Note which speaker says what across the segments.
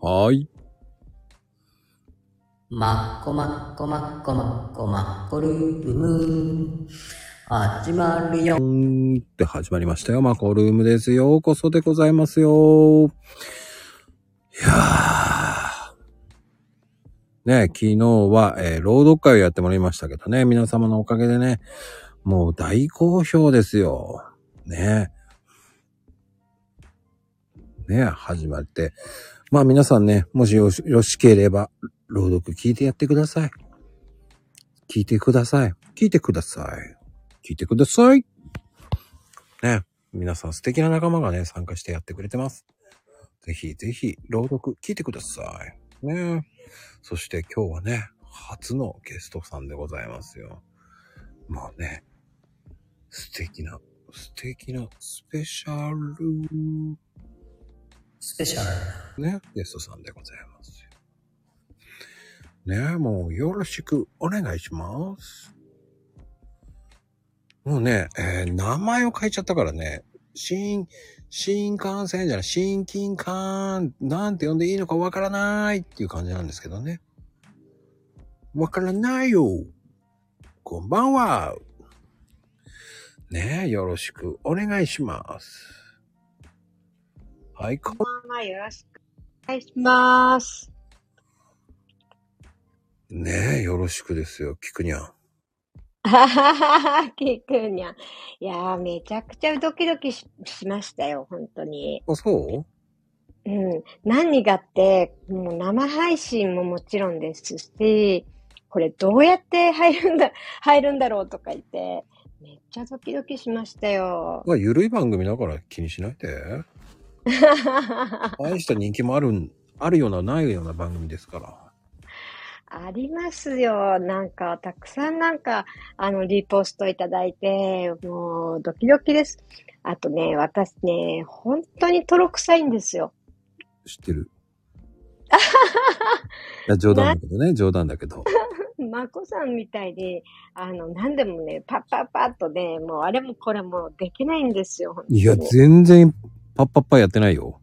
Speaker 1: はーい。
Speaker 2: まっこまっこまっこまっこまっこるーむー。始まるよ。
Speaker 1: って始まりましたよ。マコルームですよ。ようこそでございますよ。いやー。ね昨日は、えー朗読会をやってもらいましたけどね、皆様のおかげでね、もう大好評ですよ。ねね始まって。まあ皆さんね、もしよしよろしければ、朗読聞いてやってください。聞いてください。聞いてください。聞いてください。ね、皆さん素敵な仲間がね、参加してやってくれてます。ぜひぜひ、朗読聞いてください。ね。そして今日はね、初のゲストさんでございますよ。まあね、素敵な、素敵なスペシャル、
Speaker 2: スペシャル。
Speaker 1: ね、ゲストさんでございますよ。ね、もうよろしくお願いします。もうね、えー名前を変えちゃったからね、新、新幹線じゃない、新金管、なんて呼んでいいのかわからないっていう感じなんですけどね。わからないよこんばんはねよろしくお願いします。はい、こん
Speaker 3: こんばんは、よろしくお願いします。
Speaker 1: ねえ、よろしくですよ、聞くにゃん。
Speaker 3: はははは、キクニャン。いやー、めちゃくちゃドキドキししましたよ、本当に。
Speaker 1: あ、そ
Speaker 3: うん。何がって、もう生配信ももちろんですし、これどうやって入るんだ、入るんだろうとか言って、めっちゃドキドキしましたよ
Speaker 1: う。まあ、ゆるい番組だから気にしないで。大した人気もあるん、あるような、ないような番組ですから。
Speaker 3: ありますよ。なんか、たくさんなんか、あの、リポストいただいて、もう、ドキドキです。あとね、私ね、本当にとろくさいんですよ。
Speaker 1: 知って る。いや、冗談だけどね、冗談だけ ど。
Speaker 3: まこさんみたいに、あの、何でもね、パッパッパッとね、もう、あれもこれもできないんですよ。本当に
Speaker 1: いや、全然、パッパッパやってないよ。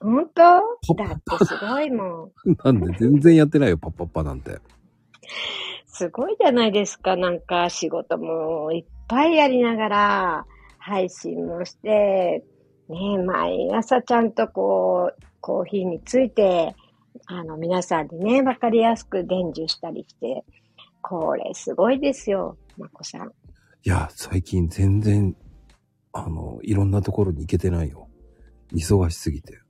Speaker 3: 本当だってすごいもん。
Speaker 1: なんで、全然やってないよ、パッパッパなんて。
Speaker 3: すごいじゃないですか。なんか仕事もいっぱいやりながら、配信もして、ね、毎朝ちゃんとこう、コーヒーについて、あの、皆さんにね、わかりやすく伝授したりして、これすごいですよ、まこさん。
Speaker 1: いや、最近全然、あの、いろんなところに行けてないよ。忙しすぎて。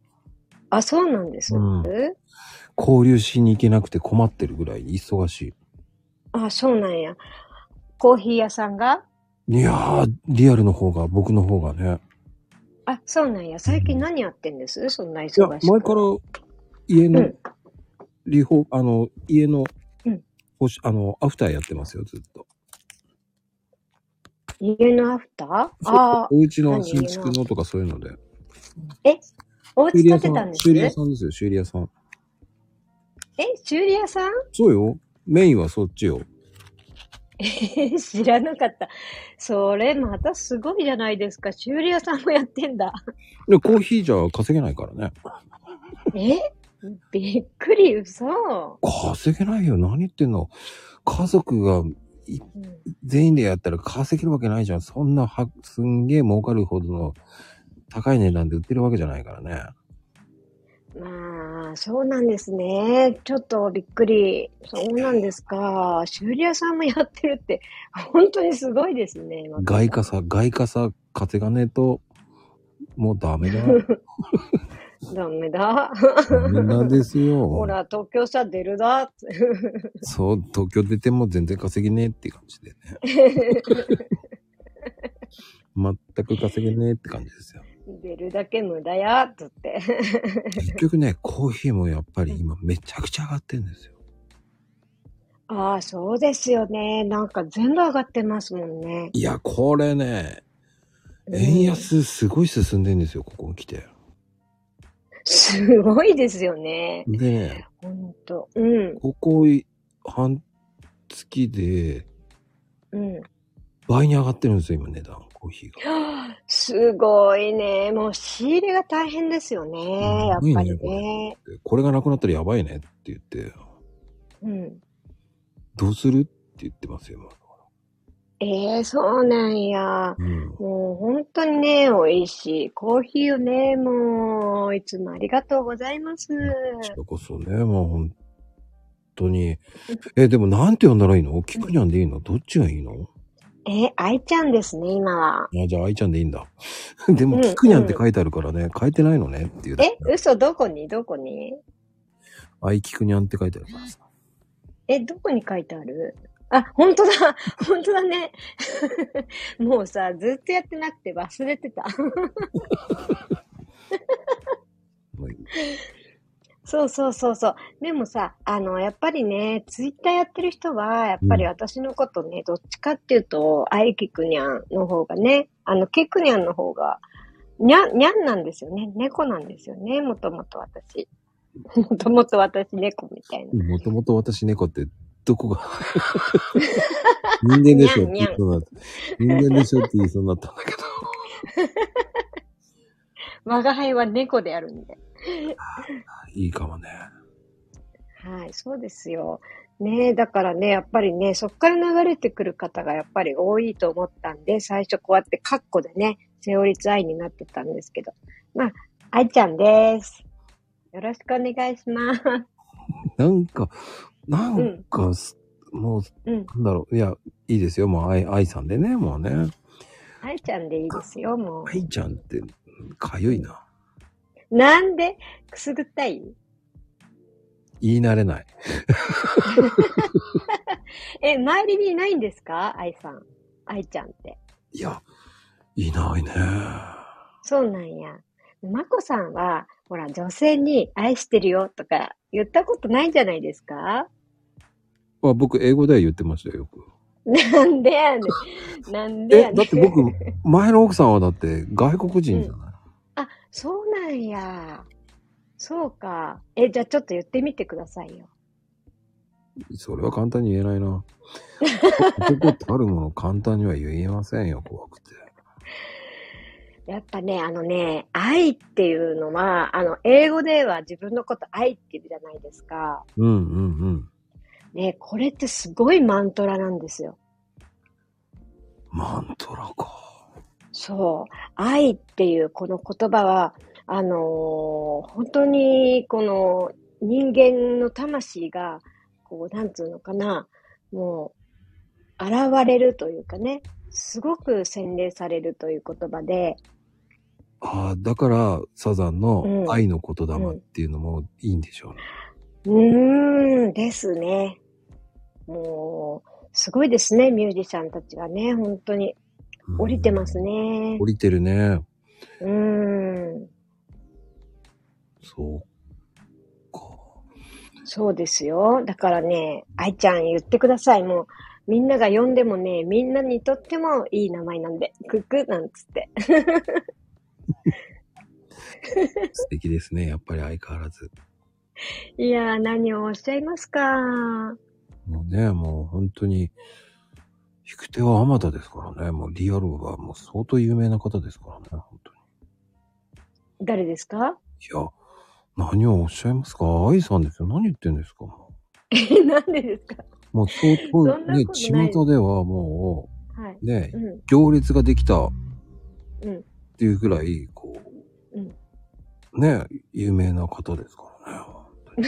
Speaker 3: あ、そうなんです。
Speaker 1: うん交流しに行けなくて困ってるぐらい忙し
Speaker 3: あ、そうなんや。コーヒー屋さんが
Speaker 1: い。いやー、リアルの方が、僕の方がね。
Speaker 3: あ、そうなんや。最近何やってんですそんない
Speaker 1: や、
Speaker 3: 忙
Speaker 1: 前
Speaker 3: しく。
Speaker 1: から家
Speaker 3: う
Speaker 1: の
Speaker 3: ん。
Speaker 1: リフォ、あの、家の、
Speaker 3: うん
Speaker 1: 保守あの、アフターやってますよ、ずっと。
Speaker 3: 家のアフターああ、
Speaker 1: お家の
Speaker 3: 何
Speaker 1: 新築のとかそういうので。
Speaker 3: えお家
Speaker 1: 修理屋さ
Speaker 3: 建てたん
Speaker 1: ん、
Speaker 3: です
Speaker 1: 修理屋さんですよ、修理屋さん。
Speaker 3: え、修理屋さん
Speaker 1: そうよ。メインはそっちよ。
Speaker 3: 知らなかった。それまたすごいじゃないですか。修理屋さんもやってんだ。
Speaker 1: で、コーヒーじゃ稼げないからね。
Speaker 3: えびっくり、嘘。
Speaker 1: 稼げないよ、何言ってんの。家族が
Speaker 3: うん
Speaker 1: 全員でやったら稼げるわけないじゃん。そんなは、すんげえ儲かるほどの高い値段で売ってるわけじゃないからね。
Speaker 3: まあ、そうなんですね。ちょっとびっくり。そうなんですか。修理屋さんもやってるって、本当にすごいですね。
Speaker 1: 外貨さ、外貨さ、稼がねえと、もうダメだ。
Speaker 3: ダメだ。
Speaker 1: ダメなんですよ。
Speaker 3: ほら、東京さ出るだ。
Speaker 1: そう、東京出ても全然稼げねえっていう感じでね。全く稼げねえって感じです よ。
Speaker 3: 出るだけ無駄や、つって。
Speaker 1: 結局ね、コーヒーもやっぱり今めちゃくちゃ上がってんですよ。
Speaker 3: ああ、そうですよね。なんか全部上がってますもんね。
Speaker 1: いや、これね、
Speaker 3: うん
Speaker 1: 円安すごい進んでんですよ、ここに来て。
Speaker 3: すごいですよね。
Speaker 1: でね、
Speaker 3: ほんと。うん、
Speaker 1: ここい半月で
Speaker 3: うん。
Speaker 1: 倍に上がってるんですよ、今値段。コーヒーが。
Speaker 3: すごいね。もう仕入れが大変ですよね。やっぱり
Speaker 1: すごい
Speaker 3: ね。
Speaker 1: でこれがなくなったらやばいねって言って、
Speaker 3: うん。
Speaker 1: どうするって言ってますよ、今
Speaker 3: ええそうなんや。
Speaker 1: うん。
Speaker 3: もう本当にね、美味しい。コーヒーをね、もう、いつもありがとうございます。
Speaker 1: こちらこそね、もう本当に。え、でもなんて呼んだらいいのキクニャンでいいのどっちがいいの
Speaker 3: え、愛ちゃんですね、今は。
Speaker 1: あじゃあ、愛ちゃんでいいんだ。でも、
Speaker 3: うん
Speaker 1: キクニャンって書いてあるからね、書いてないのねっていうだけ。
Speaker 3: え、嘘、どこにどこに
Speaker 1: 愛キクニャンって書いてあるからさ。
Speaker 3: え、どこに書いてあるあ、本当だ 本当だねもうさ、ずっとやってなくて忘れてた。
Speaker 1: もう
Speaker 3: そうそうそうそう。でもさ、あの、やっぱりね、ツイッターやってる人は、やっぱり
Speaker 1: うん
Speaker 3: 私のことね、どっちかっていうと、アイキクニャンの方がね、あの、キクニャンの方が、にゃ、にゃんなんですよね。猫なんですよね。もともと私。 もともと私猫みたいな。
Speaker 1: もともと私猫って、どこが 人間でしょって言いそうになった。人間でしょって言いそうになったんだけど。
Speaker 3: 我が輩は猫であるんで。
Speaker 1: いいかもね。
Speaker 3: はい、そうですよ。ねえだからね、やっぱりね、そっから流れてくる方がやっぱり多いと思ったんで、最初こうやってカッコでね、セオリツ愛になってたんですけど。まあ、愛ちゃんです。よろしくお願いします。
Speaker 1: なんか、なんかす、もう、
Speaker 3: うん、
Speaker 1: なんだろう。いや、いいですよ。もう、愛、愛さんでね、もうね。
Speaker 3: 愛ちゃんでいいですよ、も
Speaker 1: 愛ちゃんって、かゆいな。
Speaker 3: う。なんでくすぐったい
Speaker 1: 言い慣れない。
Speaker 3: え、周りにいないんですか愛さん。愛ちゃんって。
Speaker 1: いや、いないね。
Speaker 3: そうなんや。まこさんは、ほら、女性に愛してるよとか言ったことないんじゃないですか
Speaker 1: あ僕、英語では言ってましたよ、よく。
Speaker 3: なんでやねん。なんでやね
Speaker 1: え、
Speaker 3: ん。
Speaker 1: だって僕、前の奥さんはだって、外国人じゃない、
Speaker 3: あ、そうなんや。そうか。え、じゃあちょっと言ってみてくださいよ。
Speaker 1: それは簡単に言えないな。男たるもの簡単には言えませんよ、怖くて。
Speaker 3: やっぱね、あのね、愛っていうのは、あの、英語では自分のこと愛っていうじゃないですか。
Speaker 1: うんうんうん。
Speaker 3: ね、これってすごいマントラなんですよ。
Speaker 1: マントラか。
Speaker 3: そう。愛っていうこの言葉は、あのー本当に、この人間の魂が、こう、なんつうのかな、もう、現れるというかね、すごく洗礼されるという言葉で、
Speaker 1: ああ、だから、サザンの愛の言霊っていうのもいいんでしょうね。
Speaker 3: うーん、ですね。もう、すごいですね、ミュージシャンたちがね、本当に。
Speaker 1: うん
Speaker 3: 降りてます。ね
Speaker 1: 降。りてるね。
Speaker 3: うーん、
Speaker 1: そうか。
Speaker 3: そうですよ。だからね、愛ちゃん言ってください。もう、みんなが呼んでもね、みんなにとってもいい名前なんで、クックなんつって。
Speaker 1: 素敵ですね、やっぱり相変わらず。
Speaker 3: いやー、何をおっしゃいますか。
Speaker 1: もうね、もう本当に、引く手はあまたですからね。もうリアルはもう相当有名な方ですからね、本当に。
Speaker 3: 誰ですか
Speaker 1: いや、何をおっしゃいますか愛さんですよ。何言ってんですかも
Speaker 3: え、 なんでですか
Speaker 1: う、もう相
Speaker 3: そ
Speaker 1: 当
Speaker 3: んな
Speaker 1: ね、
Speaker 3: ことない
Speaker 1: 巷ではも
Speaker 3: はい。
Speaker 1: う、ね
Speaker 3: う、ん、
Speaker 1: 行列ができたっ
Speaker 3: うん、
Speaker 1: ていうぐらい、こ
Speaker 3: うん。
Speaker 1: う、ね、有名な方ですからね。本当に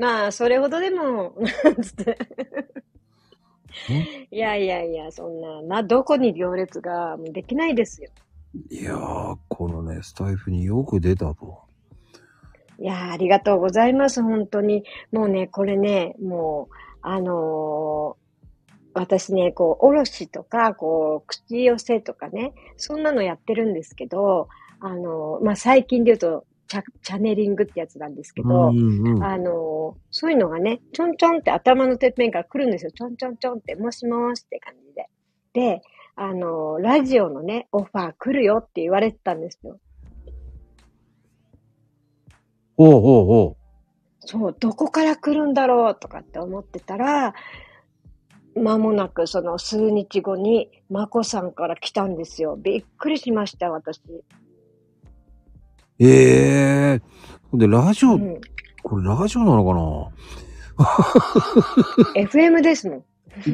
Speaker 3: まあ、それほどでも、なんつって。いやいやいや、そんな、まあ、どこに行列ができないですよ。
Speaker 1: いやー、このね、スタイフによく出たと。
Speaker 3: いやー、ありがとうございます、本当に。もうね、これね、もう、あのー私ね、こう、おろしとか、こう、口寄せとかね、そんなのやってるんですけど、あのーまあ、最近で言うと、チャ、チャネリングってやつなんですけど、
Speaker 1: うんうん。
Speaker 3: あの、そういうのがね、ちょんちょんって頭のてっぺんから来るんですよ。ちょんちょんちょんって、もしもーしって感じで。で、あの、ラジオのね、オファー来るよって言われてたんですよ。
Speaker 1: おうおうおう。
Speaker 3: そう、どこから来るんだろうとかって思ってたら、間もなくその数日後に、まこさんから来たんですよ。びっくりしました、私。
Speaker 1: ええで、ラジオ、
Speaker 3: うん、
Speaker 1: これラジオなのか
Speaker 3: FM ですもん。
Speaker 1: な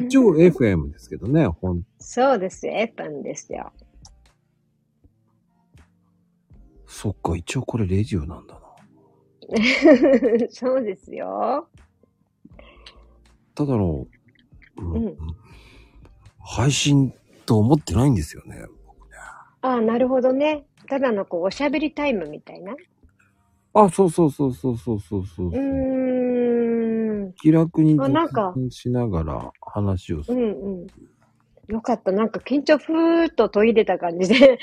Speaker 1: 一応 FM ですけどね、ほん、
Speaker 3: そうですよ、FM ですよ。
Speaker 1: そっか、一応これレジオなんだな。
Speaker 3: そうですよ。
Speaker 1: ただの、うん
Speaker 3: うん
Speaker 1: 配信と思ってないんですよね。
Speaker 3: ああ、なるほどね。ただのこう、おしゃべりタイムみたいな。
Speaker 1: あ、そうそうそうそうそうそうそう。
Speaker 3: うーん。
Speaker 1: 気楽に
Speaker 3: あなんか
Speaker 1: 雑談しながら話をす
Speaker 3: う
Speaker 1: る。
Speaker 3: んうん。よかった。なんか緊張ふーっと途切れた感じで。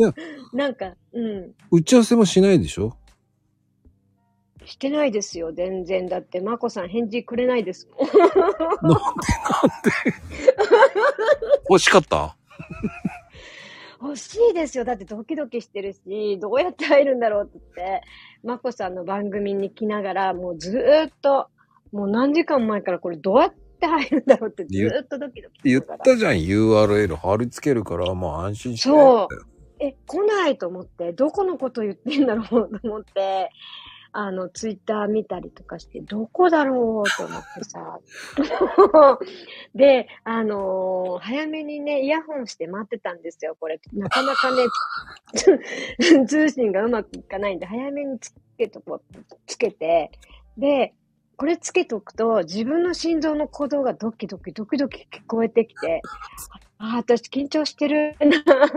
Speaker 1: や
Speaker 3: なんか、うん。
Speaker 1: 打ち合わせもしないでしょ
Speaker 3: してないですよ、全然。だって、まこさん返事くれないですもん。
Speaker 1: 惜しかった
Speaker 3: 欲しいですよ。だってドキドキしてるし、どうやって入るんだろうって言って、まこさんの番組に来ながら、もうずーっと、もう何時間前からこれどうやって入るんだろうってず
Speaker 1: 言っ
Speaker 3: ーっとドキドキして
Speaker 1: 言
Speaker 3: る
Speaker 1: っ
Speaker 3: から。
Speaker 1: たじゃん、URL 貼り付けるから、もう安心して。
Speaker 3: そうえ、来ないと思って、どこのこと言ってんだろうと思って、あの、ツイッター見たりとかして、どこだろうと思ってさ。 で、あのー早めにね、イヤホンして待ってたんですよ、これ。なかなかね、 通信がうまくいかないんで、早めにつけとこう、つけて、で、これつけとくと、自分の心臓の鼓動がドキドキドキドキ聞こえてきて、ああ、私緊張してるな。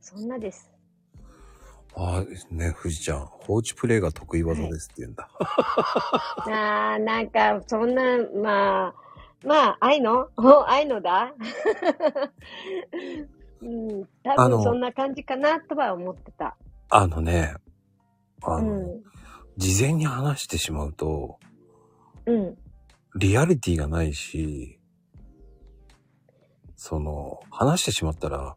Speaker 3: そんなです。
Speaker 1: ああですね、富士ちゃん、放置プレイが得意技ですって言うんだ。
Speaker 3: あー、なんか、そんな、まあ、まあ、愛の お愛のだ うん、多
Speaker 1: あの
Speaker 3: 分そんな感じかなとは思ってた。
Speaker 1: あのね、あ
Speaker 3: う
Speaker 1: の、
Speaker 3: ん。
Speaker 1: 事前に話してしまうと、
Speaker 3: うん。
Speaker 1: リアリティがないし、その、話してしまったら、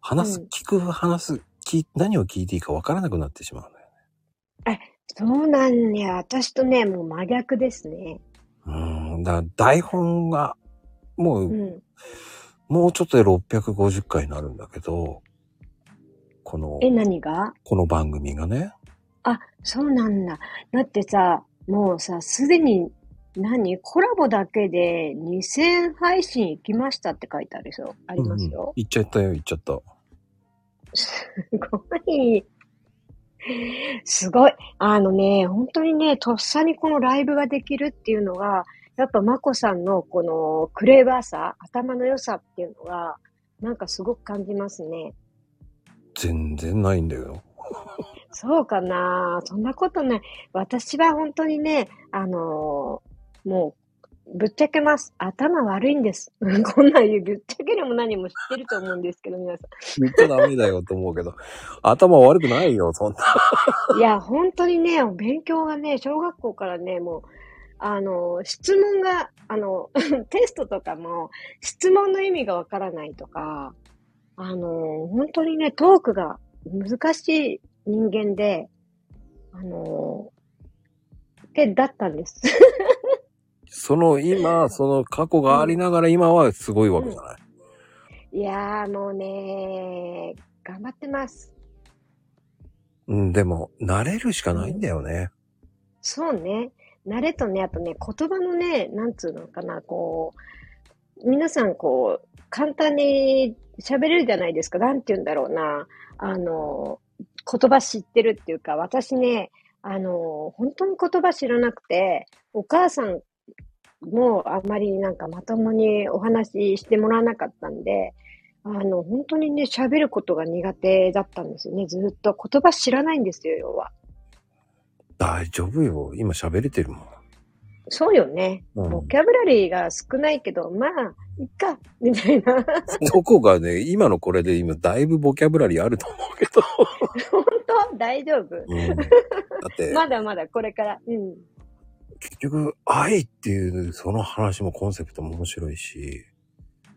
Speaker 1: 話す、
Speaker 3: うん
Speaker 1: 聞く、話す、聞何を聞いていいかわからなくなってしまうのよ
Speaker 3: そうなんや。私とね、もう真逆ですね。
Speaker 1: うーん、だから台本が、もう、
Speaker 3: うん。
Speaker 1: もうちょっとで650回になるんだけど、この、
Speaker 3: え、何が
Speaker 1: この番組がね。
Speaker 3: あ、そうなんだ。だってさ、もうさ、すでに、何コラボだけで2000配信行きましたって書いてあるでしょあります
Speaker 1: うんうん
Speaker 3: よ。
Speaker 1: 言っちゃったよ、言っちゃった。
Speaker 3: すごい。すごい。あのね、本当にね、とっさにこのライブができるっていうのが、やっぱまこさんのこのクレバーさ、頭の良さっていうのが、なんかすごく感じますね。
Speaker 1: 全然ないんだよ。
Speaker 3: そうかなそんなことない。私は本当にね、あのーもう、ぶっちゃけます。頭悪いんです。 こんなん言う、ぶっちゃけるも何も知ってると思うんですけど、皆さん。
Speaker 1: 言っちゃダメだよと思うけど、頭悪くないよ、そんな。
Speaker 3: いや、本当にね、勉強がね、小学校からね、もう、あの、質問が、あの、 テストとかも、質問の意味がわからないとか、あの、本当にね、トークが難しい人間で、あの、って、だったんです。
Speaker 1: その今、その過去がありながら今はすごいわけじゃない。
Speaker 3: いやー、もうね、頑張ってます。
Speaker 1: うん、でも、慣れるしかないんだよね。
Speaker 3: そうね。慣れとね、あとね、言葉のね、なんつうのかな、こう、皆さんこう、簡単に喋れるじゃないですか。なんて言うんだろうな。あの、言葉知ってるっていうか、私ね、あの、本当に言葉知らなくて、お母さんもあんまりなんかまともにお話ししてもらわなかったんで、あの、本当にね、喋ることが苦手だったんですよね。ずっと言葉知らないんですよ、要は。
Speaker 1: 大丈夫よ。今喋れてるもん。
Speaker 3: そうよね。
Speaker 1: うん
Speaker 3: ボキャブラリーが少ないけど、まあ、いっか、みたいな。
Speaker 1: そこがね、今のこれで今だいぶボキャブラリーあると思うけど。
Speaker 3: 本当大丈夫。
Speaker 1: うん、だって、
Speaker 3: まだまだこれから。うん。
Speaker 1: 結局、愛っていうその話もコンセプトも面白いし。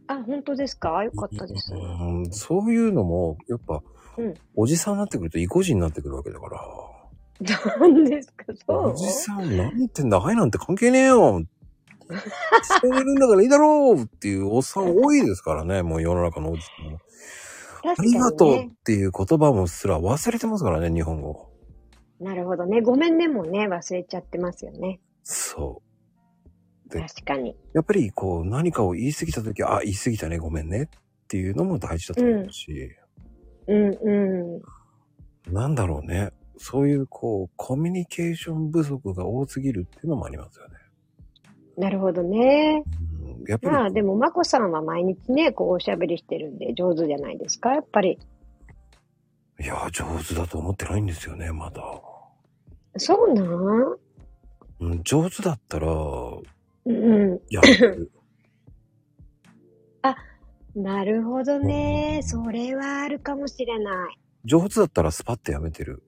Speaker 3: あ、本当ですかよかったです。
Speaker 1: うん、そういうのも、やっぱ、
Speaker 3: うん
Speaker 1: おじさんになってくると意固地になってくるわけだから。
Speaker 3: なんですか、そ
Speaker 1: お
Speaker 3: う
Speaker 1: じさん、何言ってんだ、はいなんて関係ねえよ。してるんだからいいだろうっていうおっさん多いですから ね、もう世の中のおじさんは。
Speaker 3: 確
Speaker 1: あ
Speaker 3: かに、
Speaker 1: り
Speaker 3: ね。
Speaker 1: がとうっていう言葉もすら忘れてますからね、日本語。
Speaker 3: なるほどね。ごめんねもね、忘れちゃってますよね。
Speaker 1: そで
Speaker 3: 確かに。
Speaker 1: う。やっぱりこう、何かを言い過ぎた時あ、言い過ぎたね、ごめんねっていうのも大事だと思うし、
Speaker 3: うんう
Speaker 1: なんだろうね。そういうこう、コミュニケーション不足が多すぎるっていうのもありますよね。
Speaker 3: ん。なるほどね。
Speaker 1: うん、やっぱり、
Speaker 3: まあでも、まこさんは毎日ね、こうおしゃべりしてるんで上手じゃないですか、やっぱり。
Speaker 1: いや、上手だと思ってないんですよね、まだ。
Speaker 3: そうなん
Speaker 1: うん、上手だったら、
Speaker 3: うんう
Speaker 1: やる。
Speaker 3: ん。なるほどね。それはあるかもしれない。
Speaker 1: 上手だったらスパッとやめてる。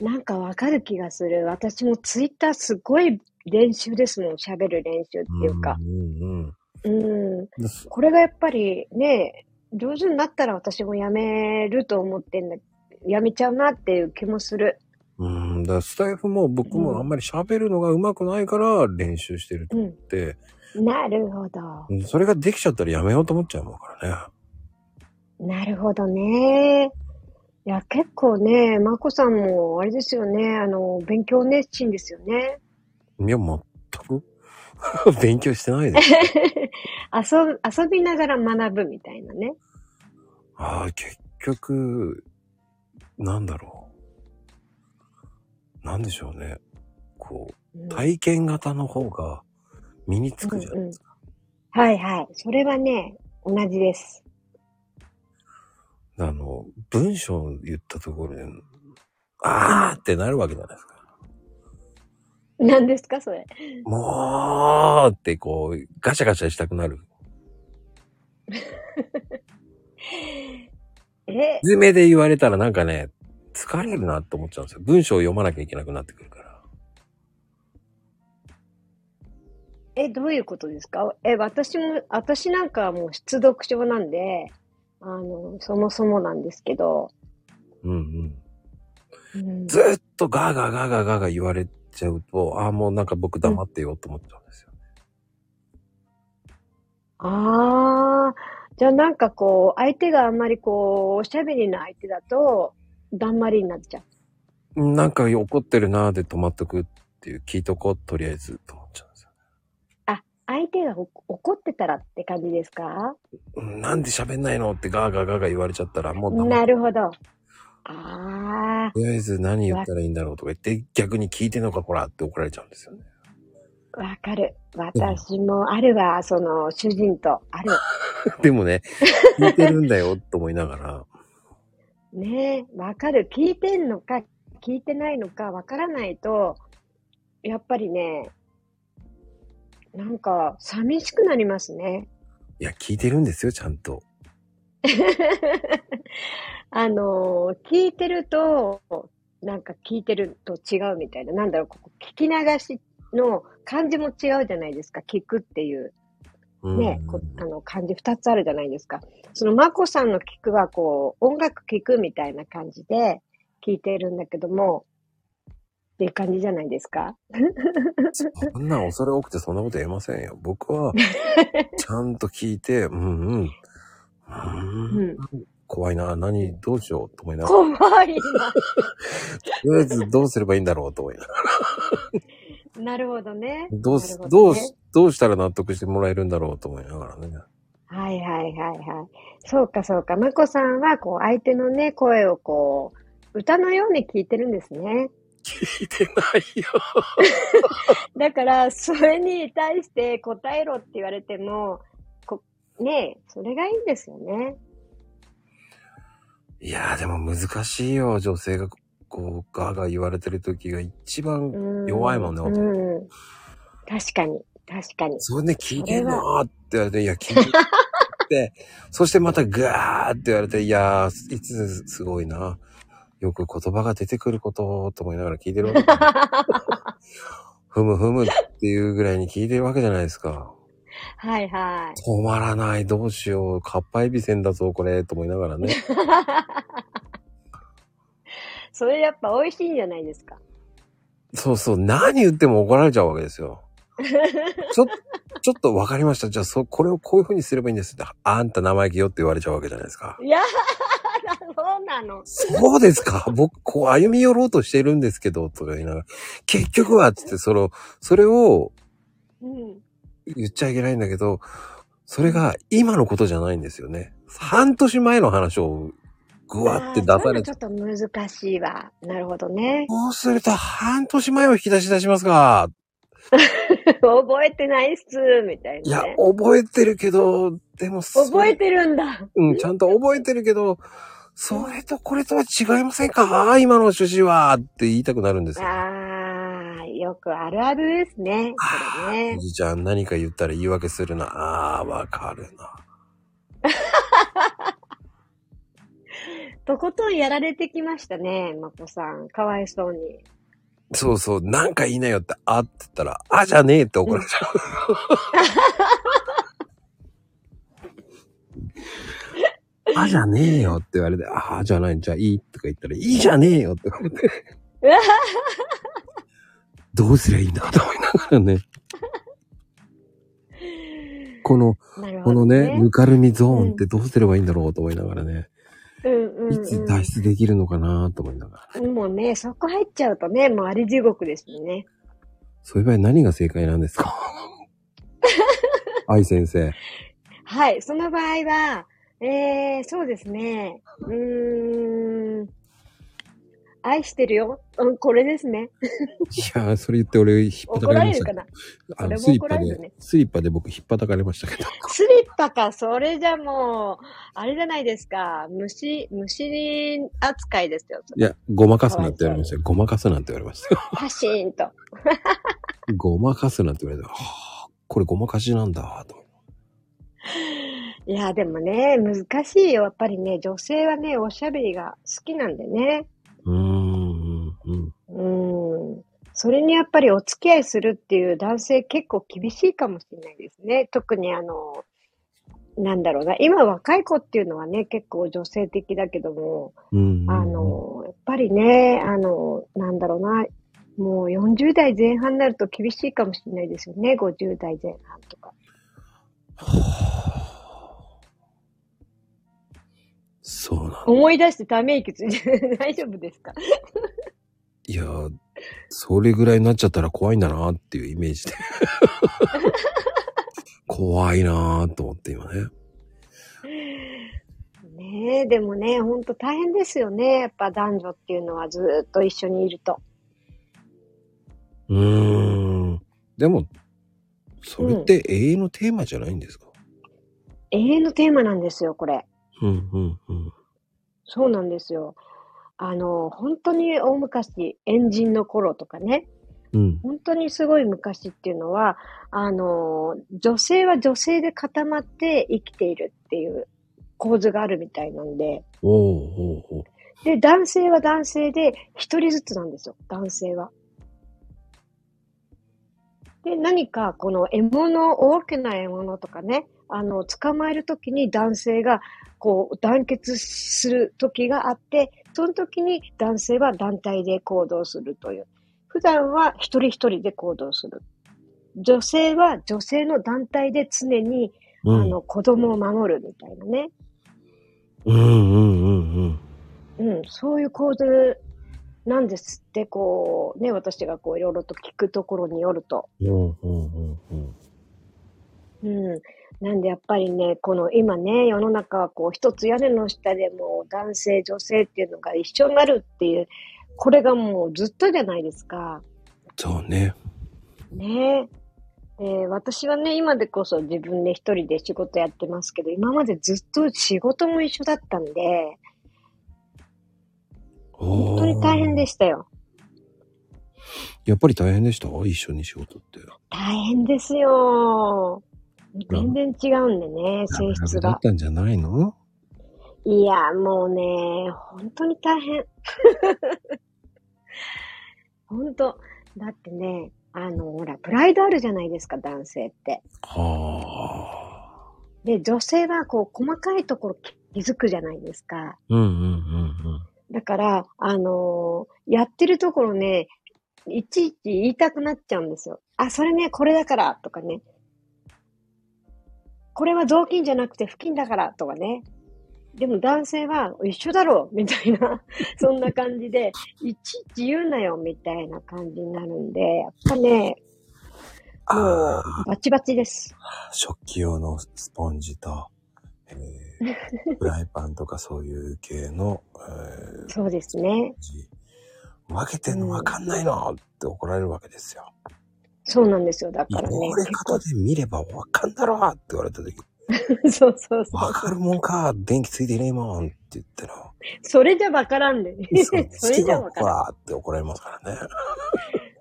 Speaker 3: なんかわかる気がする。私もツイッターすごい練習ですもん。喋る練習っていうか。
Speaker 1: んうんうん
Speaker 3: うん。
Speaker 1: でそ
Speaker 3: これがやっぱりね、上手になったら私もやめると思ってんだ。やめちゃうなっていう気もする。
Speaker 1: うん、だからスタイフも僕
Speaker 3: うん
Speaker 1: もあんまり喋るのが上手くないから練習してる
Speaker 3: うん。
Speaker 1: って、
Speaker 3: なるほど。
Speaker 1: うんそれができちゃったらやめようと思っちゃうもんからね。
Speaker 3: なるほどね。いや、結構ね、まこさんも、あれですよね、あの、勉強熱心ですよね。
Speaker 1: いや、全く 勉強して ないです。
Speaker 3: 遊、遊びながら学ぶみたいなね。
Speaker 1: ああ、結局、なんだろう。なんでしょうね。こ
Speaker 3: うん
Speaker 1: う、体験型の方が身につくじゃん。
Speaker 3: うんうんはいはい。それはね、同じです。
Speaker 1: あの、文章を言ったところで、あーってなるわけじゃないですか。
Speaker 3: 何ですか、それ。
Speaker 1: もうってこう、ガシャガシャしたくなる。
Speaker 3: え、
Speaker 1: 図面で言われたらなんかね、疲れるなって思っちゃうんですよ。文章を読まなきゃいけなくなってくるから。
Speaker 3: え、どういうことですかえ、私も、私なんかはもう出読症なんで、あの、そもそもなんですけど、
Speaker 1: うんうん。
Speaker 3: うん
Speaker 1: ずーっとガーガーガーガーガーガー言われちゃうと、ああ、もうなんか僕黙ってよって思っちゃうんですよ。
Speaker 3: ああ、じゃあなんかこう、相手があんまりこう、おしゃべりな相手だと、だんまりになっちゃう。
Speaker 1: なんか怒ってるなーで止まっとくっていう、聞いとこう、とりあえずと思っちゃうんですよ。
Speaker 3: 相手がお怒ってたらって感じですか
Speaker 1: うんなんで喋んないのってガーガーガーガー言われちゃったら、もう黙っ
Speaker 3: なるほど。ああ、
Speaker 1: とりあえず何言ったらいいんだろうとか言って、逆に聞いてんのか、こらって怒られちゃうんですよね。
Speaker 3: わかる。私もあるわ、その、主人と。ある。
Speaker 1: でも ね、聞いてるんだよと思いながら、
Speaker 3: ねえ、わかる。聞いてんのか、聞いてないのか、わからないと、やっぱりね、なんか、寂しくなりますね。
Speaker 1: いや、聞いてるんですよ、ちゃんと。
Speaker 3: あのー聞いてると、なんか聞いてると違うみたいな。なんだろう、ここ聞き流しの感じも違うじゃないですか。聞くっていう
Speaker 1: うん
Speaker 3: ね、こあの感じ二つあるじゃないですか。そのまこさんの聞くはこう、音楽聞くみたいな感じで聞いているんだけども、っていう感じじゃないですか。
Speaker 1: そんな恐れ多くてそんなこと言えませんよ。僕は、 ちゃんと聞いて、うんうん、う
Speaker 3: う
Speaker 1: ーん、
Speaker 3: ん。
Speaker 1: 怖いな、何、どうしようと思いながら、
Speaker 3: 怖い
Speaker 1: とりあえずどうすればいいんだろうと思いながら、
Speaker 3: な。 なるほどね。
Speaker 1: どうす、
Speaker 3: なるほ
Speaker 1: ど
Speaker 3: ど
Speaker 1: う
Speaker 3: ね
Speaker 1: し、どうしたら納得してもらえるんだろうと思いながらね。
Speaker 3: はいはいはいはい。そうかそうか。まこさんは、こう、相手のね、声をこう、歌のように聞いてるんですね。
Speaker 1: 聞いてないよ。
Speaker 3: だから、それに対して答えろって言われても、こねえ、それがいいんですよね。
Speaker 1: いやーでも難しいよ、女性が、こう、ガーガー言われてる時が一番
Speaker 3: うん
Speaker 1: 弱いもんね、男
Speaker 3: うん。確かに、確かに。
Speaker 1: それで聞いてんのって言われて、 いや、聞いてるって、そしてまたガーって言われて、いやー、いつすごいな。よく言葉が出てくることと思いながら聞いてるわけ。 ふむふむっていうぐらいに聞いてるわけじゃないですか。
Speaker 3: はいはい。
Speaker 1: 止まらない、どうしよう、かっぱえびせんだぞ、これ、と思いながらね。
Speaker 3: それやっぱ美味しいんじゃないですか。
Speaker 1: そうそう、何言っても怒られちゃうわけです よ。ちょ、ちょっとわかりました。じゃあ、そ、これをこういう風にすればいいんですって。あんた生意気よって言われちゃうわけじゃないですか。
Speaker 3: いやー、そうなの。
Speaker 1: そうですか。僕、こう歩み寄ろうとしてるんですけど、とか言いながら、結局は、つって、その、それを
Speaker 3: うん。
Speaker 1: 言っちゃいけないんだけど、それが今のことじゃないんですよね。半年前の話をぐわって出
Speaker 3: あーそ
Speaker 1: さ
Speaker 3: ういう
Speaker 1: れ
Speaker 3: の
Speaker 1: て
Speaker 3: ちょ、っと難しいわ。なるほどね。
Speaker 1: そうすると半年前を引き出し出しますか。
Speaker 3: 覚えてないっす、みたい
Speaker 1: いや
Speaker 3: な、ね。
Speaker 1: 覚えてるけど、でもそれ
Speaker 3: 覚えてるんだ。
Speaker 1: うん、ちゃんと覚えてるけど、それとこれとは違いませんか今の趣旨はって言いたくなるんですよ。
Speaker 3: ああ、よくあるあるですね。これ
Speaker 1: お
Speaker 3: ね。
Speaker 1: じちゃん何か言ったら言い訳するな。ああ、わかるな。
Speaker 3: とことんやられてきましたね、まこさん。かわいそうに。
Speaker 1: そうそう、なんか言いなよって、あって言ったら、あじゃねえって怒られちゃう。 あじゃねえよって言われて、ああじゃない、じゃあいいとか言ったら、いいじゃねえよって言われ て。どうすりゃいいんだと思いながらね。この、
Speaker 3: なるほ
Speaker 1: この
Speaker 3: ど、ね。
Speaker 1: ね、ぬかるみゾーンってどうすればいいんだろうと思いながらね。
Speaker 3: うんうん、うん。
Speaker 1: いつ脱出できるのかなと思いながら。
Speaker 3: もうね、そこ入っちゃうとね、もうあれ地獄ですよね。
Speaker 1: そういう場合何が正解なんです か愛先生。
Speaker 3: はい、その場合は、えー、そうですね。うーん。愛してるよ。うん、これですね。
Speaker 1: いやー、それ言って俺、引っ張た
Speaker 3: 怒
Speaker 1: かられま
Speaker 3: れ
Speaker 1: し
Speaker 3: る
Speaker 1: た
Speaker 3: か
Speaker 1: ね。
Speaker 3: な。
Speaker 1: あ
Speaker 3: そ
Speaker 1: の、
Speaker 3: れも
Speaker 1: スリッ
Speaker 3: 怒
Speaker 1: パ
Speaker 3: られ
Speaker 1: で
Speaker 3: るね、
Speaker 1: スリッパで僕引っ張たかれましたけど。
Speaker 3: スリッパか、それじゃもう、あれじゃないですか。虫、虫扱いですよ。
Speaker 1: いや、ごまかすなって言われましたよ。ごまかすなって言われましたよ。
Speaker 3: パシーンと。
Speaker 1: ごまかすなって言われた。はあ、これごまかしなんだ、と。
Speaker 3: いや、でもね、難しいよ。やっぱりね、女性はね、おしゃべりが好きなんでね。
Speaker 1: うーん、うん。
Speaker 3: うーん。それにやっぱりお付き合いするっていう男性結構厳しいかもしれないですね。特にあの、なんだろうな。今若い子っていうのはね、結構女性的だけども、
Speaker 1: うん。
Speaker 3: あ、の、やっぱりね、あの、なんだろうな、もう40代前半になると厳しいかもしれないですよね、50代前半とか。
Speaker 1: そうなん
Speaker 3: 思い出してため息ついて、 大丈夫ですか
Speaker 1: いやー、それぐらいになっちゃったら怖いんだなっていうイメー ジで。怖いなーと思って今ね。
Speaker 3: ねえ、でもね、ほんと大変ですよね、やっぱ男女っていうのはずっと一緒にいると。
Speaker 1: うーん。でも、それって永遠のテーマじゃないんですか、
Speaker 3: 永遠のテーマなんですよ、これ。
Speaker 1: うん、うん、うん。
Speaker 3: そうなんですよ。あの、本当に大昔、エンジンの頃とかね、
Speaker 1: うん。
Speaker 3: 本当にすごい昔っていうのは、あの、女性は女性で固まって生きているっていう構図があるみたいなんで、
Speaker 1: おおおうおう
Speaker 3: で、男性は男性で一人ずつなんですよ、男性は。で、何かこの獲物、大きな獲物とかね、あの、捕まえるときに男性がこう団結する時があって、その時に男性は団体で行動するという。普段は一人一人で行動する。女性は女性の団体で常に、
Speaker 1: うん。
Speaker 3: あの子供を守るみたいなね。
Speaker 1: うんうんうんうん。
Speaker 3: うん、そういう構図なんですって、こう、ね、私がこう、いろいろと聞くところによると。
Speaker 1: うんうんうん
Speaker 3: うん。なんで、やっぱりね、この今ね、世の中はこう、一つ屋根の下でもう男性、女性っていうのが一緒になるっていう、これがもうずっとじゃないですか。
Speaker 1: そうね。
Speaker 3: ねえ。で私はね、今でこそ自分で一人で仕事やってますけど、今までずっと仕事も一緒だったんで、
Speaker 1: 本
Speaker 3: 本当に大変で
Speaker 1: し
Speaker 3: したよ。
Speaker 1: やっぱり大変でした一緒に仕事って。
Speaker 3: 大変ですよ。全然違うんでね、性質
Speaker 1: だっ
Speaker 3: が。
Speaker 1: たんじゃないの
Speaker 3: いや、もうね、本当に大変。 本当。だってね、あの、ほら、プライドあるじゃないですか、男性って。
Speaker 1: はあ。
Speaker 3: で、女性はこう、細かいところ気づくじゃないですか。
Speaker 1: うんうんうん
Speaker 3: だから、あのーやってるところね、いちいち言いたくなっちゃうんですよ。あ、それね、これだから、とかね。これは雑巾じゃなくて布巾だから、とかね。でも男性は一緒だろう、みたいな、 そんな感じで、いちいち言うなよ、みたいな感じになるんで、やっぱね、も
Speaker 1: あ
Speaker 3: う
Speaker 1: あ、
Speaker 3: バチバチです。
Speaker 1: 食器用のスポンジと、えーフライパンとかそういう系の、えー
Speaker 3: そうですね。
Speaker 1: 字分けてんの分かんないのって怒られるわけですよ。
Speaker 3: そうなんですよ。だからね、
Speaker 1: これ方で見れば分かんだろって言われた時、
Speaker 3: 結 構、そうそうそ
Speaker 1: 分
Speaker 3: う。
Speaker 1: かるもんか、電気ついてねえもんって言ったら、
Speaker 3: それじゃわからんね。
Speaker 1: 嘘
Speaker 3: そ
Speaker 1: 好
Speaker 3: れ
Speaker 1: き
Speaker 3: じゃ
Speaker 1: だ
Speaker 3: わか
Speaker 1: から
Speaker 3: ん。
Speaker 1: らって怒られますからね。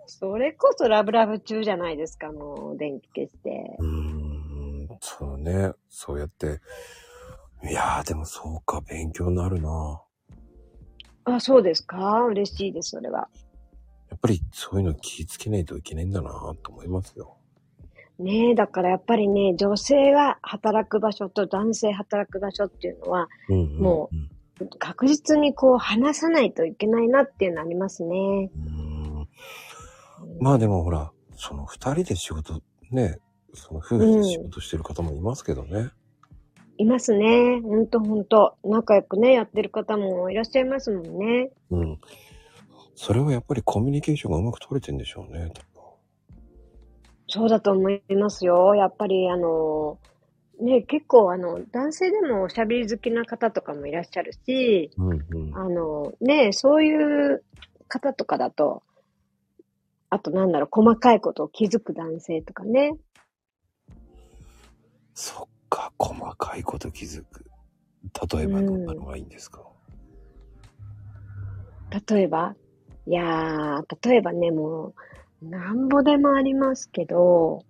Speaker 3: それこそラブラブ中じゃないですか、もう、電気消して。
Speaker 1: うーん、そうね。そうやって。いやー、でもそうか、勉強になるな。
Speaker 3: あ、そうですか嬉しいです、それは。
Speaker 1: やっぱりそういうの気ぃつけないといけないんだなと思いますよ。
Speaker 3: ねえ、だからやっぱりね、女性は働く場所と男性働く場所っていうのは、
Speaker 1: うんうんうん、
Speaker 3: も確実にこう、話さないといけないなっていうのありますね。
Speaker 1: うーん。まあでもほら、その二人で仕事、ね、その夫婦で仕事してる方もいますけどね。
Speaker 3: いますね。ほんとほんと。仲良くね、やってる方もいらっしゃいますもんね。
Speaker 1: うん。それはやっぱりコミュニケーションがうまく取れてんでしょうね、多
Speaker 3: そうだと思いますよ。やっぱり、あの、ね、結構、あの、男性でもおしゃべり好きな方とかもいらっしゃるし、
Speaker 1: 分。うんうん。
Speaker 3: あの、ね、そういう方とかだと、あとなんだろう、細かいことを気づく男性とかね。
Speaker 1: そっか、細かいこと気づく。例えばどんなのがいいんですか、
Speaker 3: 例えば、いやー、例えばね、もう、なんぼでもありますけど、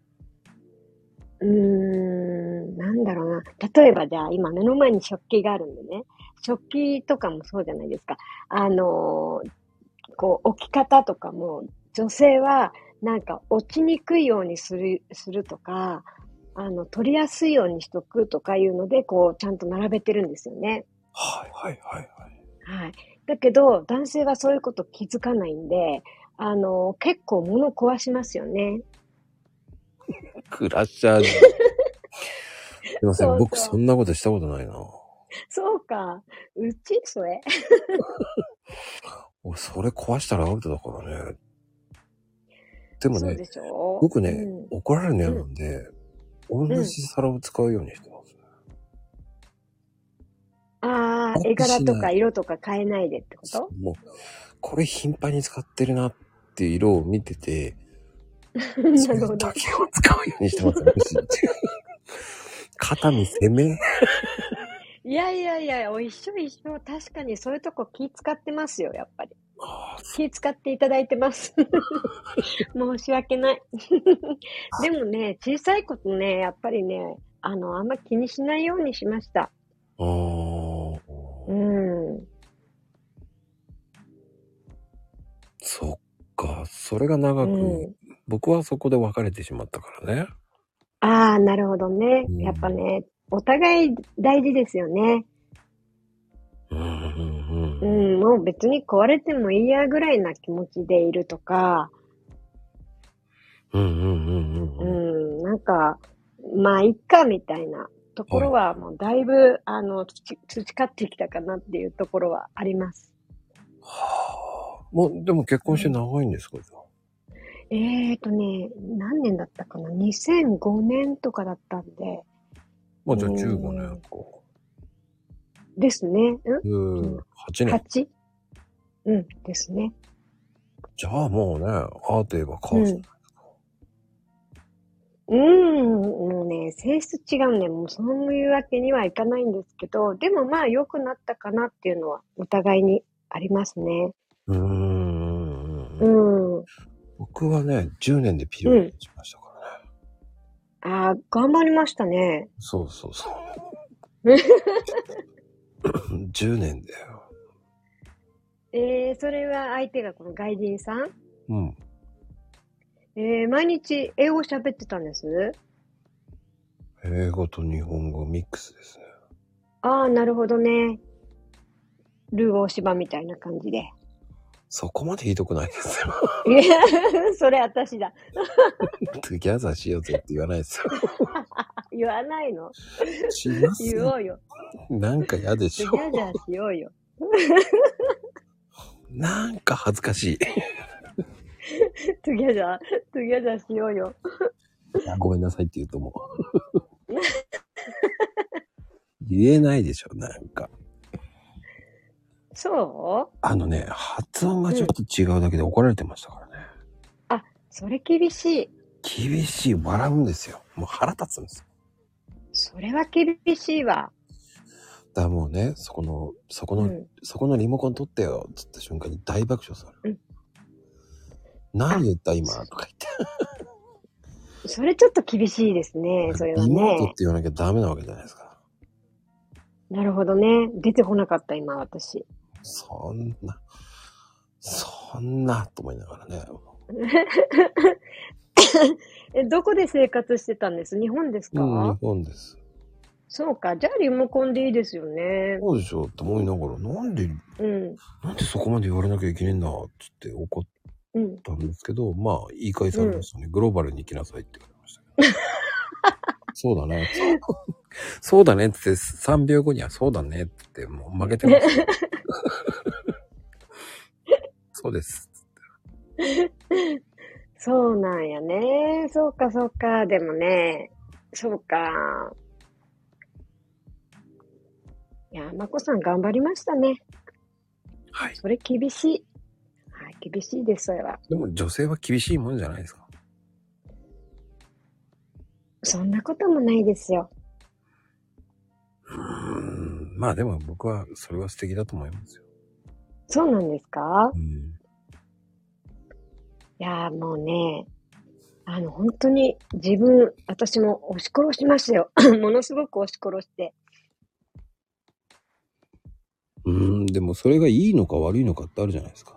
Speaker 3: うーん、なんだろうな。例えばじゃあ、今目の前に食器があるんでね。食器とかもそうじゃないですか。あのーこう、置き方とかも、女性は、なんか、落ちにくいようにする、するとか、あの、取りやすいようにしとくとかいうので、こう、ちゃんと並べてるんですよね。
Speaker 1: はいはいはいはい。
Speaker 3: はい。だけど、男性はそういうこと気づかないんで、あの、結構物壊しますよね。
Speaker 1: クラッシャーじゃんすいませ
Speaker 3: そ
Speaker 1: ん、
Speaker 3: うそう
Speaker 1: 僕そんなことしたことないな。
Speaker 3: そうか。うちそれ。
Speaker 1: おそれ壊したらアウトだからね。でも
Speaker 3: そう
Speaker 1: ね
Speaker 3: で、しょ
Speaker 1: 僕ね、
Speaker 3: うん
Speaker 1: 怒られるの嫌なんで、同じ皿を使うようにしてます、ね
Speaker 3: ああ、
Speaker 1: 僕
Speaker 3: 絵柄と
Speaker 1: し
Speaker 3: か
Speaker 1: ない
Speaker 3: 色とか変えないでってこと
Speaker 1: もう、これ頻繁に使ってるなっていう色を見てて、そ
Speaker 3: な
Speaker 1: れ
Speaker 3: るほど
Speaker 1: だ。けを使うようにしてます、ね、 肩身攻め
Speaker 3: いやいやいや、お一緒一緒。確かにそういうとこ気使ってますよ、やっぱり。
Speaker 1: あ
Speaker 3: 気使っていただい てます。申し訳ない。でもね、小さいことね、やっぱりね、あの、あんま気にしないようにしました。
Speaker 1: あー、
Speaker 3: うん。
Speaker 1: そっか。それが長く、
Speaker 3: うん
Speaker 1: 僕はそこで別れてしまったからね。
Speaker 3: ああ、なるほどね
Speaker 1: うん。
Speaker 3: やっぱね、お互い大事ですよね。
Speaker 1: うんうんう
Speaker 3: う
Speaker 1: ん。
Speaker 3: ん、もう別に壊れてもいいやぐらいな気持ちでいるとか、
Speaker 1: うんうんうん
Speaker 3: う
Speaker 1: うん。
Speaker 3: ん、なんか、まあ、いっか、みたいなところは、もうだいぶ、あの、培培ってきたかなっていうところはあります。
Speaker 1: はあ。もう、でも結婚して長いんですか、じゃあ
Speaker 3: えーとね、何年だったかな ?2005 年とかだったんで、
Speaker 1: まあじゃあ
Speaker 3: うん
Speaker 1: 15年か。
Speaker 3: ですね。
Speaker 1: うん。8年。
Speaker 3: ん ?8? うん、ですね。
Speaker 1: じゃあもうね、ああといえば
Speaker 3: う
Speaker 1: 顔
Speaker 3: ん
Speaker 1: じゃない
Speaker 3: うん、もうね、性質違うね。もうそういうわけにはいかないんですけど、でもまあ良くなったかなっていうのはお互いにありますね。
Speaker 1: うーん
Speaker 3: う。ん。
Speaker 1: 僕はね、10年でピリオドしましたからね。
Speaker 3: ああ、頑張りましたね。
Speaker 1: そうそうそう。10年だよ。
Speaker 3: えー、それは相手がこの外人さん
Speaker 1: うん。
Speaker 3: えー、毎日英語喋ってたんです
Speaker 1: 英語と日本語ミックスですね。
Speaker 3: ああ、なるほどね。ルー大芝みたいな感じで。
Speaker 1: そこまでひどくないですよ。
Speaker 3: いや、 それ私だ。
Speaker 1: トゥギャザーしようぜって言わないです
Speaker 3: 言わないの
Speaker 1: よ。します
Speaker 3: 言
Speaker 1: よ。
Speaker 3: おうよ。
Speaker 1: なんか嫌でし
Speaker 3: じゃ
Speaker 1: ょ。
Speaker 3: じゃしようよ。
Speaker 1: なんか恥ずか しい。
Speaker 3: トゥギャザー、トゥギャザーしようよ。
Speaker 1: いやごめんなさいって言うともう。言えないでしょ、なんか。
Speaker 3: そう
Speaker 1: あのね、発音がちょっと違うだけで怒られてましたからね。
Speaker 3: それ厳しい。
Speaker 1: 厳しい、笑うんですよ。もう腹立つんですよ。
Speaker 3: それは厳しいわ。
Speaker 1: だからもうね、そこの、そこ
Speaker 3: う
Speaker 1: の、
Speaker 3: ん。
Speaker 1: そこのリモコン取ってよ、つった瞬間に大爆笑される。
Speaker 3: あ
Speaker 1: 何言った今とか言って。
Speaker 3: それちょっと厳しいですね、それは
Speaker 1: 妹っ
Speaker 3: ね
Speaker 1: て。言わなきゃダメなわけじゃないですか。
Speaker 3: なるほどね。出てこなかった、今、私。
Speaker 1: そんな、そんな、と思いながらね。
Speaker 3: え、どこで生活してたんです日本ですか、
Speaker 1: うん、日本です。
Speaker 3: そうか。じゃあ、リモコンでいいですよね。
Speaker 1: そうでしょうって思いながら、なんで、
Speaker 3: うん。
Speaker 1: なんでそこまで言われなきゃいけねえんだ、つって怒っ
Speaker 3: うん。
Speaker 1: たんですけど、まあ、言い返されましたね。グローバルに行きなさいって言われましたけど。そうだね。そうだねって言って、3秒後にはそうだねって言って、もう負けてますよ。そうです。
Speaker 3: そうなんやね。そうか、そうか。でもね、そうか。いや、まこさん頑張りましたね。
Speaker 1: はい。
Speaker 3: それ厳しい。はい、厳しいです、それは。
Speaker 1: でも女性は厳しいもんじゃないですか。
Speaker 3: そんなこともないですよ。
Speaker 1: うーん。まあでも僕はそれは素敵だと思いますよ。
Speaker 3: そうなんですか
Speaker 1: うん。
Speaker 3: いやーもうね、あの、本当に自分、私も押し殺しましたよ。 ものすごく押し殺して。
Speaker 1: うーん、でもそれがいいのか悪いのかってあるじゃないですか。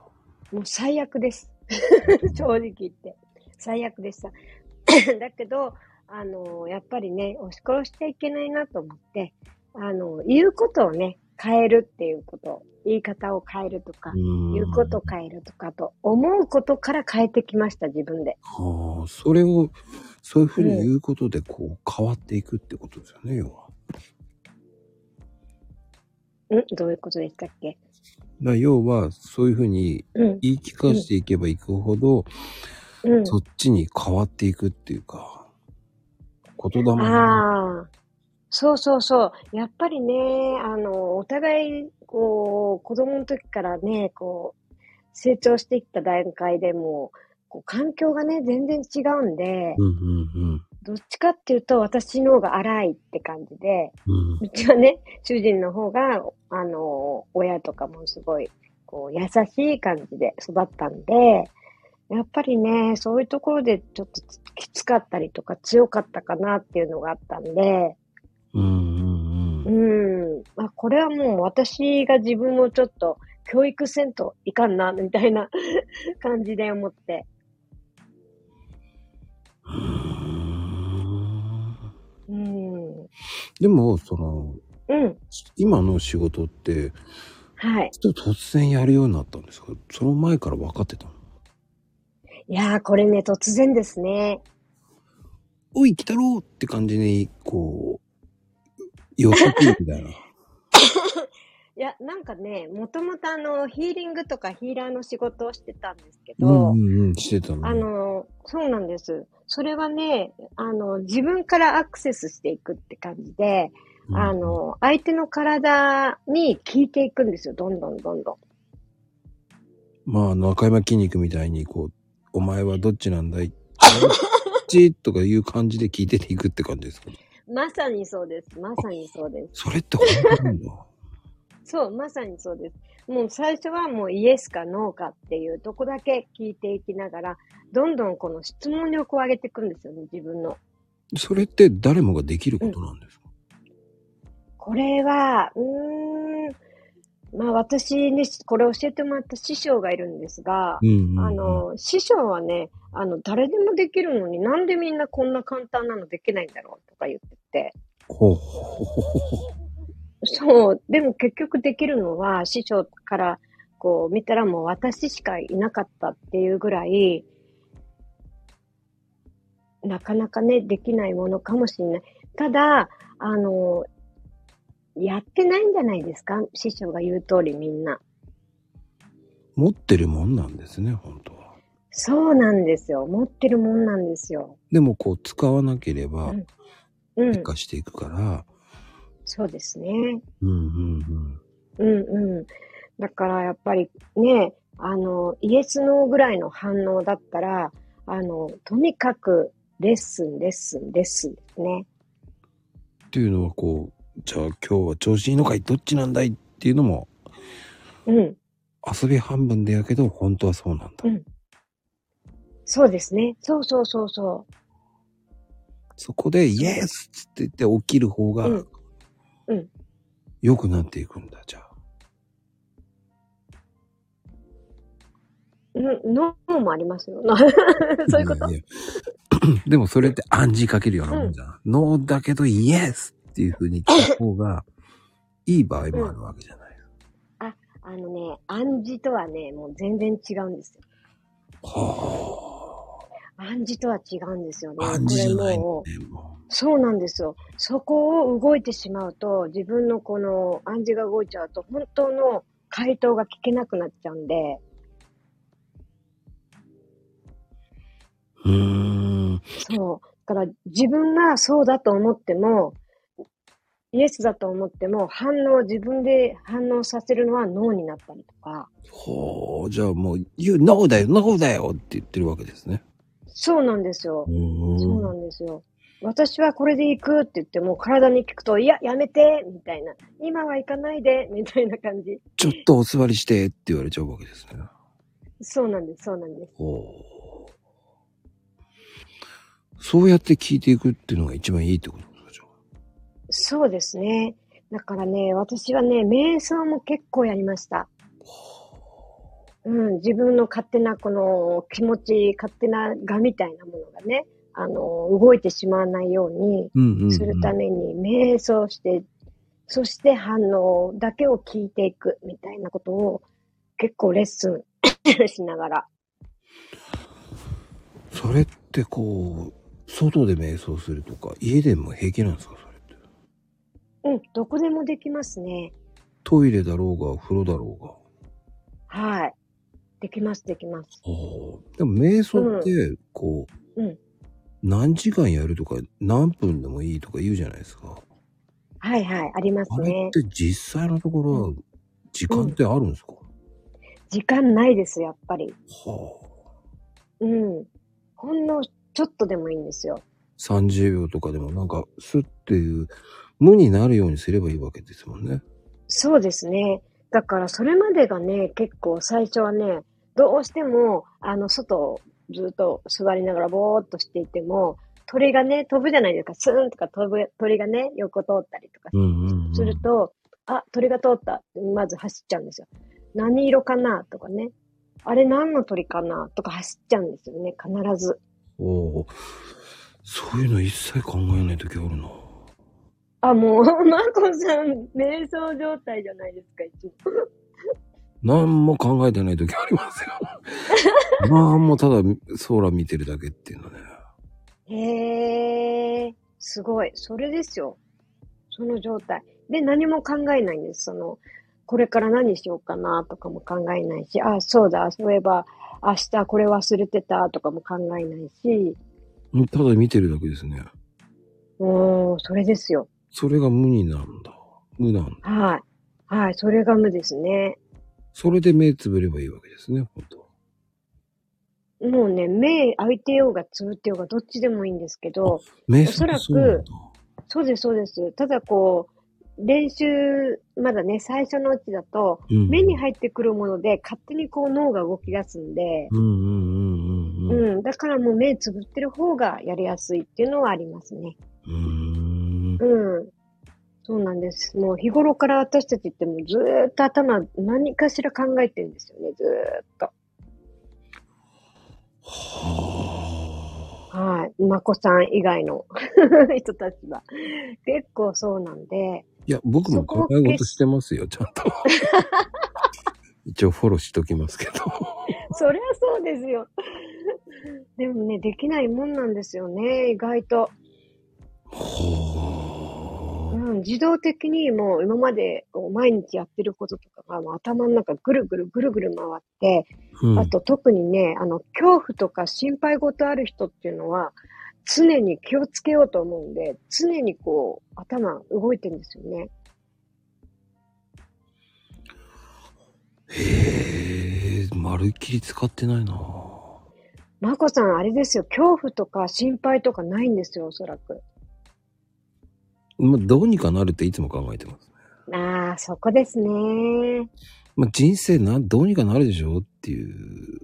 Speaker 3: もう最悪です。 正直言って。最悪でした。 だけど、あの、やっぱりね、押し殺してはいけないなと思って、あの、言うことをね、変えるっていうこと、言い方を変えるとか、
Speaker 1: い
Speaker 3: 言うことを変えるとかと、思うことから変えてきました、自分で。
Speaker 1: はあ、それを、そういうふうに言うことで、こう、変わっていくってことですよね、要は。
Speaker 3: んどういうことでしたっけ
Speaker 1: だから要は、そういうふうに
Speaker 3: うん、
Speaker 1: 言い聞かしていけばいくほど、
Speaker 3: うん。
Speaker 1: そっちに変わっていくっていうか、言霊が
Speaker 3: ああ、そうそうそう。やっぱりね、あの、お互い、こう、子供の時からね、こう、成長していった段階でも、こう環境がね、全然違うんで、
Speaker 1: うんうん
Speaker 3: どっちかっていうと、私の方が荒いって感じで、
Speaker 1: うん。うん
Speaker 3: うちはね、主人の方が、あの、親とかもすごい、こう、優しい感じで育ったんで、やっぱりね、そういうところでちょっときつかったりとか強かったかなっていうのがあったんで、
Speaker 1: うんうん
Speaker 3: う
Speaker 1: うん。
Speaker 3: ん、まあ、これはもう私が自分をちょっと教育せんといかんな、みたいな 感じで思って。うん、う
Speaker 1: でも、その、
Speaker 3: ん、
Speaker 1: 今の仕事って、
Speaker 3: はい。
Speaker 1: ちょっと突然やるようになったんですかその前から分かってたの
Speaker 3: いやー、これね、突然ですね。
Speaker 1: おい、来たろうって感じに、こう、寄ってくるみたいな。
Speaker 3: いや、なんかね、もともとあの、ヒーリングとかヒーラーの仕事をしてたんですけ
Speaker 1: うん
Speaker 3: ど、
Speaker 1: うんうん、してたのね。
Speaker 3: あの、そうなんです。それはね、あの、自分からアクセスしていくって感じで、
Speaker 1: うん
Speaker 3: あ、の、相手の体に効いていくんですよ、どんどんどんどん。
Speaker 1: まあ、中山筋肉みたいに、こう、お前はどっちなんだいどっちとかいう感じで聞いてていくって感じですかね。
Speaker 3: まさにそうです。まさにそうです。
Speaker 1: それって本当なんだ。
Speaker 3: そう、まさにそうです。もう最初はもうイエスかノーかっていうとこだけ聞いていきながら、どんどんこの質問力を上げていくんですよね、自分の。
Speaker 1: それって誰もができることなんですか、
Speaker 3: これは、うーん、まあ私にこれ教えてもらった師匠がいるんですが、
Speaker 1: うんうんうん
Speaker 3: あ、の、師匠はね、あの、誰でもできるのになんでみんなこんな簡単なのできないんだろうとか言ってて、
Speaker 1: ほうほうほうほうほ
Speaker 3: そう。でも結局できるのは、師匠からこう見たらもう私しかいなかったっていうぐらい、なかなかね、できないものかもしれない。ただ、あの、やってないんじゃないですか師匠が言う通りみんな。
Speaker 1: 持ってるもんなんですね、本当は。
Speaker 3: そうなんですよ。持ってるもんなんですよ。
Speaker 1: でもこう使わなければ
Speaker 3: うんうん
Speaker 1: 生。かしていくから、
Speaker 3: そうですね。
Speaker 1: うんうん
Speaker 3: うんうん。だからやっぱりね、あの、イエスノーぐらいの反応だったら、あの、とにかくレッスン、レッスン、レッスンですね。
Speaker 1: っていうのはこう、じゃあ今日は調子いいのかいどっちなんだいっていうのも
Speaker 3: うん。
Speaker 1: 遊び半分でやけど、本当はそうなんだ。
Speaker 3: うんそうですね。そうそうそうそう。
Speaker 1: そこで、イエスっつって言って起きる方が
Speaker 3: うん、うん
Speaker 1: 良くなっていくんだ、じゃあ。
Speaker 3: んノーもありますよ。 そういうこと
Speaker 1: やや でもそれって暗示かけるようなもんじゃん。ノーだけど、イエスっていう風に聞く方が、いい場合もあるわけじゃない。
Speaker 3: あのね、暗示とはね、もう全然違うんですよ。
Speaker 1: は
Speaker 3: 暗示とは違うんですよね。
Speaker 1: あ、暗示じゃないん
Speaker 3: これ
Speaker 1: だ
Speaker 3: もう
Speaker 1: ね、も
Speaker 3: そうなんですよ。そこを動いてしまうと、自分のこの暗示が動いちゃうと、本当の回答が聞けなくなっちゃうんで、
Speaker 1: う。うーん。
Speaker 3: そう。だから自分がそうだと思っても、イエスだと思っても、反応、自分で反応させるのは脳になったりとか、
Speaker 1: ほう、じゃあもう、You know だよ、No だよって言ってるわけですね。
Speaker 3: そうなんですよ
Speaker 1: う。ーん
Speaker 3: そうなんですよ。私はこれで行くって言っても、体に聞くと、いや、やめてみたいな。今は行かないでみたいな感じ。
Speaker 1: ちょっとお座りしてって言われちゃうわけですね。
Speaker 3: そうなんです、そうなんです。
Speaker 1: ほう。そうやって聞いていくっていうのが一番いいってことですかじゃあ
Speaker 3: そうですね。だからね、私はね、瞑想も結構やりました。うん、自分の勝手なこの気持ち、勝手な我みたいなものがね、あの、動いてしまわないよう
Speaker 1: うんうん、うん。
Speaker 3: にするために瞑想して、そして反応だけを聞いていくみたいなことを結構レッスン しながら。
Speaker 1: それってこう、外で瞑想するとか、家でも平気なんですかそれって。
Speaker 3: うん、どこでもできますね。
Speaker 1: トイレだろうが、風呂だろうが。
Speaker 3: はい。できます、できます。
Speaker 1: でも瞑想って、こう、
Speaker 3: うん
Speaker 1: 何時間やるとか、何分でもいいとか言うじゃないですか。
Speaker 3: はいはい、あります
Speaker 1: あれ
Speaker 3: ね
Speaker 1: っ。て実際のところは、時間ってあるんですか、
Speaker 3: 時間ないです、やっぱり。
Speaker 1: はあ。
Speaker 3: うん。ほんのちょっとでもいいんですよ。
Speaker 1: 30秒とかでもなんか、スッっていう、無になるようにすればいいわけですもんね。
Speaker 3: そうですね。だからそれまでがね、結構最初はね、どうしても、あの、外をずっと座りながらぼーっとしていても、鳥がね、飛ぶじゃないですか。スーンとか飛ぶ、鳥がね、横通ったりとか
Speaker 1: うんうん、うん。
Speaker 3: すると、あ、鳥が通った。まず走っちゃうんですよ。何色かなとかね。あれ何の鳥かなとか走っちゃうんですよね、必ず。
Speaker 1: おーそういうの一切考えない時あるな。
Speaker 3: あ、もう、 マコさん、瞑想状態じゃないですか、いつも。
Speaker 1: 何も考えてない時あります よ。何もただ空見てるだけっていうのね。
Speaker 3: へえ、すごい。それですよ。その状態。で、何も考えないんです。その、これから何しようかなとかも考えないし、あ、そうだ、そういえば、明日これ忘れてたとかも考えないし、
Speaker 1: うんただ見てるだけですね。
Speaker 3: うーん、それですよ。
Speaker 1: それが無になるんだ。無なんだ。
Speaker 3: はい。はい、それが無ですね。
Speaker 1: それで目つぶればいいわけですね、本当は。
Speaker 3: もうね、目開いてようがつぶってようがどっちでもいいんですけど、
Speaker 1: 目
Speaker 3: おそらく
Speaker 1: そうなんだ。
Speaker 3: そうです、そうです。ただこう、練習、まだね、最初のうちだと、
Speaker 1: うん
Speaker 3: 目に入ってくるもので、勝手にこう脳が動き出すんで、
Speaker 1: うんうんうんうん
Speaker 3: う、
Speaker 1: うん。うん
Speaker 3: だからもう目つぶってる方がやりやすいっていうのはありますね。
Speaker 1: ーん。
Speaker 3: うん。そうなんです。もう日頃から私たちってもうずーっと頭何かしら考えてるんですよね、ずーっと。
Speaker 1: は
Speaker 3: はい。まこさん以外の人たちは。結構そうなんで、
Speaker 1: あ。いや、僕も
Speaker 3: そこ
Speaker 1: 考え事してますよ、ちゃん と。一応フォローしときますけど。
Speaker 3: そりゃそうですよ。 でもね、できないもんなんですよね、意外と。
Speaker 1: ほ
Speaker 3: う
Speaker 1: ー
Speaker 3: ん、自動的にもう今までこう毎日やってることとかがもう頭の中ぐるぐるぐるぐる回って、
Speaker 1: うん。
Speaker 3: あと特にね、あの、恐怖とか心配事ある人っていうのは、常に気をつけようと思うんで、常にこう、頭動いてるんですよね。
Speaker 1: へえ、まるっきり使ってないな
Speaker 3: まこさん、あれですよ、恐怖とか心配とかないんですよ、おそらく。
Speaker 1: まあ、どうにかなるっていつも考えてます。
Speaker 3: ああ、そこですね。
Speaker 1: まあ、人生な、どうにかなるでしょっていう。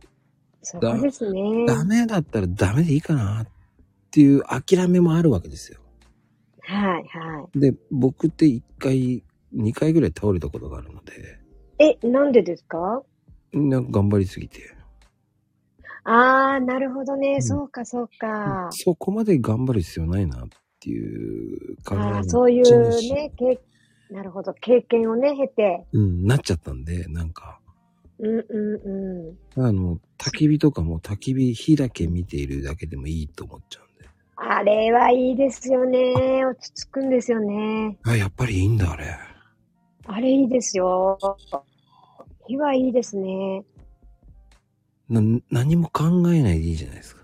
Speaker 3: そこですね。
Speaker 1: ダメだったらダメでいいかなっていう諦めもあるわけですよ。
Speaker 3: はい、は
Speaker 1: で、僕って一回、二回ぐらい倒れたことがあるので、
Speaker 3: い。え、なんでですか
Speaker 1: なんか頑張りすぎて。
Speaker 3: ああ、なるほどね。
Speaker 1: ん
Speaker 3: そうか、そうか。
Speaker 1: そこまで頑張る必要ないなっていう考え
Speaker 3: ああ、
Speaker 1: に
Speaker 3: そうい
Speaker 1: 一
Speaker 3: う
Speaker 1: 日
Speaker 3: ね、けなるほど。経験をね、経て。
Speaker 1: うん、なっちゃったんで、なんか、
Speaker 3: うん、うん、うん。
Speaker 1: あの、焚き火とかも焚き火、火だけ見ているだけでもいいと思っちゃうんで。
Speaker 3: あれはいいですよね。落ち着くんですよね。
Speaker 1: あ、やっぱりいいんだ、あれ。
Speaker 3: あれいいですよ。火はいいですね。
Speaker 1: な、何も考えないでいいじゃないですか。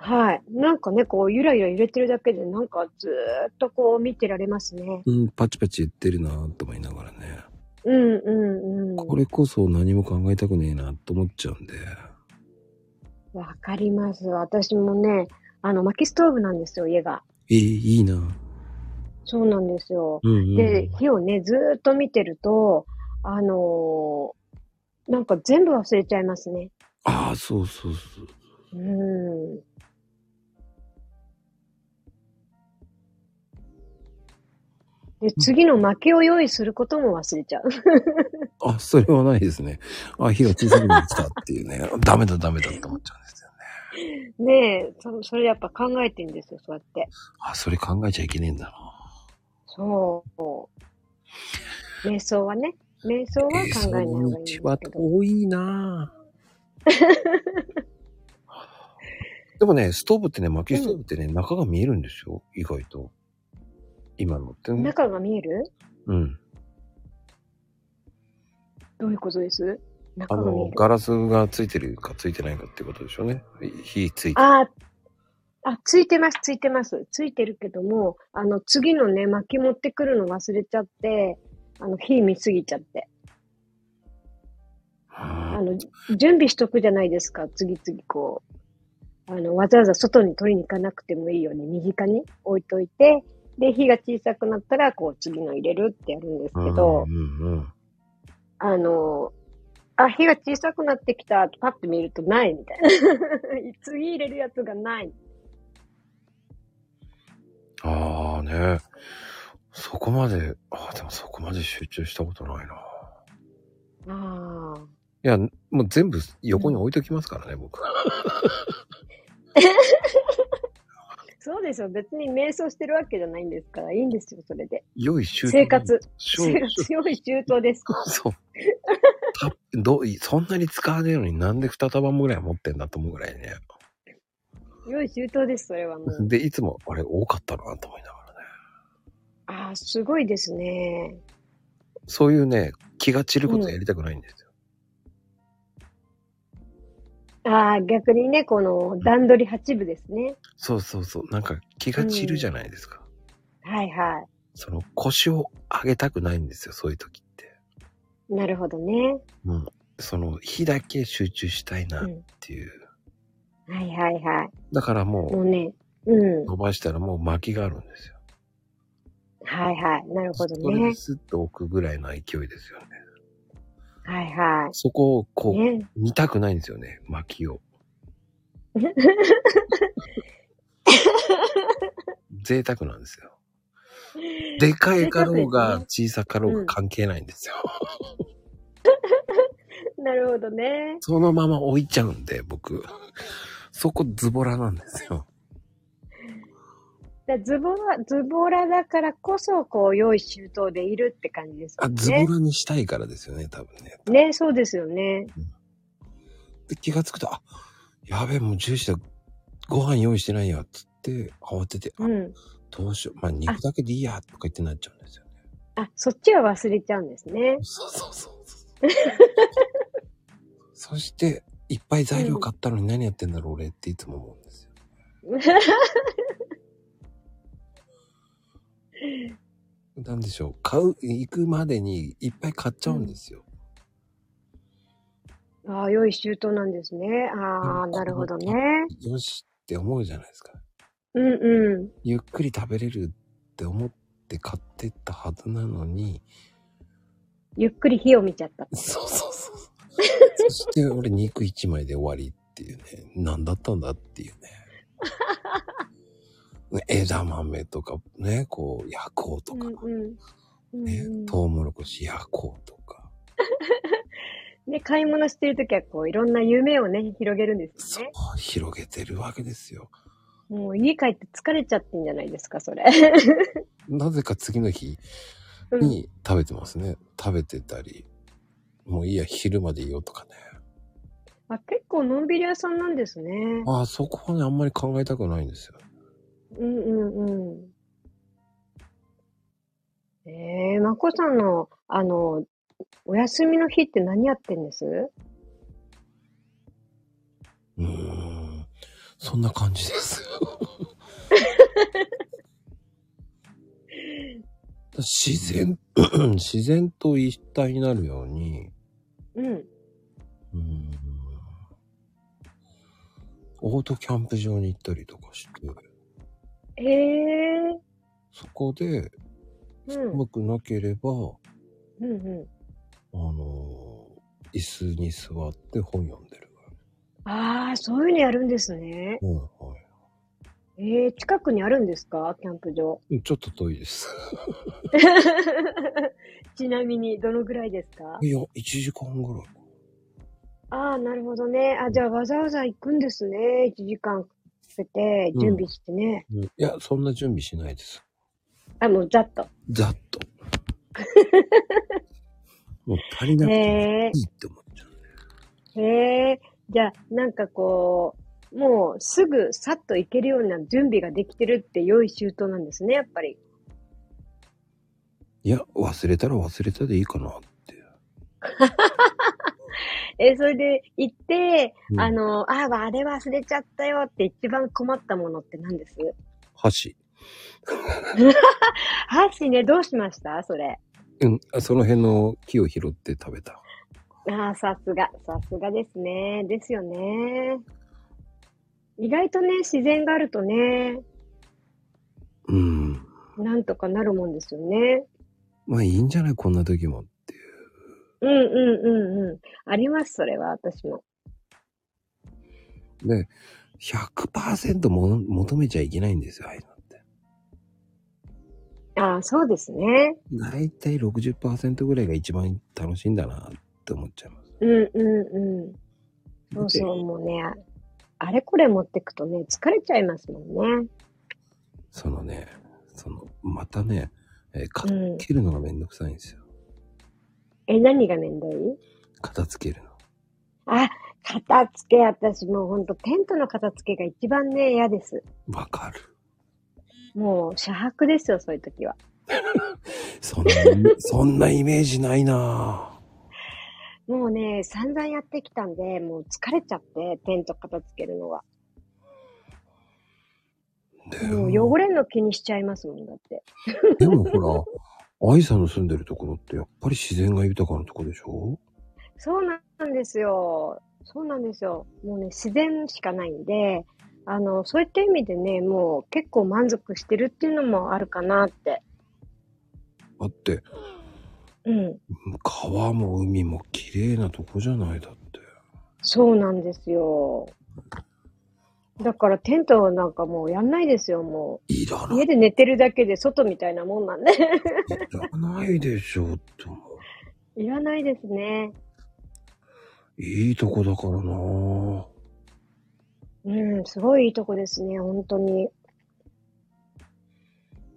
Speaker 3: はい。なんかね、こう、ゆらゆら揺れてるだけで、なんかずーっとこう見てられますね。
Speaker 1: うん、パチパチ言ってるなと思いながらね。
Speaker 3: うん、うん、うん。
Speaker 1: これこそ何も考えたくねえなと思っちゃうんで。
Speaker 3: わかります。私もね、あの、薪ストーブなんですよ、家が。
Speaker 1: えーいいな
Speaker 3: そうなんですよ。
Speaker 1: うん、うん。
Speaker 3: で、火をね、ずーっと見てると、あのーなんか全部忘れちゃいますね。
Speaker 1: ああ、そうそうそう。
Speaker 3: うん。で、次の薪を用意することも忘れちゃう。
Speaker 1: あ、それはないですね。あ、火が小さくなってきたっていうね。ダメだダメだって思っちゃうんですよね。
Speaker 3: ねえ、そそれやっぱ考えてんですよ、そうやって。
Speaker 1: あ、それ考えちゃいけねえんだな。
Speaker 3: そう。瞑想はね、瞑想は考
Speaker 1: えー
Speaker 3: えない方がいいんです
Speaker 1: その
Speaker 3: け
Speaker 1: 道は
Speaker 3: ど。
Speaker 1: 遠いな ぁでもね、ストーブってね、薪ストーブってね、中が見えるんですよ。意外と。今のってね。
Speaker 3: 中が見える
Speaker 1: うん。
Speaker 3: どういうことです
Speaker 1: あ
Speaker 3: 中が見
Speaker 1: の
Speaker 3: え、る。
Speaker 1: ガラスがついてるかついてないかってことでしょうね。火ついて。
Speaker 3: ああ、あ、ついてます、ついてます。ついてるけども、あの、次のね、薪持ってくるの忘れちゃって、あの、火見すぎちゃって。あ
Speaker 1: はあ
Speaker 3: の、準備しとくじゃないですか、次々こう。あの、わざわざ外に取りに行かなくてもいいように、身近に置いといて、で、火が小さくなったら、こう、次の入れるってやるんですけど、
Speaker 1: うんうんうん。
Speaker 3: あの、あ、火が小さくなってきた、パッて見るとないみたいな。 次入れるやつがない。
Speaker 1: ああね。そこまで、ああ、でもそこまで集中したことないな。
Speaker 3: ああ。
Speaker 1: いや、もう全部横に置いときますからね、僕。
Speaker 3: そうですよ。別に瞑想してるわけじゃないんですから、いいんですよ、それで。
Speaker 1: 良い集中。
Speaker 3: 生活。
Speaker 1: そう。
Speaker 3: 生活用意周到です。
Speaker 1: そう。たどういそんなに使わねえのになんで2束もぐらい持ってんだと思うぐらいね。
Speaker 3: 用意周到です、それはもう。
Speaker 1: で、いつも、あれ多かったなと思いながらね。
Speaker 3: ああ、すごいですね。
Speaker 1: そういうね、気が散ることやりたくないんですよ。
Speaker 3: ああ、逆にね、この段取り8部ですね。
Speaker 1: そうそうそう。なんか気が散るじゃないですか。
Speaker 3: はいは
Speaker 1: その腰を上げたくないんですよ、そういう時って。
Speaker 3: い。なるほどね。
Speaker 1: うん。その日だけ集中したいなっ
Speaker 3: うん。
Speaker 1: ていう。
Speaker 3: はいはいは
Speaker 1: だからも
Speaker 3: い。も
Speaker 1: う
Speaker 3: うね。うん。
Speaker 1: 伸ばしたらもう巻きがあるんですよ。
Speaker 3: はいはい。なるほど
Speaker 1: それ
Speaker 3: ね
Speaker 1: で。スッと置くぐらいの勢いですよね。
Speaker 3: はいは
Speaker 1: そこをこ
Speaker 3: い。
Speaker 1: う、
Speaker 3: ね。
Speaker 1: 見たくないんですよね、薪を。贅沢なんですよ。でかいかろうが小さかろうが関係ないんですよ。
Speaker 3: なるほどね。
Speaker 1: そのまま置いちゃうんで、僕。そこズボラなんですよ。
Speaker 3: だズボラ、ズボラだからこそ、こう、用意周到でいるって感じです
Speaker 1: あ、
Speaker 3: よ
Speaker 1: ズボ
Speaker 3: ね。
Speaker 1: ラにしたいからですよね、多分ね。
Speaker 3: ね、そうですよね。
Speaker 1: で、気がつくと、あ、やべえ、もう10時だ。ご飯用意してないや、つって、慌てて、あ
Speaker 3: うん。
Speaker 1: どうしよう。まあ、肉だけでいいや、とか言ってなっちゃうんですよね。
Speaker 3: あ、そっちは忘れちゃうんですね。
Speaker 1: そうそうそうそう。そして、いっぱい材料買ったのに何やってんだろう、俺っていつも思うんですよ。なんでしょう。買う、行くまでにいっぱい買っちゃうんですよ。
Speaker 3: ああ、用意周到なんですね。ああ、なるほどね。
Speaker 1: よしって思うじゃないですか。
Speaker 3: うんう
Speaker 1: ゆっくり食べれるって思って買ってったはずなのに、
Speaker 3: ん。ゆっくり火を見ちゃった。
Speaker 1: そうそうそう。そして俺肉一枚で終わりっていうね。何だったんだっていうね。ね枝豆とかね、こう、夜行と
Speaker 3: うん
Speaker 1: か、
Speaker 3: うん。うん
Speaker 1: ね、
Speaker 3: うん
Speaker 1: トウモロコシ夜行とか。
Speaker 3: ね、買い物してるときは、こう、いろんな夢をね、広げるんです
Speaker 1: そ
Speaker 3: よ
Speaker 1: う
Speaker 3: ね。、
Speaker 1: 広げてるわけですよ。
Speaker 3: もう家帰って疲れちゃってんじゃないですか、それ。
Speaker 1: なぜか次の日
Speaker 3: うん、
Speaker 1: に食べてますね。食べてたり、もういいや、昼までいようとかね。
Speaker 3: あ結構のんびり屋さんなんですね。
Speaker 1: ああ、そこはね、あんまり考えたくないんですよ。
Speaker 3: うんうんうん。ええー、まこさんの、あの、お休みの日って何やってんです
Speaker 1: うーん。そんな感じです。自然、 自然と一体になるように、
Speaker 3: うん。
Speaker 1: うーん。オートキャンプ場に行ったりとかして、
Speaker 3: ええ
Speaker 1: そこで、
Speaker 3: ー、
Speaker 1: う
Speaker 3: うん。
Speaker 1: まくなければ、
Speaker 3: うんう
Speaker 1: あのー椅子に座って本読んでる。
Speaker 3: ん。ああ、そういうのやるんですね。
Speaker 1: うん、は
Speaker 3: ええー、近くにあるんですかキャンプ場。
Speaker 1: い。ちょっと遠い です。
Speaker 3: ちなみに、どのぐらいですか
Speaker 1: いや、1時間ぐらい。
Speaker 3: ああ、なるほどね。あ、じゃあわざわざ行くんですね。1時間かけて、準備してね。
Speaker 1: うんいや、そんな準備しないです。
Speaker 3: あ、もうざっと。
Speaker 1: ざっ と。もう足りなくても
Speaker 3: ええ
Speaker 1: いいって思っちゃう。
Speaker 3: へえ、じゃあ、なんかこう、もうすぐさっと行けるような準備ができてるって良い周到なんですね、やっぱり。
Speaker 1: いや、忘れたら忘れたでいいかなって。
Speaker 3: えーそれで行って、
Speaker 1: うん
Speaker 3: あの、ああ、あれ忘れちゃったよって一番困ったものって何です
Speaker 1: 箸。
Speaker 3: 箸ね、どうしましたそれ。
Speaker 1: うん、あその辺の木を拾って食べた。
Speaker 3: ああ、さすが、さすがですね。ですよね。意外とね、自然があるとね、
Speaker 1: うん。
Speaker 3: なんとかなるもんですよね。
Speaker 1: まあいいんじゃないこんな時もっていう。
Speaker 3: うんうんうんうん。あります、それは、私も。
Speaker 1: で、100%もの求めちゃいけないんですよ、ああいうのって。
Speaker 3: ああ、そうですね。
Speaker 1: だいたい60%ぐらいが一番楽しいんだなって思っちゃいます。
Speaker 3: うんうんうん。そう
Speaker 1: だっ
Speaker 3: そう、もうね、あれこれ持ってくとね、疲れちゃいますもんね。
Speaker 1: てそのね、その、またね、えー片
Speaker 3: うん
Speaker 1: 付けるのがめんどくさいんですよ。
Speaker 3: え、何がめんどい
Speaker 1: 片付けるの。
Speaker 3: あ、片付け、私もうほんとテントの片付けが一番ね、嫌です。
Speaker 1: わかる。
Speaker 3: もう、車泊ですよ、そういう時は。
Speaker 1: そんな、そんなイメージないなぁ。
Speaker 3: もうね、散々やってきたんで、もう疲れちゃって、テント片付けるのは。
Speaker 1: で
Speaker 3: もう汚れんの気にしちゃいますもん、だって。
Speaker 1: でもほら、愛さんの住んでるところってやっぱり自然が豊かなとこでしょ
Speaker 3: そうなんですよ。そうなんですよ。もうね、自然しかないんで、あの、そういった意味でね、もう結構満足してるっていうのもあるかなって。
Speaker 1: だって、
Speaker 3: うん。
Speaker 1: 川も海も綺麗なとこじゃないだって。
Speaker 3: そうなんですよ。だからテントはなんかもうやんないですよ、も
Speaker 1: いら
Speaker 3: う。
Speaker 1: ない、
Speaker 3: 家で寝てるだけで外みたいなもんなんで。
Speaker 1: いらないでしょって思
Speaker 3: いらないですね。
Speaker 1: う。いいとこだからなぁ。
Speaker 3: うん、すごいいいとこですね、本当に。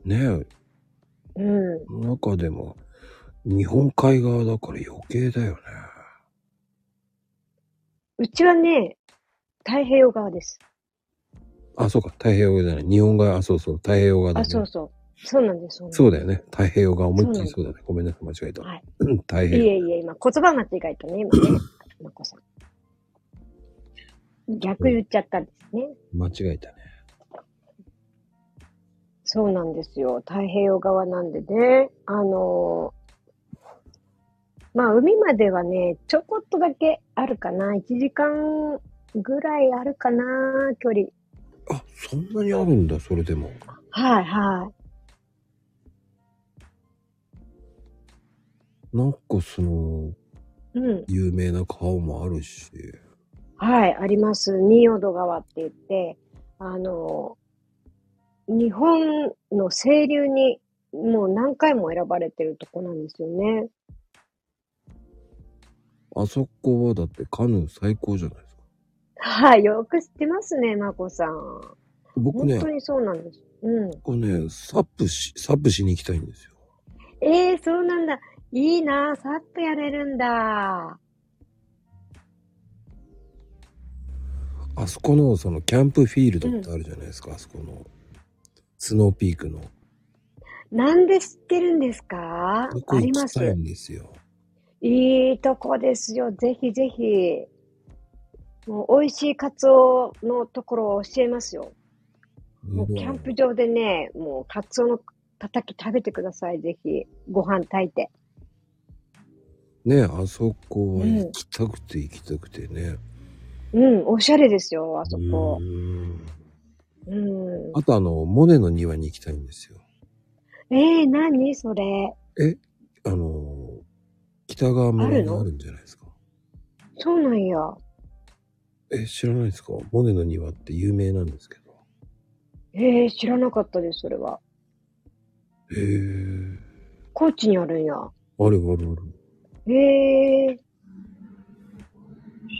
Speaker 1: ねえ、
Speaker 3: うん。
Speaker 1: 中でも、日本海側だから余計だよね。
Speaker 3: うちはね、太平洋側です。
Speaker 1: あ、そうか、太平洋側じゃない。日本側、あ、そうそう、太平洋側だ、ね。
Speaker 3: あ、そうそう。そうなんです。そうなんです
Speaker 1: そうだよね。太平洋側、思いっきりそうだね。ごめんなさい、間違えた。
Speaker 3: はい
Speaker 1: 太
Speaker 3: い
Speaker 1: 平洋。
Speaker 3: えいえ、今、言葉間違えたね、今ね。まこさん。逆言っちゃったんですね。
Speaker 1: 間違えたね。
Speaker 3: そうなんですよ。太平洋側なんでね。あのーまあ、海まではね、ちょこっとだけあるかな。1時間ぐらいあるかな、距離。
Speaker 1: あ、そんなにあるんだ、それでも。
Speaker 3: はい、はい。
Speaker 1: なんかその、
Speaker 3: うん。
Speaker 1: 有名な川もあるし。
Speaker 3: はい、あります。仁淀川って言って、あのー日本の清流にもう何回も選ばれてるとこなんですよね。
Speaker 1: あそこはだってカヌー最高じゃないですか。
Speaker 3: はい、よく知ってますね、まこさん。
Speaker 1: 僕
Speaker 3: 本
Speaker 1: ね
Speaker 3: 当、にそうなんです。うん。
Speaker 1: 僕ね、サップし、サップしに行きたいんですよ。
Speaker 3: ええそうなんだ。いいなぁ、サッとやれるんだ。
Speaker 1: あそこの、その、キャンプフィールドってあるじゃないですか、あそこの。スノーピークの。
Speaker 3: なんで知ってるんですか
Speaker 1: 僕
Speaker 3: あり
Speaker 1: 行
Speaker 3: ま
Speaker 1: きたい
Speaker 3: す。
Speaker 1: んですよ。
Speaker 3: いいとこですよ。ぜひぜひ。もう美味しいカツオのところを教えますよ。もう
Speaker 1: うわ
Speaker 3: キャンプ場でね、もうカツオのたたき食べてください。ぜひ。ご飯炊いて。
Speaker 1: ねあそこは行きたくて行きたくてね。
Speaker 3: うん、おしゃれですよ、あそこ
Speaker 1: う。ん
Speaker 3: うん。
Speaker 1: あとあの、モネの庭に行きたいんですよ。
Speaker 3: ええ何それ。
Speaker 1: あの、北川村にあるんじゃないですか。
Speaker 3: そうなんや。
Speaker 1: え、知らないですかモネの庭って有名なんですけど。
Speaker 3: ええ知らなかったです、それは。
Speaker 1: へえ。
Speaker 3: 高知にあるんや。
Speaker 1: あるあるある。
Speaker 3: へえ。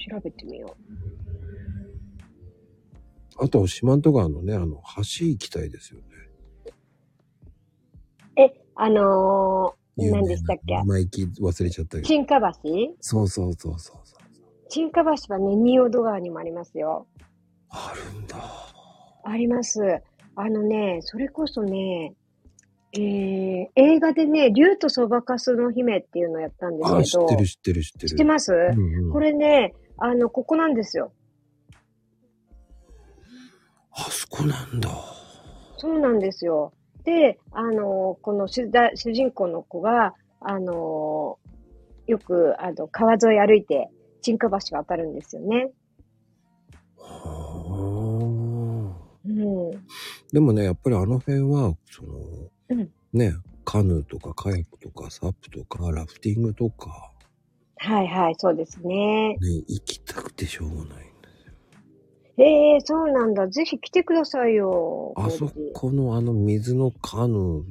Speaker 3: 調べてみよ
Speaker 1: あと、四万十川のね、あの、橋行きたいですよね。
Speaker 3: う。え、あのー、
Speaker 1: 有名な
Speaker 3: 何でしたっけ
Speaker 1: 生意気忘れちゃったけど。
Speaker 3: 沈下橋
Speaker 1: そうそうそうそうそう。
Speaker 3: 沈下橋はね、仁淀川にもありますよ。
Speaker 1: あるんだ。
Speaker 3: あります。あのね、それこそね、えー、映画でね、竜とそばかすの姫っていうのをやったんですけ
Speaker 1: あ、
Speaker 3: ど、
Speaker 1: 知ってる知ってる知ってる。
Speaker 3: 知ってます、
Speaker 1: うんうん
Speaker 3: これね、あの、ここなんですよ。
Speaker 1: あそこなんだ。
Speaker 3: そうなんですよ。で、あの、この主だ主人公の子が、あの、よく、あの、川沿い歩いて、沈下橋渡るんですよね。
Speaker 1: はあ。
Speaker 3: うん。
Speaker 1: でもね、やっぱりあの辺は、その、
Speaker 3: うん
Speaker 1: ね、カヌーとかカヤックとかサップとかラフティングとか、
Speaker 3: はいはい、そうですね。
Speaker 1: ね、行きたくてしょうがないんだ。
Speaker 3: ええそうなんだ。ぜひ来てくださいよ。
Speaker 1: あそこのあの水のカヌー、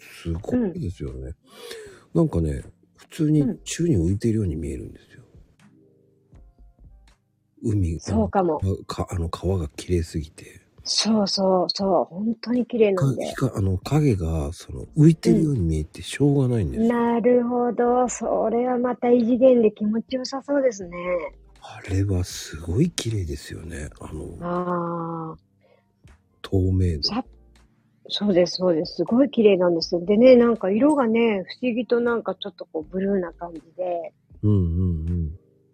Speaker 1: すごいですよね。なんかね、普通に
Speaker 3: うん
Speaker 1: 宙に浮いているように見えるんですよ。海、
Speaker 3: そうかも
Speaker 1: あ。のかあの川が綺麗すぎて。
Speaker 3: そうそうそう。本当に綺麗
Speaker 1: か
Speaker 3: なんで。
Speaker 1: かあの影がその浮いてるように見えてしょうがないんですよ、
Speaker 3: なるほど。それはまた異次元で気持ちよさそうですね。
Speaker 1: あれはすごい綺麗ですよねあの
Speaker 3: ああ。
Speaker 1: 透明度
Speaker 3: さそうです、そうです。すごい綺麗なんですよ。でね、なんか色がね、不思議となんかちょっとこうブルーな感じで、
Speaker 1: うんうん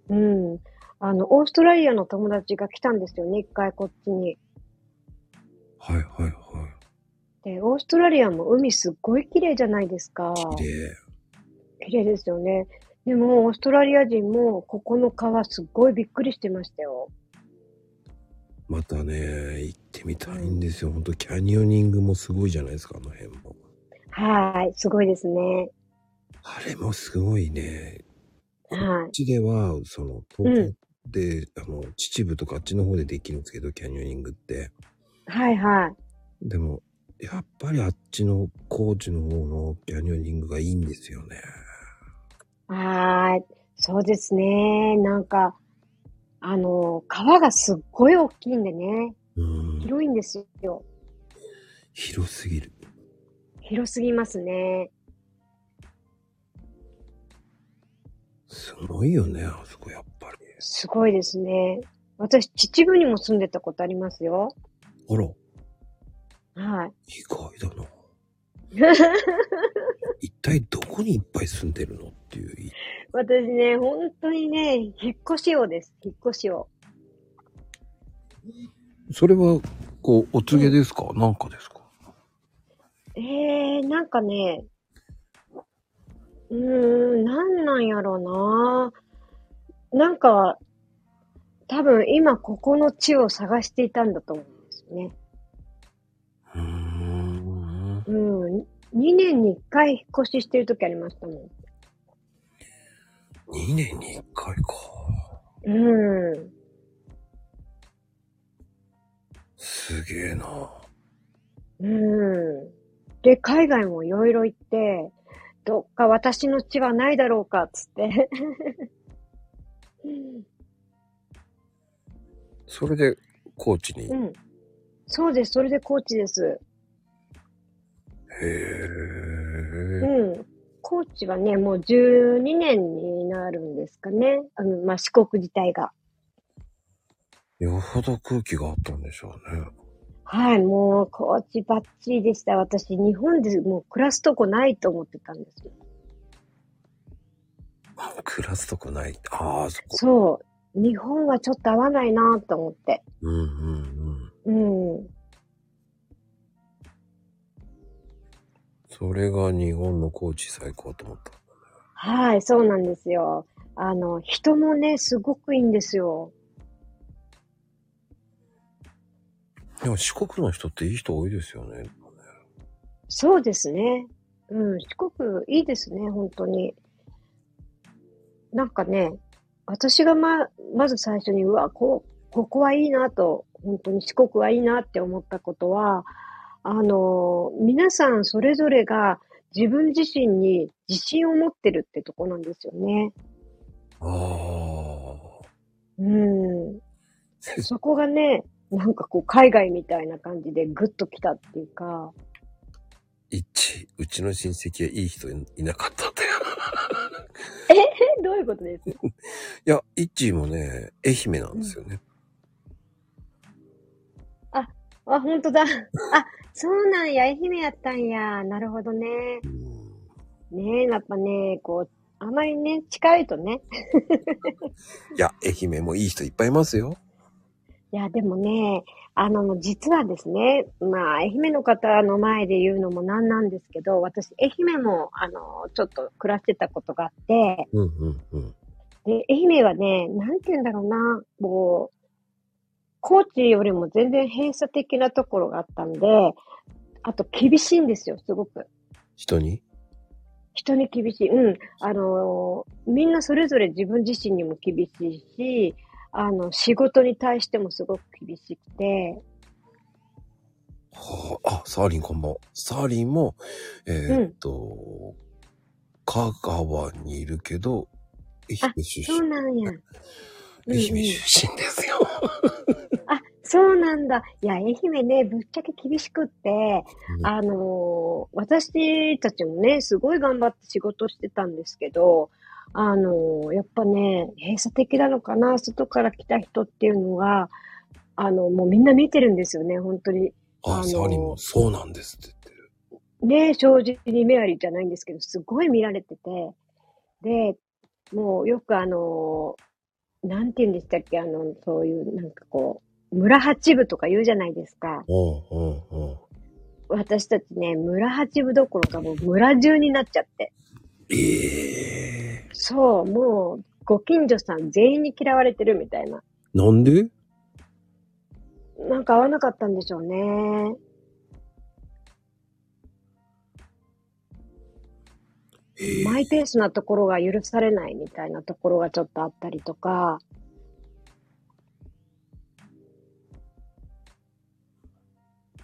Speaker 1: うん
Speaker 3: うん。あの、オーストラリアの友達が来たんですよね、一回こっちに。
Speaker 1: はいはいはい
Speaker 3: で、オーストラリアも海すっごい綺麗じゃないですか。
Speaker 1: 綺麗
Speaker 3: 綺麗ですよね。でも、オーストラリア人も、ここの川すっごいびっくりしてましたよ。
Speaker 1: またね行ってみたいんですよ本当キャニオニングもすごいじゃないですかあの辺も
Speaker 3: はい、すごいですね。
Speaker 1: あれもすごいね
Speaker 3: は
Speaker 1: うちではその東京で、あの秩父とかあっちの方でできるんですけどキャニオニングって
Speaker 3: い。はい、はい。
Speaker 1: でも、やっぱりあっちの高知の方のキャニオニングがいいんですよね。
Speaker 3: あー、そうですね。なんか、あの、川がすっごい大きいんでね。
Speaker 1: うん。
Speaker 3: 広いんですよ。
Speaker 1: 広すぎる。
Speaker 3: 広すぎますね。
Speaker 1: すごいよね、あそこやっぱり。
Speaker 3: すごいですね。私、秩父にも住んでたことありますよ。
Speaker 1: あら、
Speaker 3: はい。
Speaker 1: 意外だな。一体どこにいっぱい住んでるのっていう。
Speaker 3: 私ね、本当にね、引っ越し王です。引っ越し王。
Speaker 1: それは、こう、お告げですか、なんかですか
Speaker 3: えー、なんかね、うーん、なんなんやろうな。なんか、多分今ここの地を探していたんだと思うんですよね。
Speaker 1: うーん。
Speaker 3: うん。2年に1回引っ越ししてる時ありましたもん。
Speaker 1: 2年に1回か。
Speaker 3: うん。
Speaker 1: すげえな。
Speaker 3: うん。で、海外もいろいろ行って、どっか私の血はないだろうか、つって。
Speaker 1: それで、高知に。
Speaker 3: う
Speaker 1: へ
Speaker 3: ん。そうです。それで高知です。う
Speaker 1: え。
Speaker 3: ん。高知はね、もう12年になるんですかね。あの、まあ、四国自体が。
Speaker 1: よほど空気があったんでしょうね。
Speaker 3: はい、もう、高知バッチリでした。私、日本でもう暮らすとこないと思ってたんです。
Speaker 1: 暮らすとこない。ああ、そこ。
Speaker 3: そう。日本はちょっと合わないなと思って。
Speaker 1: うんうんうん。
Speaker 3: うん。
Speaker 1: それが日本の高知最高と思った。
Speaker 3: はい、そうなんですよ。あの、人もね、すごくいいんですよ。
Speaker 1: でも四国の人っていい人多いですよね。
Speaker 3: そうですね。うん、四国いいですね、本当に。なんかね、私がま、まず最初に、うわ、こう、ここはいいなと、本当に四国はいいなって思ったことは、あの、皆さんそれぞれが自分自身に自信を持ってるってとこなんですよね。
Speaker 1: ああ。
Speaker 3: うん。そこがね、なんかこう、海外みたいな感じでグッと来たっていうか、
Speaker 1: 一、うちの親戚はいい人 いなかったんだよ。
Speaker 3: え、どういうことですか
Speaker 1: いや、一もね、愛媛なんですよね。
Speaker 3: あ、本当だ。あ、そうなんや、愛媛やったんや。なるほどね。
Speaker 1: うん
Speaker 3: ねえ、やっぱね、こう、あまりね、近いとね。
Speaker 1: いや、愛媛もいい人いっぱいいますよ。
Speaker 3: いや、でもね、あの、実はですね、まあ、愛媛の方の前で言うのもなんなんですけど、私、愛媛も、あの、ちょっと暮らしてたことがあって、
Speaker 1: うんうんうん。
Speaker 3: で、愛媛はね、なんて言うんだろうな、もう、高知よりも全然閉鎖的なところがあったんで、あと厳しいんですよ、すごく。
Speaker 1: 人に
Speaker 3: 人に厳しい。うん。あのーみんなそれぞれ自分自身にも厳しいし、あの、仕事に対してもすごく厳しくて、
Speaker 1: はあ、あ、サーリンこんばんは。サーリンも、えーっと、香川にいるけど、愛媛出
Speaker 3: そう
Speaker 1: 身。
Speaker 3: なんや。うんう
Speaker 1: 愛
Speaker 3: ん
Speaker 1: 媛出身ですよ。
Speaker 3: あ、そうなんだ。いや、愛媛ね、ぶっちゃけ厳しくって、あのー私たちもね、すごい頑張って仕事してたんですけど、あのーやっぱね、閉鎖的なのかな、外から来た人っていうのが、あの、もうみんな見てるんですよね、本当に。
Speaker 1: あ、
Speaker 3: あの
Speaker 1: サーリンもそうなんですって言ってる。
Speaker 3: ね、正直にメアリーじゃないんですけど、すごい見られてて、で、もうよくあのーなんて言うんでしたっけ、あの、そういう、なんかこう、村八部とか言うじゃないですか。
Speaker 1: うんうんうん。
Speaker 3: 私たちね、村八部どころかもう村中になっちゃって。
Speaker 1: ええ
Speaker 3: そう、もう、ご近所さん全員に嫌われてるみたいな。
Speaker 1: なんで
Speaker 3: なんか合わなかったんでしょうね。
Speaker 1: ええ
Speaker 3: マイペースなところが許されないみたいなところがちょっとあったりとか。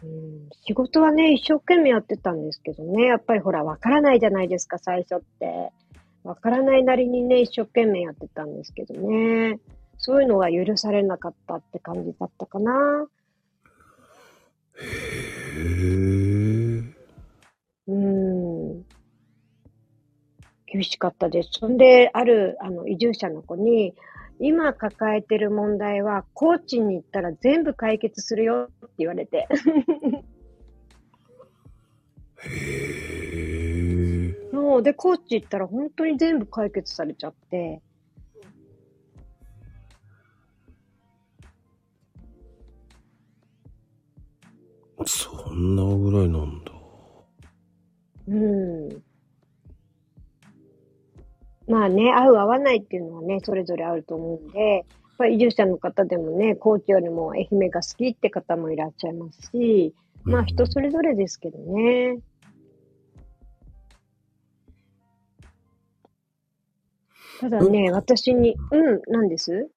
Speaker 3: うん、仕事はね、一生懸命やってたんですけどね、やっぱりほら、わからないじゃないですか、最初って。わからないなりにね、一生懸命やってたんですけどね。そういうのが許されなかったって感じだったかな。
Speaker 1: へえ。
Speaker 3: うん。厳しかったです。そんで、ある、あの、移住者の子に、今抱えてる問題は、高知に行ったら全部解決するよって言われて。
Speaker 1: へ え。
Speaker 3: もう、で、高知行ったら本当に全部解決されちゃって。
Speaker 1: そんなぐらいなんだ。
Speaker 3: うん。まあね、合う合わないっていうのはね、それぞれあると思うんで、やっぱり移住者の方でもね、高知よりも愛媛が好きって方もいらっしゃいますし、まあ人それぞれですけどね。ただね、私に、うん、なんです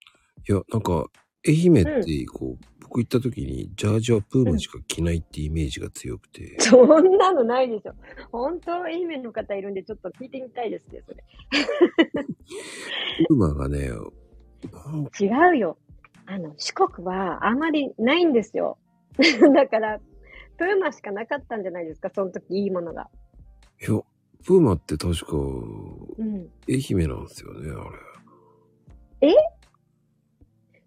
Speaker 1: いや、なんか、愛媛って、こう、僕行った時に、ジャージはプーマしか着ないってイメージが強くて、
Speaker 3: そんなのないでしょ。本当、愛媛の方いるんで、ちょっと聞いてみたいですね、それ。
Speaker 1: プーマがね、なん
Speaker 3: 違うよ。あの、四国はあまりないんですよ。 だから、プーマしかなかったんじゃないですか、その時いいものが。
Speaker 1: いや、プーマって確か、
Speaker 3: うん。
Speaker 1: 愛媛なんですよね、あれ。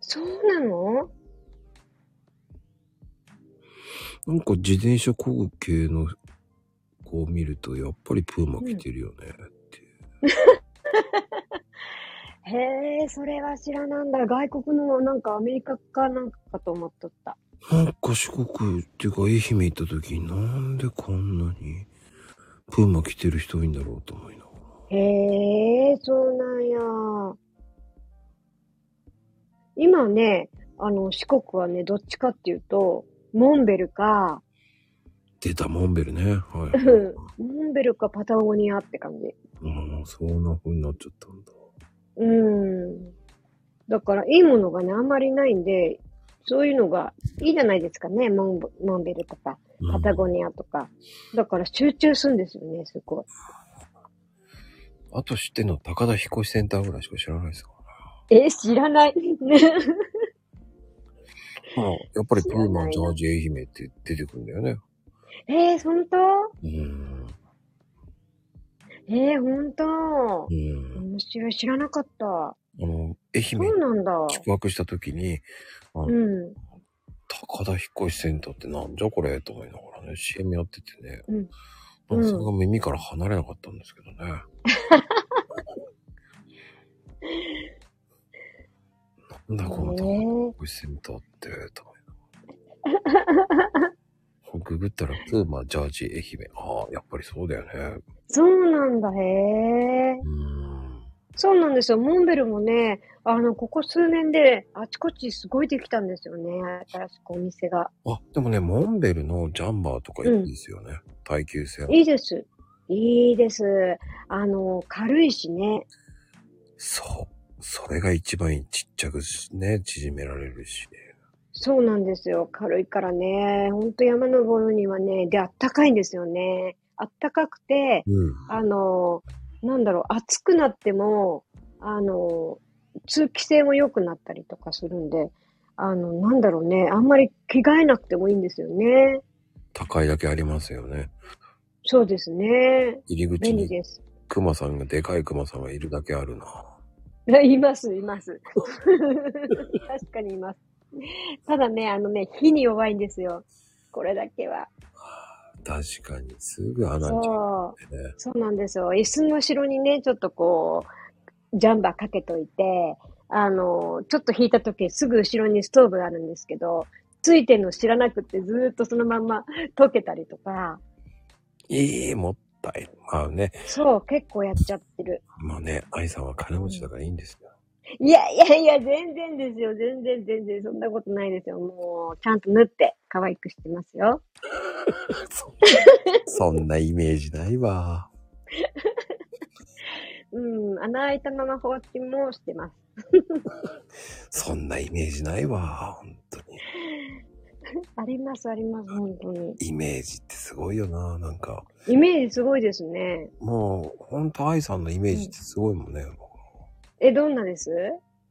Speaker 3: そうなの
Speaker 1: なんか自転車工具系の子を見ると、やっぱりプーマ着てるよね。
Speaker 3: へえ、それは知らなんだ。外国の、なんかアメリカかなんかかと思っとった。
Speaker 1: なんか四国っていうか愛媛行った時になんでこんなにプーマ着てる人多いんだろうと思いながら。
Speaker 3: へえ、そうなんや。今ね、あの、四国はね、どっちかっていうと、モンベルか、
Speaker 1: 出たモンベルね。は
Speaker 3: うん
Speaker 1: い。
Speaker 3: モンベルかパタゴニアって感じ。
Speaker 1: ああ、そんな風になっちゃったんだ。
Speaker 3: うん。だから、いいものがね、あんまりないんで、そういうのがいいじゃないですかね、モンボモンベルとか、パタゴ
Speaker 1: ニ
Speaker 3: ニアとか。だから集中するんですよね、すごい。
Speaker 1: あと知ってんの高田彦センターぐらいしか知らないですから
Speaker 3: え、知らない。
Speaker 1: ね。まあ、やっぱりプーマン
Speaker 3: 知
Speaker 1: ジャ
Speaker 3: らないな
Speaker 1: ージ愛媛って出てくるんだよね。
Speaker 3: えー、本当
Speaker 1: うん。
Speaker 3: えー、本当
Speaker 1: うん。
Speaker 3: 面白い、知らなかった。
Speaker 1: あの、愛
Speaker 3: そ
Speaker 1: 媛
Speaker 3: うなんだ。
Speaker 1: 宿泊した時に、あの
Speaker 3: うん。
Speaker 1: 高田彦センターってなんじゃこれと思いながらね、CM やっててね。
Speaker 3: うん
Speaker 1: まあそれが耳から離れなかったんですけどね。 なんだこの高
Speaker 3: え
Speaker 1: 田
Speaker 3: ー、
Speaker 1: 彦センターって、と思いながら。ググったら、プーマ、ジャージ、愛媛。ああ、やっぱりそうだよね。
Speaker 3: そうなんだ、へえ。
Speaker 1: うーん。
Speaker 3: そうなんですよ。モンベルもね、あの、ここ数年で、あちこちすごいできたんですよね。新しくお店が。
Speaker 1: あ、でもね、モンベルのジャンバーとかいいですよね。耐久性の。
Speaker 3: いいです。いいです。あの、軽いしね。
Speaker 1: そう。それが一番いいちっちゃくしね、縮められるしね。
Speaker 3: そうなんですよ。軽いからね。ほんと山登るにはね。で、あったかいんですよね。あったかくて、
Speaker 1: うん。
Speaker 3: あの、なんだろう、暑くなっても、あの、通気性も良くなったりとかするんで、あの、なんだろうね。あんまり着替えなくてもいいんですよね。
Speaker 1: 高いだけありますよね。
Speaker 3: そうですね。
Speaker 1: 入り口
Speaker 3: 便利
Speaker 1: に
Speaker 3: です。
Speaker 1: クマさんが、でかいクマさんがいるだけあるな。
Speaker 3: います、います。 確かにいます。ただね、あのね、火に弱いんですよ。これだけは。
Speaker 1: 確かに、すぐ穴に入
Speaker 3: そう。
Speaker 1: ってね。
Speaker 3: そうなんですよ。椅子の後ろにね、ちょっとこう、ジャンバーかけといて、あの、ちょっと引いた時すぐ後ろにストーブがあるんですけど、ついてるの知らなくってずーっとそのまんま溶けたりとか、
Speaker 1: いい、もったい。まあね、
Speaker 3: そう、結構やっちゃってる。
Speaker 1: まあね、愛さんは金持ちだからいいんですよ。
Speaker 3: いやいやいや、全然ですよ。全然全然、そんなことないですよ。もう、ちゃんと縫って、可愛くしてますよ。
Speaker 1: そそんなイメージないわ。
Speaker 3: うん、穴開いたまま放置もしてます。
Speaker 1: そんなイメージないわ。本当に。
Speaker 3: あります、あります、本当に。
Speaker 1: イメージってすごいよな。なんか、
Speaker 3: イメージすごいですね。
Speaker 1: もう、ほんと愛さんのイメージってすごいもんね。
Speaker 3: え、どんなです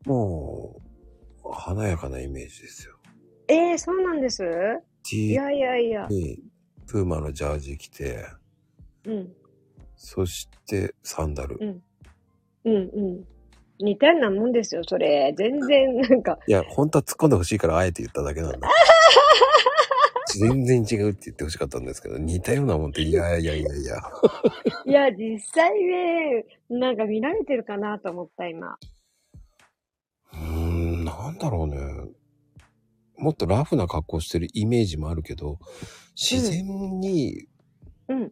Speaker 1: もう、華やかなイメージですよ。
Speaker 3: えー、そうなんですい
Speaker 1: T
Speaker 3: やいやいや。
Speaker 1: に、プーマのジャージ着て、
Speaker 3: うん。
Speaker 1: そして、サンダル。
Speaker 3: うんうん。似たようなもんですよ、それ。全然、な んか、
Speaker 1: いや、本当は突っ込んでほしいから、あえて言っただけなんだ。全然違うって言ってほしかったんですけど、似たようなもんって、いやいやいやいや。
Speaker 3: いや、実際ね、なんか見られてるかなと思った、今。
Speaker 1: うーん、なんだろうね。もっとラフな格好してるイメージもあるけど、自然に、
Speaker 3: うん。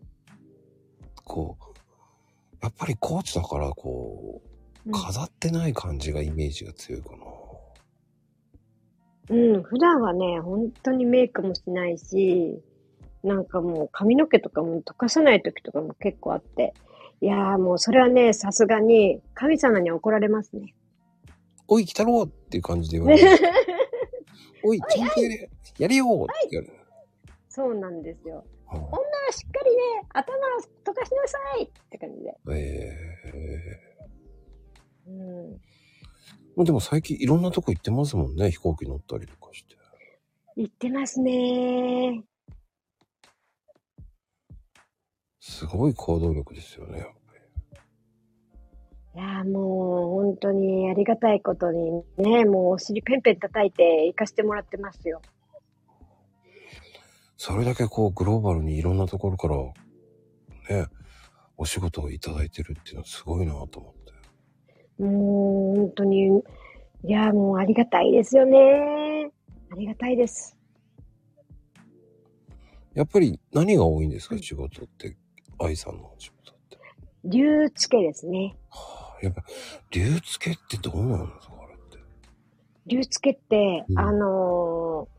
Speaker 1: こう、やっぱりコーチだから、こ
Speaker 3: う
Speaker 1: う、
Speaker 3: ん
Speaker 1: 飾ってない感じがイメージが強いかな。
Speaker 3: うん、普段はね、本当にメイクもしないし、なんかもう髪の毛とかも溶かさない時とかも結構あって。いやーもうそれはね、さすがに神様に怒られますね。
Speaker 1: おい、来たろうっていう感じで言われる。おい、ちゃんとやれやれよって言われる。
Speaker 3: そうなんですよ。
Speaker 1: うん
Speaker 3: 女はしっかりね、頭溶かしなさいって感じで。
Speaker 1: え
Speaker 3: うん。
Speaker 1: えもうでも最近いろんなとこ行ってますもんね。飛行機乗ったりとかして。
Speaker 3: 言ってますね
Speaker 1: すごい行動力ですよね。
Speaker 3: いやーもう本当にありがたいことにね、もうお尻ペンペン叩いて行かしてもらってますよ。
Speaker 1: それだけこうグローバルにいろんなところからね、お仕事をいただいてるっていうのはすごいなと思って。
Speaker 3: もう本当に、いやーもうありがたいですよねありがたいです。
Speaker 1: やっぱり何が多いんですか仕事って。愛さんのお仕事って。
Speaker 3: 竜付けですね。
Speaker 1: やっぱ、流付けってどうなんですかあれって。
Speaker 3: 竜付けって、
Speaker 1: うん
Speaker 3: あのー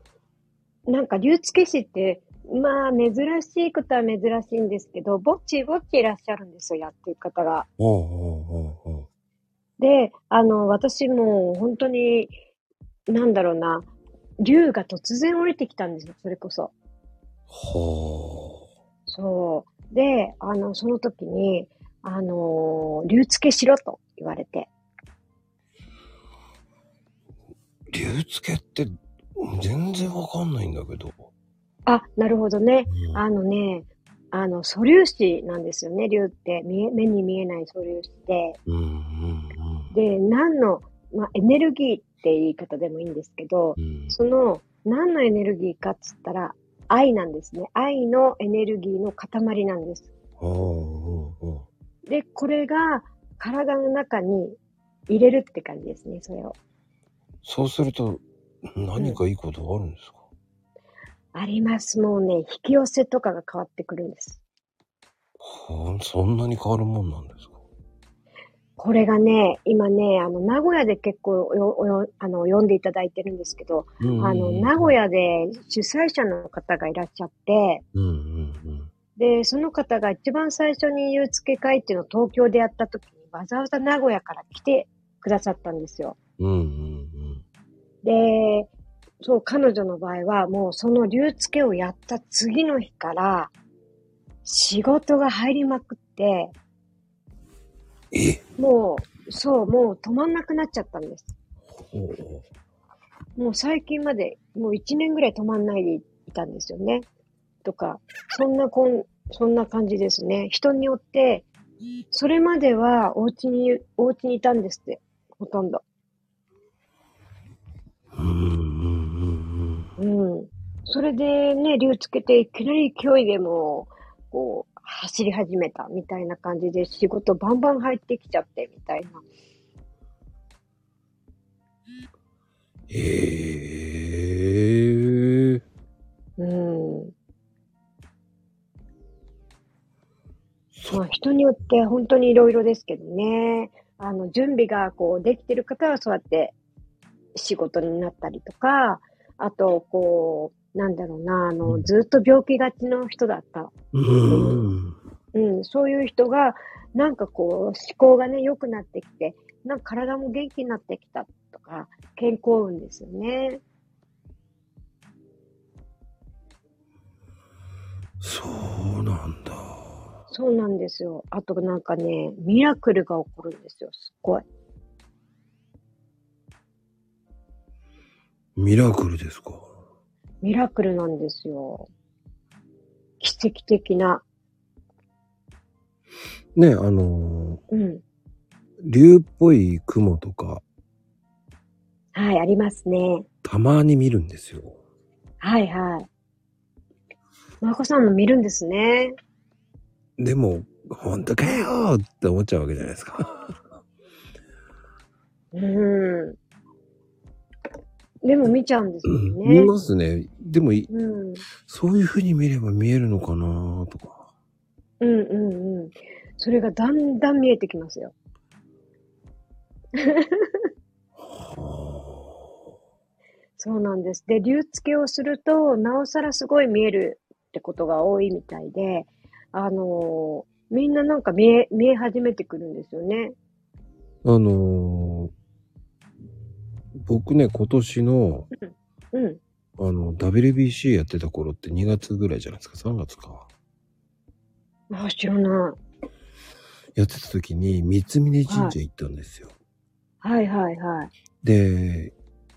Speaker 3: なんか竜付け師って、まあ珍しいことは珍しいんですけど、ぼっちぼっちいらっしゃるんですよ、やってる方が。
Speaker 1: おうおうおうおう
Speaker 3: で、あの、私もう本当に、なんだろうな、竜が突然降りてきたんですよ、それこそ。
Speaker 1: ほ
Speaker 3: そう。で、あの、その時に、あのー、竜付けしろと言われて。
Speaker 1: う。流付けって全然わかんないんだけど。
Speaker 3: あ、なるほどね。
Speaker 1: うん
Speaker 3: あのね、あの、素粒子なんですよね、竜って。見え目に見えない素粒子で。
Speaker 1: うんうん
Speaker 3: で、何の、まあ、エネルギーって言い方でもいいんですけど、
Speaker 1: うんうん。
Speaker 3: その、何のエネルギーかっつったら、愛なんですね。愛のエネルギーの塊なんです。
Speaker 1: おうおうおう
Speaker 3: で、これが体の中に入れるって感じですね、それを。
Speaker 1: そうすると何かいいことあるんですか、
Speaker 3: あります。もうね、引き寄せとかが変わってくるんです。
Speaker 1: ほんそんなに変わるもんなんですか
Speaker 3: これがね、今ね、あの、名古屋で結構よよあの読んでいただいてるんですけど、あの、名古
Speaker 1: 屋。
Speaker 3: 屋で主催者の方がいらっしゃって、
Speaker 1: うんうん
Speaker 3: で、その方が一番最初に言う付け会っていうのを東京でやった時にわざわざ名古屋から来てくださったんですよ。
Speaker 1: うん。うんうん
Speaker 3: で、そう、彼女の場合は、もうその流付けをやった次の日から、仕事が入りまくって、
Speaker 1: うん。え
Speaker 3: もう、そう、もう止まんなくなっちゃったんです。
Speaker 1: ほう
Speaker 3: もう最近まで、もう1年ぐらい止まんないでいたんですよね。とか、そんなこん、そんな感じですね。人によって、それまではお家に、お家にいたんですって、ほとんど。
Speaker 1: うんうんうん
Speaker 3: うん。それでね、竜つけて、いきなり勢いでもう、こう、走り始めたみたいな感じで、仕事バンバン入ってきちゃって、みたいな。
Speaker 1: ええ
Speaker 3: うん。
Speaker 1: そ
Speaker 3: まあ、人によって本当にいろいろですけどね。あの、準備がこう、できてる方はそうやって仕事になったりとか、あと、こう、なんだろうな、あ
Speaker 1: う
Speaker 3: の、
Speaker 1: ん
Speaker 3: ずっと病気がちの人だった
Speaker 1: うん。
Speaker 3: うん、そういう人が、なんかこう、思考がね、良くなってきて、なんか体も元気になってきたとか、健康運ですよね。
Speaker 1: そうなんだ。
Speaker 3: そうなんですよ。あとなんかね、ミラクルが起こるんですよ。すっごい。
Speaker 1: ミラクルですか。
Speaker 3: ミラクルなんですよ。奇跡的な。
Speaker 1: ね、あの
Speaker 3: うん。
Speaker 1: ー竜っぽい雲とか、
Speaker 3: はい、ありますね。
Speaker 1: たまに見るんですよ。
Speaker 3: はいはい。まこさんも見るんですね。
Speaker 1: でも、本当かよーって思っちゃうわけじゃないですか。
Speaker 3: うん。でも見ちゃうんですよ
Speaker 1: うん
Speaker 3: ね
Speaker 1: 見。ますね。でもい、
Speaker 3: うん。
Speaker 1: そういう風に見れば見えるのかなーとか。
Speaker 3: うんうんうん。それがだんだん見えてきますよ。
Speaker 1: は
Speaker 3: そうなんです。で、流付けをすると、なおさらすごい見えるってことが多いみたいで、あのーみんななんか見え、見え始めてくるんですよね。
Speaker 1: ああのー僕ね、今年の、
Speaker 3: うん。
Speaker 1: あの、WBC やってた頃って2月ぐらいじゃないですか、3月か。
Speaker 3: あ、知らない。
Speaker 1: やってた時に、三峯神社行ったんですよ。
Speaker 3: はいはいはい。
Speaker 1: で、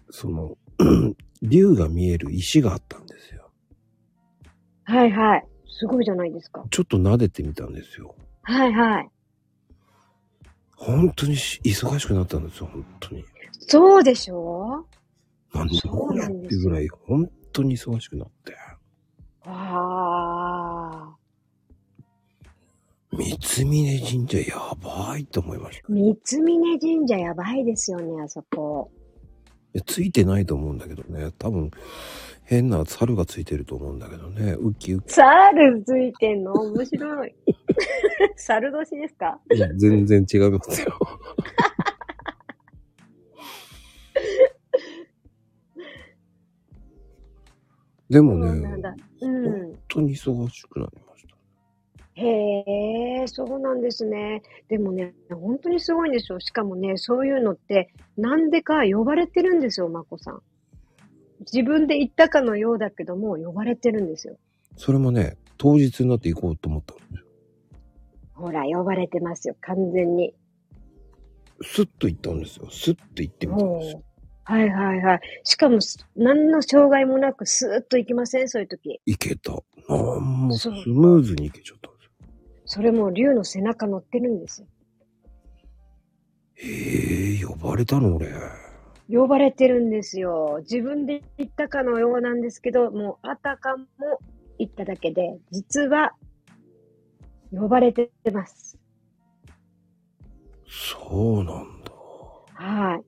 Speaker 1: その、 竜が見える石があったんですよ。
Speaker 3: はいはい。すごいじゃないですか。
Speaker 1: ちょっと撫でてみたんですよ。
Speaker 3: はいはい。
Speaker 1: 本当にし忙しくなったんですよ、本当に。
Speaker 3: そうでしょ
Speaker 1: なんでこれっていうぐらい、本当に忙しくなって。
Speaker 3: うああ。
Speaker 1: 三峯神社やばいと思いました。
Speaker 3: 三峯神社やばいですよね、あそこ。
Speaker 1: いやついてないと思うんだけどね。多分、変な猿がついてると思うんだけどね。ウキウキ。
Speaker 3: 猿ついてんの面白 い。猿年ですか
Speaker 1: い や全然違いますよ。で
Speaker 3: そ
Speaker 1: も
Speaker 3: う
Speaker 1: ね、
Speaker 3: なんだ
Speaker 1: 本。
Speaker 3: うん。
Speaker 1: 当に忙しくなりました。
Speaker 3: へえ、そうなんですね。でもね、本当にすごいんですよ。しかもね、そういうのって、なんでか呼ばれてるんですよ、まこさん。自分で言ったかのようだけども、呼ばれてるんですよ。
Speaker 1: それもね、当日になって行こうと思ったのね。
Speaker 3: ほら、呼ばれてますよ、完全に。
Speaker 1: スッと行ったんですよ。スッと行ってみたんですよ。
Speaker 3: はいはいはい。しかも、す何の障害もなく、スーッと行きません、そういう時。
Speaker 1: 行けた。なんもス
Speaker 3: そう
Speaker 1: ムーズに行けちゃったんですよ。
Speaker 3: それも、竜の背中乗ってるんですよ。
Speaker 1: へえ、呼ばれたの俺。
Speaker 3: 呼ばれてるんですよ。自分で言ったかのようなんですけど、もうあたかも言っただけで、実は呼ばれてます。
Speaker 1: そうなんだ。
Speaker 3: はい。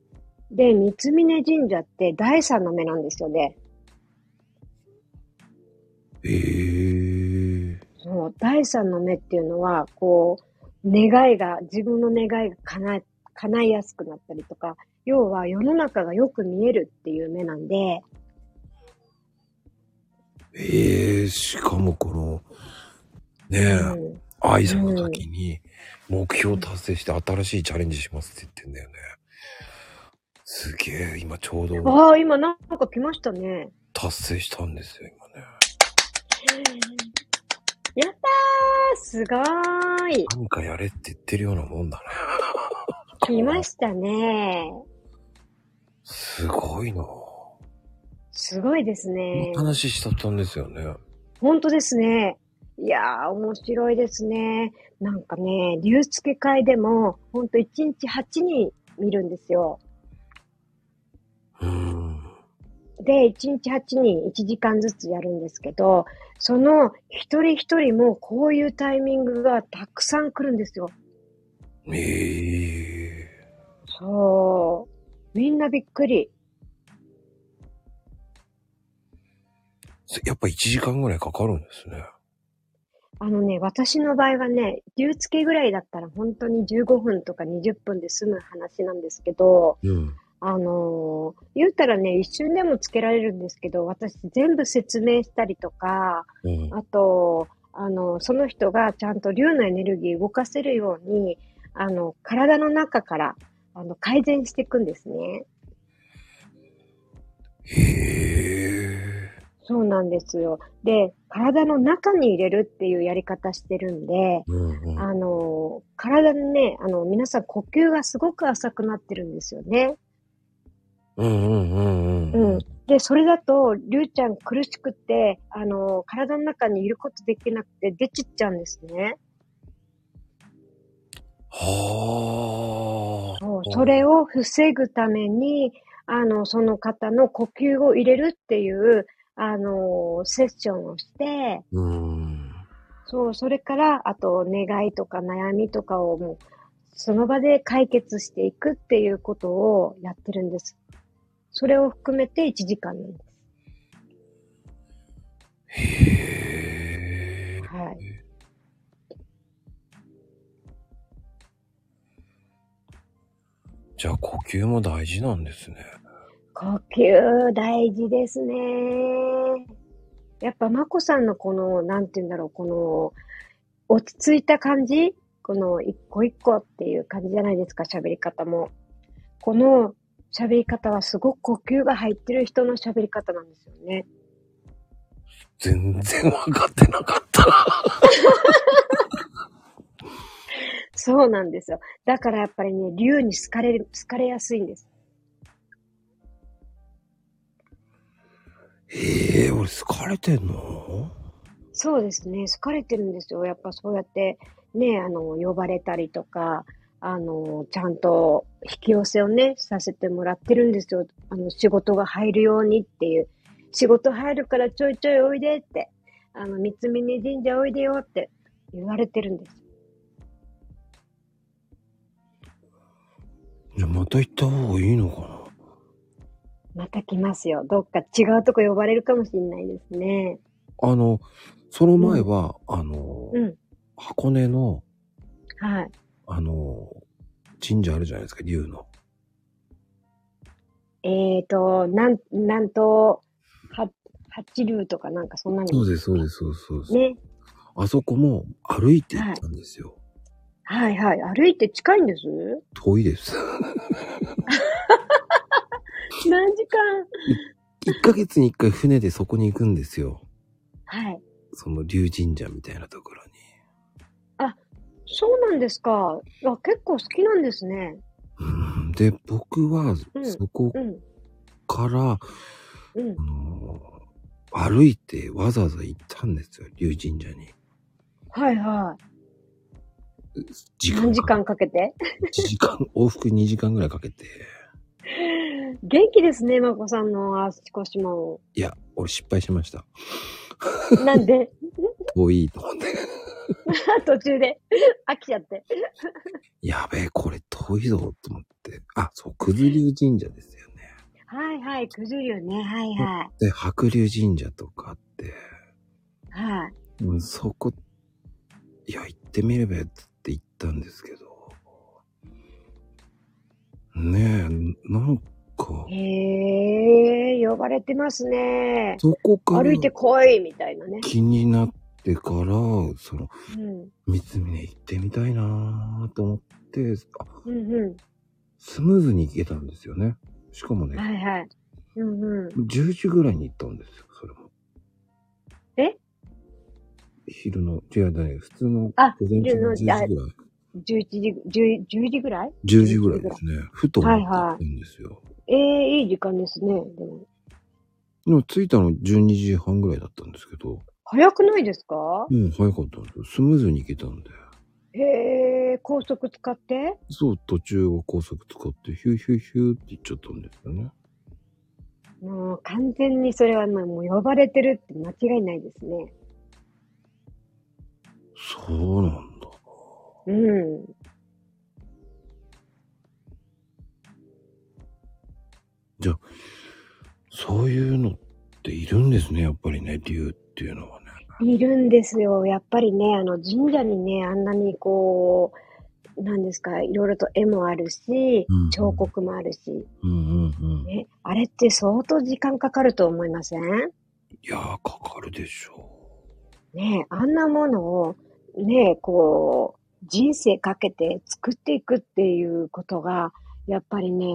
Speaker 3: で、三峯神社って第三の目なんですよね。
Speaker 1: へえ。
Speaker 3: そう、第三の目っていうのは、こう、願いが、自分の願いが叶え、叶いやすくなったりとか、要は世の中がよく見えるっていう目なんで、
Speaker 1: ええしかもこの、ねえ、
Speaker 3: うん、
Speaker 1: 挨拶の時に、目標達成して新しいチャレンジしますって言ってんだよね。すげえ、今ちょうど
Speaker 3: ああ、今なんか来ましたね。
Speaker 1: 達成したんですよ、今ね。
Speaker 3: やったーすごーい
Speaker 1: なんかやれって言ってるようなもんだね。
Speaker 3: 来ましたね。
Speaker 1: すごいなぁ。
Speaker 3: すごいですね
Speaker 1: お。話ししたったんですよね。
Speaker 3: 本当ですね。いやー、面白いですね。なんかね、竜介会でも、ほんと1日8人見るんですよ。
Speaker 1: うーん。
Speaker 3: で、1日8人1時間ずつやるんですけど、その一人一人もこういうタイミングがたくさん来るんですよ。
Speaker 1: ええ
Speaker 3: そう。みんなびっくり。
Speaker 1: やっぱ1時間ぐらいかかるんですね。
Speaker 3: あのね、私の場合はね、竜付けぐらいだったら本当に15分とか20分で済む話なんですけど、
Speaker 1: うん。
Speaker 3: あのー言うたらね、一瞬でもつけられるんですけど、私全部説明したりとか、
Speaker 1: うん。
Speaker 3: あと、あの、その人がちゃんと竜のエネルギー動かせるように、あの、体の中から、あの、改善していくんですね。
Speaker 1: へえ。
Speaker 3: そうなんですよ。で、体の中に入れるっていうやり方してるんで、
Speaker 1: うんうん。
Speaker 3: あの、体のね、あの、皆さん呼吸がすごく浅くなってるんですよね。
Speaker 1: うんうんうんうん。
Speaker 3: うん。で、それだと、りゅうちゃん苦しくて、あの、体の中にいることできなくて出ちっちゃうんですね。
Speaker 1: はあ。
Speaker 3: そうそれを防ぐために、あの、その方の呼吸を入れるっていう、あの、セッションをして、
Speaker 1: うーん。
Speaker 3: そう、それから、あと、願いとか悩みとかをもう、その場で解決していくっていうことをやってるんです。それを含めて1時間なんです。
Speaker 1: へえ。
Speaker 3: はい。
Speaker 1: じゃあ呼吸も大事なんですね。
Speaker 3: 呼吸大事ですね。やっぱ、まこさんのこの、なんて言うんだろう、この、落ち着いた感じこの、一個一個っていう感じじゃないですか、喋り方も。この喋り方はすごく呼吸が入ってる人の喋り方なんですよね。
Speaker 1: 全然わかってなかった。
Speaker 3: そうなんですよ。だからやっぱりね、竜に好かれる、好かれやすいんです。
Speaker 1: へえ、俺疲れてんの
Speaker 3: そうですね、好かれてるんですよ。やっぱそうやって、ね、あの、呼ばれたりとか、あの、ちゃんと引き寄せをね、させてもらってるんですよ。あの、仕事が入るようにっていう。仕事入るからちょいちょいおいでって、あの、三峯神社おいでよって言われてるんです。
Speaker 1: じゃあまた行った方がいいのかな
Speaker 3: また来ますよ。どっか違うとこ呼ばれるかもしれないですね。
Speaker 1: あの、その前は、あの、
Speaker 3: うん。
Speaker 1: 箱根の、
Speaker 3: はい。
Speaker 1: あの、神社あるじゃないですか、竜の。
Speaker 3: えーと、なん、なんと、は、八竜とかなんかそんな
Speaker 1: そ
Speaker 3: の
Speaker 1: うです、そうです、そうですそうです。
Speaker 3: ね。
Speaker 1: あそこも歩いて行ったんですよ。
Speaker 3: はいはい。歩いて近いんです
Speaker 1: 遠いです。
Speaker 3: 何時間
Speaker 1: 1ヶ月に1回船でそこに行くんですよ。
Speaker 3: はい。
Speaker 1: その竜神社みたいなところに。
Speaker 3: そうなんですか。いや結構好きなんですね。
Speaker 1: うんで、僕は
Speaker 3: ん
Speaker 1: そこ
Speaker 3: うん。
Speaker 1: から、
Speaker 3: うん
Speaker 1: あ。の歩いてわざわざ行ったんですよ、竜神社に。
Speaker 3: はいはい。
Speaker 1: 時
Speaker 3: 何時
Speaker 1: 間
Speaker 3: 間かけて
Speaker 1: ?1 時間、往復2時間ぐらいかけて。
Speaker 3: 元気ですね、まこさんの足腰も。
Speaker 1: いや、俺失敗しました。
Speaker 3: なん で
Speaker 1: 遠いと思って。
Speaker 3: 途中で飽きちゃって。
Speaker 1: やべえ、これ遠いぞと思って。あ、そう、九頭竜神社ですよね。
Speaker 3: はいはい。九十竜ね。はいはい。
Speaker 1: で、白竜神社とかあって、
Speaker 3: はい。
Speaker 1: うん、そこ、いや、行ってみればやって行ったんですけど。ねえ、なんか、
Speaker 3: へえ、呼ばれてますね。
Speaker 1: そこから
Speaker 3: 歩いて来いみたいなね。
Speaker 1: 気になってから、その、
Speaker 3: うん。
Speaker 1: 三峰行ってみたいなぁと思って、あ
Speaker 3: うんう
Speaker 1: スムーズに行けたんですよね。しかも
Speaker 3: ん。
Speaker 1: ね、
Speaker 3: はいはい。うんうん。
Speaker 1: 10時ぐらいに行ったんですよ、それも。
Speaker 3: え
Speaker 1: 昼の、違うね、普通の
Speaker 3: あ
Speaker 1: 午前中の10時ぐらい。
Speaker 3: 11時、10 10時ぐらい
Speaker 1: 10時ぐらいですね。ふと思って
Speaker 3: はいはい
Speaker 1: 行ったんですよ。
Speaker 3: ええいい時間ですね。でも、
Speaker 1: でも着いたの12時半ぐらいだったんですけど、
Speaker 3: 早くないですか
Speaker 1: もう早かったんですよ。スムーズに行けたんで。
Speaker 3: へえ、高速使って
Speaker 1: そう、途中は高速使って、ヒューヒューヒューって行っちゃったんですよね。
Speaker 3: もう完全にそれはまあもう呼ばれてるって間違いないですね。
Speaker 1: そうなんだ。
Speaker 3: うん。
Speaker 1: そういうのっているんですね、やっぱりね、竜っていうのはね。
Speaker 3: いるんですよ。やっぱりね、あの神社にね、あんなにこう、なんですか、いろいろと絵もあるし
Speaker 1: うん、
Speaker 3: 彫刻もあるし、
Speaker 1: うんうんうん。い
Speaker 3: ね、あれって相当時間かかると思いません
Speaker 1: やー、かかるでしょ
Speaker 3: ねえ、あんなものを、ねえ、こう、人生かけて作っていくっていうことが、やっぱりね、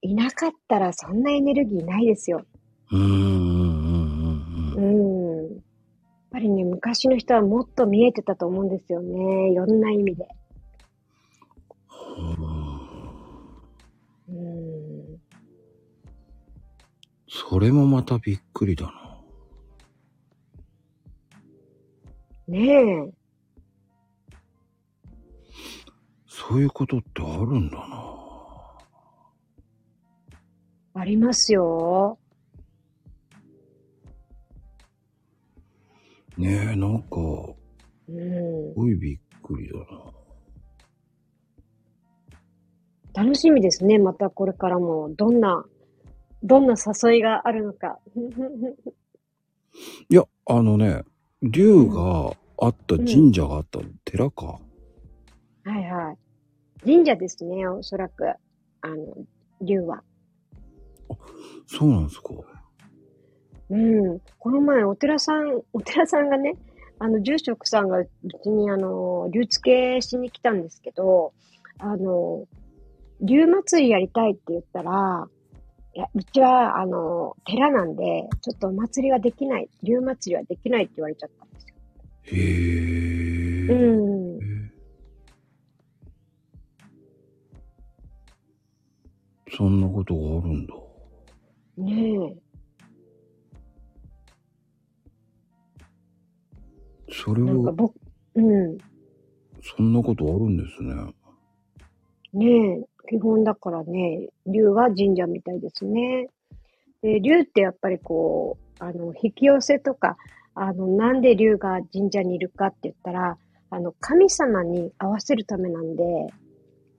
Speaker 3: いなかったらそんなエネルギーないですよ。
Speaker 1: う。うんうんうんうんう
Speaker 3: う
Speaker 1: ん。
Speaker 3: ん。やっぱりね、昔の人はもっと見えてたと思うんですよね。いろんな意味で。うん。
Speaker 1: それもまたびっくりだな。
Speaker 3: ねえ。
Speaker 1: そういうことってあるんだな。
Speaker 3: ありますよ。
Speaker 1: ねえ、なんか、す
Speaker 3: うん。
Speaker 1: ごいびっくりだな。
Speaker 3: 楽しみですね。またこれからも、どんな、どんな誘いがあるのか。
Speaker 1: いや、あのね、竜があった神社があった寺か。
Speaker 3: はいはい。神社ですね、おそらく。あの、竜は。
Speaker 1: そうなんですか。
Speaker 3: うん。この前、お寺さん、 お寺さんがね、あの、住職さんがうちに、あの、竜付けしに来たんですけど、あの、竜祭りやりたいって言ったら、いや、うちは、あの、寺なんで、ちょっとお祭りはできない、竜祭りはできないって言われちゃったんですよ。
Speaker 1: へえ。
Speaker 3: うん。
Speaker 1: そんなことがあるんだ。
Speaker 3: ねえ。
Speaker 1: それ
Speaker 3: なんか
Speaker 1: は、
Speaker 3: 僕、うん。
Speaker 1: そんなことあるんですね。
Speaker 3: ねえ、基本だからね、竜は神社みたいですね。で、竜ってやっぱりこう、あの、引き寄せとか、あの、なんで竜が神社にいるかって言ったら、あの、神様に合わせるためなんで、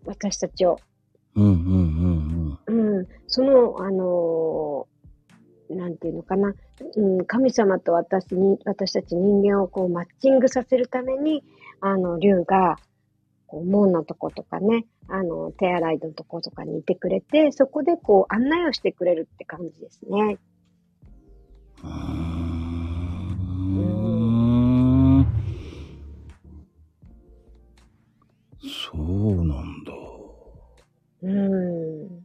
Speaker 3: 私たちを。
Speaker 1: うんうんうんうん。
Speaker 3: うん、その、あのーなんていうのかな、うん、神様と私に、私たち人間をこうマッチングさせるために、あの、竜が、こう、門のとことかね、あの、手洗いのとことかにいてくれて、そこでこう、案内をしてくれるって感じですね。
Speaker 1: うーんそうなんだ。
Speaker 3: うん。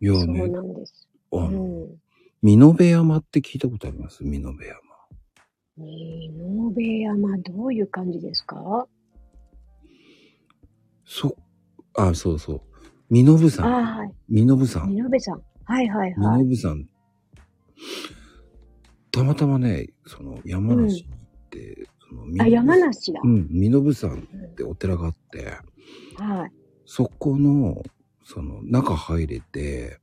Speaker 1: いや
Speaker 3: そう
Speaker 1: ね、
Speaker 3: なんです。
Speaker 1: あ
Speaker 3: う
Speaker 1: の、
Speaker 3: ん。
Speaker 1: 美濃部山って聞いたことあります美濃部山。
Speaker 3: 二の部山、どういう感じですか
Speaker 1: そ、あ、そうそう。美濃部
Speaker 3: あ
Speaker 1: さん。
Speaker 3: あ、はい。
Speaker 1: 美濃部さん。
Speaker 3: 二の部さん。はいはい
Speaker 1: 美
Speaker 3: は
Speaker 1: 濃
Speaker 3: い。
Speaker 1: 部さん。たまたまね、その山梨に行って、その
Speaker 3: あ、
Speaker 1: 美濃部
Speaker 3: 山梨だ
Speaker 1: う。ん、美濃部さんってお寺があって、
Speaker 3: はい。
Speaker 1: そこの、その中入れて、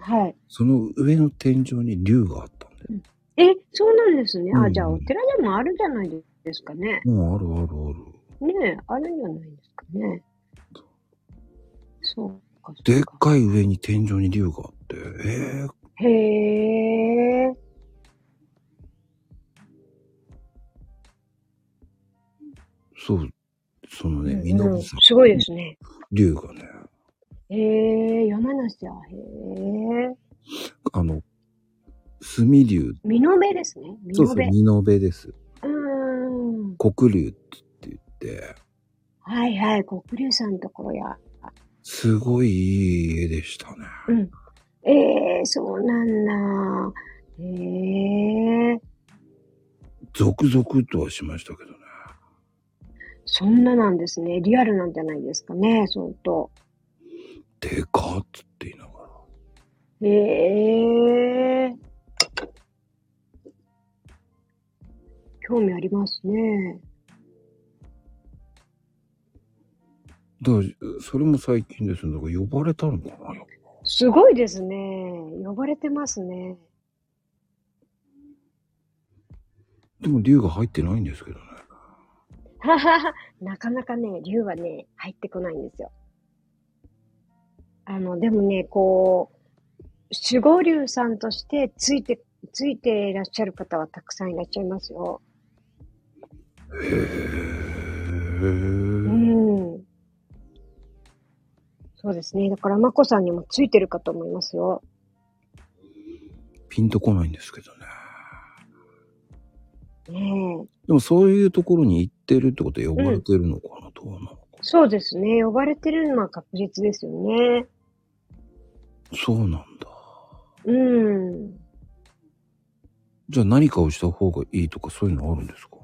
Speaker 3: はい。
Speaker 1: その上の天井に竜があったんだよ。
Speaker 3: え、そうなんですね。
Speaker 1: う
Speaker 3: あ、
Speaker 1: ん
Speaker 3: じゃあ、お寺でもあるじゃないですかね。
Speaker 1: もうあるあるある。
Speaker 3: ねえ、あるんじゃないですかね。そうか、そ
Speaker 1: で
Speaker 3: う
Speaker 1: っ
Speaker 3: か。
Speaker 1: かい上に天井に竜があって、ええー、
Speaker 3: へえ。
Speaker 1: そう、そのね、
Speaker 3: うん
Speaker 1: 美濃部さん。
Speaker 3: すごいですね。
Speaker 1: 竜がね、
Speaker 3: へえ、山梨だ。へえ。
Speaker 1: あの、墨竜、
Speaker 3: 美濃部ですね。美
Speaker 1: そう
Speaker 3: 濃
Speaker 1: そう、
Speaker 3: 部。う
Speaker 1: 美濃部です。
Speaker 3: ーん。
Speaker 1: 黒竜って言って、
Speaker 3: はいはい、黒龍さんのところや。
Speaker 1: すごいいい家でしたね。
Speaker 3: うん。ええ、そうなんだ。へえ。
Speaker 1: ゾクゾクとはしましたけどね。
Speaker 3: そんななんですね。リアルなんじゃないですかね、相当。
Speaker 1: でかっつって言いながら。
Speaker 3: へえ。興味ありますね。
Speaker 1: だからそれも最近ですね。だから呼ばれたのかな
Speaker 3: すごいですね。呼ばれてますね。
Speaker 1: でも竜が入ってないんですけどね。
Speaker 3: ははは。なかなかね、竜はね、入ってこないんですよ。あの、でもね、こう、守護竜さんとしてついて、ついていらっしゃる方はたくさんいらっしゃいますよ。
Speaker 1: へ
Speaker 3: う
Speaker 1: ー。
Speaker 3: ん。そうですね。だから、まこさんにもついてるかと思いますよ。
Speaker 1: ピンとこないんですけどね。
Speaker 3: ねえ。
Speaker 1: でもそういうところに行ってるってことは呼ばれてるのかな、どうなのか。
Speaker 3: そうですね。呼ばれてるのは確実ですよね。
Speaker 1: そうなんだ。
Speaker 3: うん。
Speaker 1: じゃあ何かをした方がいいとかそういうのあるんですか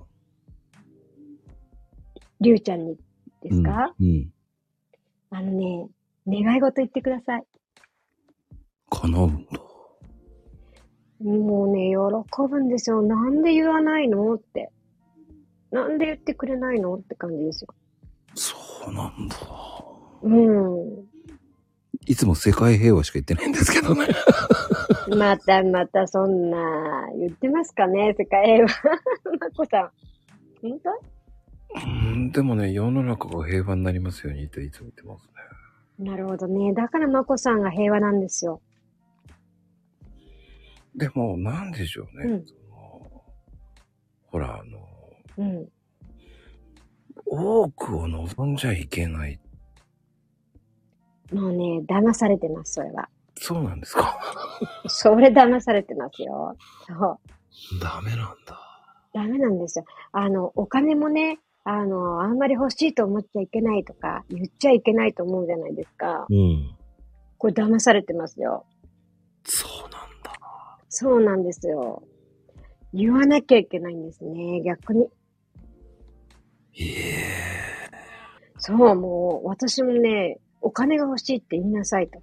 Speaker 3: りゅうちゃんにですか、
Speaker 1: うん。うん。
Speaker 3: あのね、願い事言ってください。
Speaker 1: 叶うんだ。
Speaker 3: もうね、喜ぶんですよ。なんで言わないのって。なんで言ってくれないのって感じですよ。
Speaker 1: そうなんだ。
Speaker 3: う
Speaker 1: いつも世界平和しか言ってないんですけどね。
Speaker 3: ん。またまたそんな、言ってますかね世界平和。 まこさん。本
Speaker 1: うん、でもね、世の中が平和になりますようにっていつも言ってますね。
Speaker 3: 当なるほどね。だからまこさんが平和なんですよ。
Speaker 1: でも、なんでしょうね。
Speaker 3: うん
Speaker 1: そのほら、あの、
Speaker 3: うん。
Speaker 1: 多くを望んじゃいけない。
Speaker 3: もうね、騙されてます、それは。
Speaker 1: そうなんですか
Speaker 3: それ騙されてますよ。そう。
Speaker 1: ダメなんだ。
Speaker 3: ダメなんですよ。あの、お金もね、あの、あんまり欲しいと思っちゃいけないとか、言っちゃいけないと思うじゃないですか。
Speaker 1: うん。
Speaker 3: これ騙されてますよ。
Speaker 1: そうなんだ。
Speaker 3: そうなんですよ。言わなきゃいけないんですね、逆に。
Speaker 1: いえ。
Speaker 3: そう、もう、私もね、お金が欲しいって言いなさいと。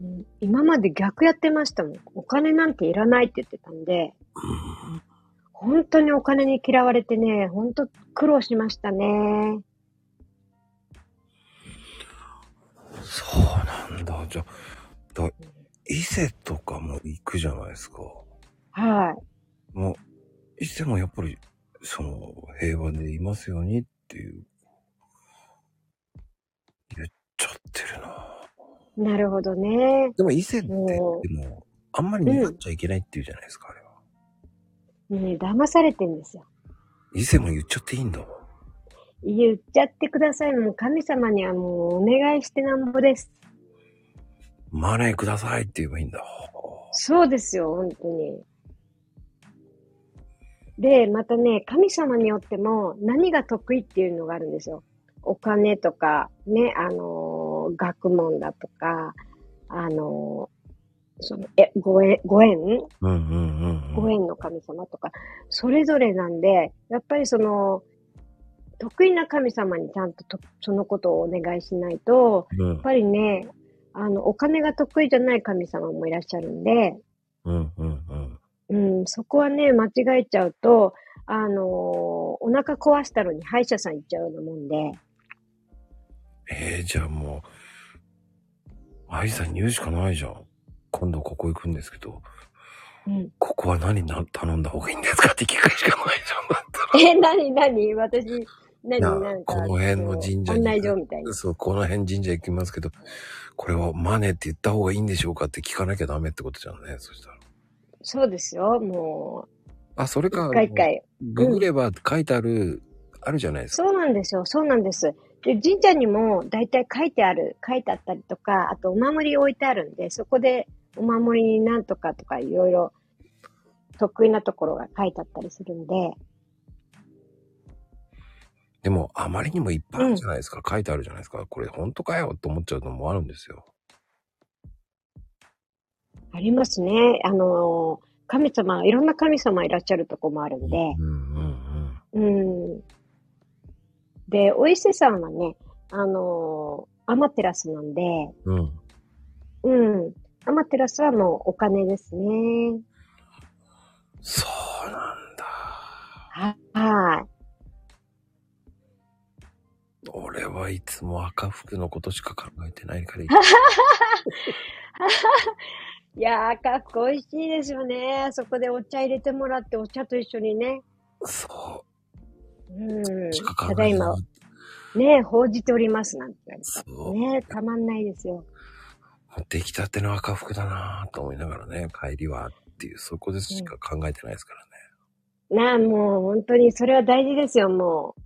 Speaker 3: うん今まで逆やってましたもん。お金なんていらないって言ってたんで、
Speaker 1: うん
Speaker 3: 本当にお金に嫌われてね、本当苦労しましたね。
Speaker 1: そうなんだ。じゃあ、だ伊勢とかも行くじゃないですか。
Speaker 3: はい。
Speaker 1: もう、伊勢もやっぱり、その、平和でいますようにっていう、言っちゃってるな。
Speaker 3: なるほどね。
Speaker 1: でも伊勢って、で
Speaker 3: も
Speaker 1: も、あんまり願っちゃいけないっていうじゃないですか、あれは。
Speaker 3: う、ね、騙されてんですよ。
Speaker 1: 伊勢も言っちゃっていいんだ。
Speaker 3: 言っちゃってください。もう神様にはもうお願いしてなんぼです。
Speaker 1: マネーくださいって言えばいいんだ。
Speaker 3: そうですよ、本当に。で、またね、神様によっても何が得意っていうのがあるんですよ。お金とか、ね、あのー学問だとか、あのーその、え、ご縁、ご縁
Speaker 1: うんうんうん、
Speaker 3: ご縁の神様とか、それぞれなんで、やっぱりその、得意な神様にちゃんととそのことをお願いしないと、
Speaker 1: う
Speaker 3: や
Speaker 1: ん
Speaker 3: っ。ぱりね、あの、お金が得意じゃない神様もいらっしゃるんで、
Speaker 1: うんうんうん。
Speaker 3: うん、そこはね、間違えちゃうと、あのーお腹壊したのに歯医者さん行っちゃうようなもんで、
Speaker 1: えー、じゃあもう、愛さんに言うしかないじゃん。今度ここ行くんですけど、
Speaker 3: うん、
Speaker 1: ここは何な頼んだ方がいいんですかって聞くしかないじゃん。
Speaker 3: え、なになに私、なに
Speaker 1: や
Speaker 3: なんか、
Speaker 1: この辺の神社に
Speaker 3: 案内所みたいな。
Speaker 1: そう、この辺神社行きますけど、これはマネーって言った方がいいんでしょうかって聞かなきゃダメってことじゃんね、そしたら。
Speaker 3: そうですよ、も
Speaker 1: あ、それ
Speaker 3: う、
Speaker 1: か
Speaker 3: 一、回一回。
Speaker 1: ググれば書いてある、あるじゃないですか。
Speaker 3: そうなんですよ、そうなんです。で、神社にも大体書いてある、書いてあったりとか、あとお守り置いてあるんで、そこでお守りになんとかとかいろいろ得意なところが書いてあったりするんで、
Speaker 1: でも、あまりにもいっぱいあるじゃないですか。書いてあるじゃないですか。これ本当かよと思っちゃうのもあるんですよ。
Speaker 3: ありますね。あのー、神様、いろんな神様いらっしゃるとこもあるんで、
Speaker 1: うんうん
Speaker 3: うん。で、お伊勢さんはね、あのー、アマテラスなんで、
Speaker 1: うん。うん。
Speaker 3: うん。アマテラスはもうお金ですね。
Speaker 1: そうなんだ。
Speaker 3: は、はい。
Speaker 1: 俺はいつも赤服のことしか考えてないから。
Speaker 3: いやー、かっこいいしいですよね。そこでお茶入れてもらって、お茶と一緒にね。
Speaker 1: そ
Speaker 3: うん。
Speaker 1: う。しか考
Speaker 3: た
Speaker 1: えて
Speaker 3: だいま
Speaker 1: ない。、
Speaker 3: ね、報じておりますなんて言われて
Speaker 1: そう。
Speaker 3: ね、たまんないですよ。
Speaker 1: 出来たての赤服だなぁと思いながらね、帰りはっていう、そこでしか考えてないですからね。
Speaker 3: なあ、もう本当に、それは大事ですよ、もう。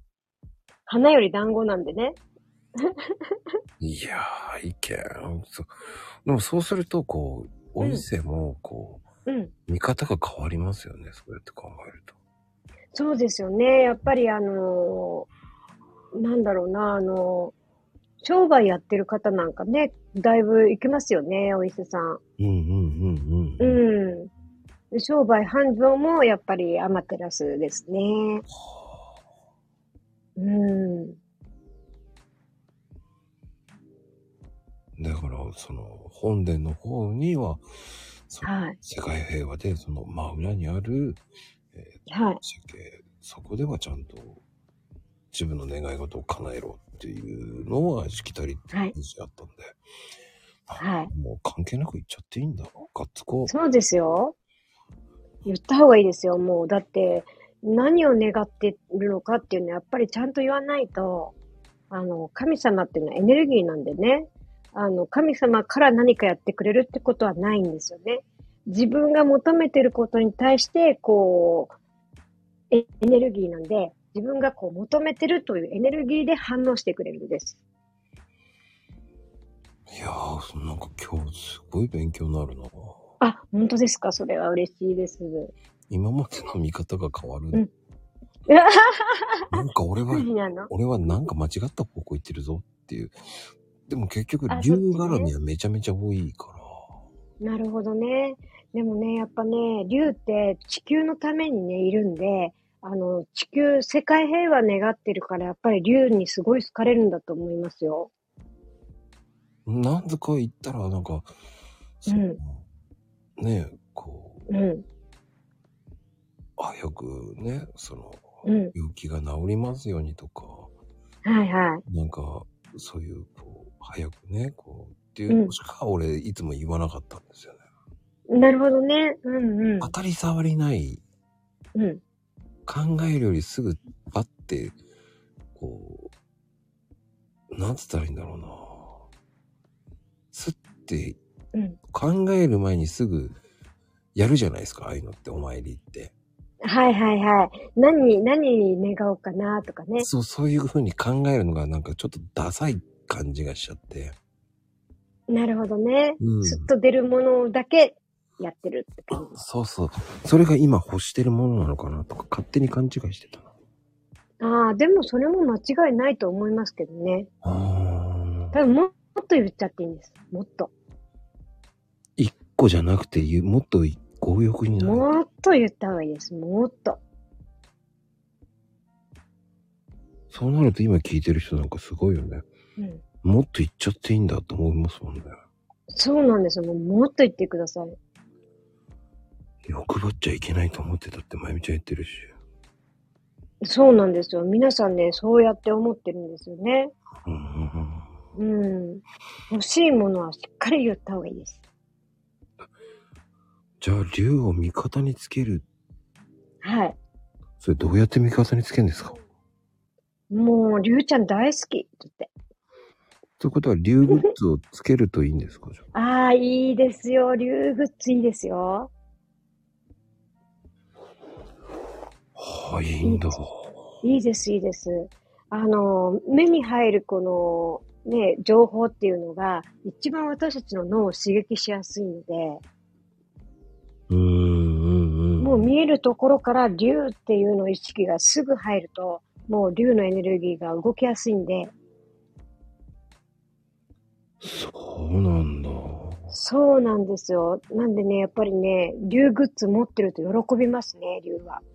Speaker 3: 花より団子なんでね。
Speaker 1: いやー、意見。そうでもそうすると、こう、お店も、こ
Speaker 3: うん。
Speaker 1: う、見方が変わりますよね、そうやって考えると。
Speaker 3: そうですよね。やっぱり、あのーなんだろうな、あのー商売やってる方なんかね、だいぶ行きますよね、お伊勢さん。
Speaker 1: うんうんうんうん。
Speaker 3: うん。で商売繁盛もやっぱりアマテラスですね。うん。
Speaker 1: の、その、本殿の方には、その
Speaker 3: はい。
Speaker 1: 世界平和で、その真裏にある、え
Speaker 3: はい。
Speaker 1: ー、けそこではちゃんと自分の願い事を叶えろっていうのはしきたりって
Speaker 3: はい
Speaker 1: 話あったんで、
Speaker 3: はい。
Speaker 1: もう関係なく行っちゃっていいんだ。ガッツこう。
Speaker 3: そうですよ。言った方がいいですよ。もう、だって、何を願ってるのかっていうのは、やっぱりちゃんと言わないと、あの、神様っていうのはエネルギーなんでね、あの、神様から何かやってくれるってことはないんですよね。自分が求めてることに対して、こう、エエネルギーなんで、自分がこう求めてるというエネルギーで反応してくれるんです。
Speaker 1: いやー、なんか今日すごい勉強になるな。
Speaker 3: あ、本当ですかそれは嬉しいです。
Speaker 1: 今までの見方が変わる。
Speaker 3: うん
Speaker 1: なんか俺 は、
Speaker 3: 何なの
Speaker 1: 俺はなんか間違った方向行ってるぞっていう。でも結局、
Speaker 3: あ
Speaker 1: 竜
Speaker 3: そっちね
Speaker 1: 絡みはめちゃめちゃ多いから。
Speaker 3: なるほどね。でもね、やっぱね、竜って地球のためにね、いるんで、あの、地球、世界平和願ってるから、やっぱり竜にすごい好かれるんだと思いますよ。
Speaker 1: なんとか言ったら、なんか、そのねえ、こう、
Speaker 3: うん、
Speaker 1: 早くね、その、
Speaker 3: うん。
Speaker 1: 病気が治りますようにとか、
Speaker 3: はいはい。
Speaker 1: なんか、そういう、こう、早くね、こう、っていうのしか俺、いつも言わなかったんですよね。
Speaker 3: なるほどね。うんうん
Speaker 1: 当。たり障りない、
Speaker 3: うん。
Speaker 1: 考えるよりすぐ、ばって、こう、なんつったらいいんだろうな。すって、
Speaker 3: うん。
Speaker 1: 考える前にすぐ、やるじゃないですか、ああいうのって、お参りって。
Speaker 3: はいはいはい。何、何に願おうかなとかね。
Speaker 1: そう、そういう風に考えるのがなんかちょっとダサい感じがしちゃって。
Speaker 3: なるほどね。
Speaker 1: うん
Speaker 3: すっと出るものだけやってるって感じ。
Speaker 1: そうそう。それが今欲してるものなのかなとか勝手に勘違いしてたな。
Speaker 3: ああ、でもそれも間違いないと思いますけどね。
Speaker 1: あー
Speaker 3: 多分もっと言っちゃっていいんです。もっと。
Speaker 1: 一個じゃなくて、ゆもっと強欲になる。
Speaker 3: もっと言った方がいいです。もっと。
Speaker 1: そうなると今聞いてる人なんかすごいよね。
Speaker 3: うん、
Speaker 1: もっといっちゃっていいんだと思いますもんね。
Speaker 3: そうなんですよ。もうもっと言ってください。
Speaker 1: 欲張っちゃいけないと思ってたってまゆみちゃん言ってるし。
Speaker 3: そうなんですよ。皆さんね、そうやって思ってるんですよね。
Speaker 1: うんうんうん
Speaker 3: うん。欲しいものはしっかり言った方がいいです。
Speaker 1: じゃあ竜を味方につける。
Speaker 3: はい。
Speaker 1: それどうやって味方につけるんですか
Speaker 3: もう、りゅうちゃん大好きって言って。
Speaker 1: ということは竜グッズをつけるといいんですかじゃあ
Speaker 3: ああ、いいですよ。りゅうグッズいいですよ。
Speaker 1: はあ、いいんだ。
Speaker 3: いいです、いいです。あの、目に入るこの、ね、情報っていうのが、一番私たちの脳を刺激しやすいので、
Speaker 1: うーん、うん、うん。
Speaker 3: もう見えるところから竜っていうの意識がすぐ入ると、もう竜のエネルギーが動きやすいんで、
Speaker 1: そうなんだ。
Speaker 3: そうなんですよ。なんでね、やっぱりね、竜グッズ持ってると喜びますね、竜は。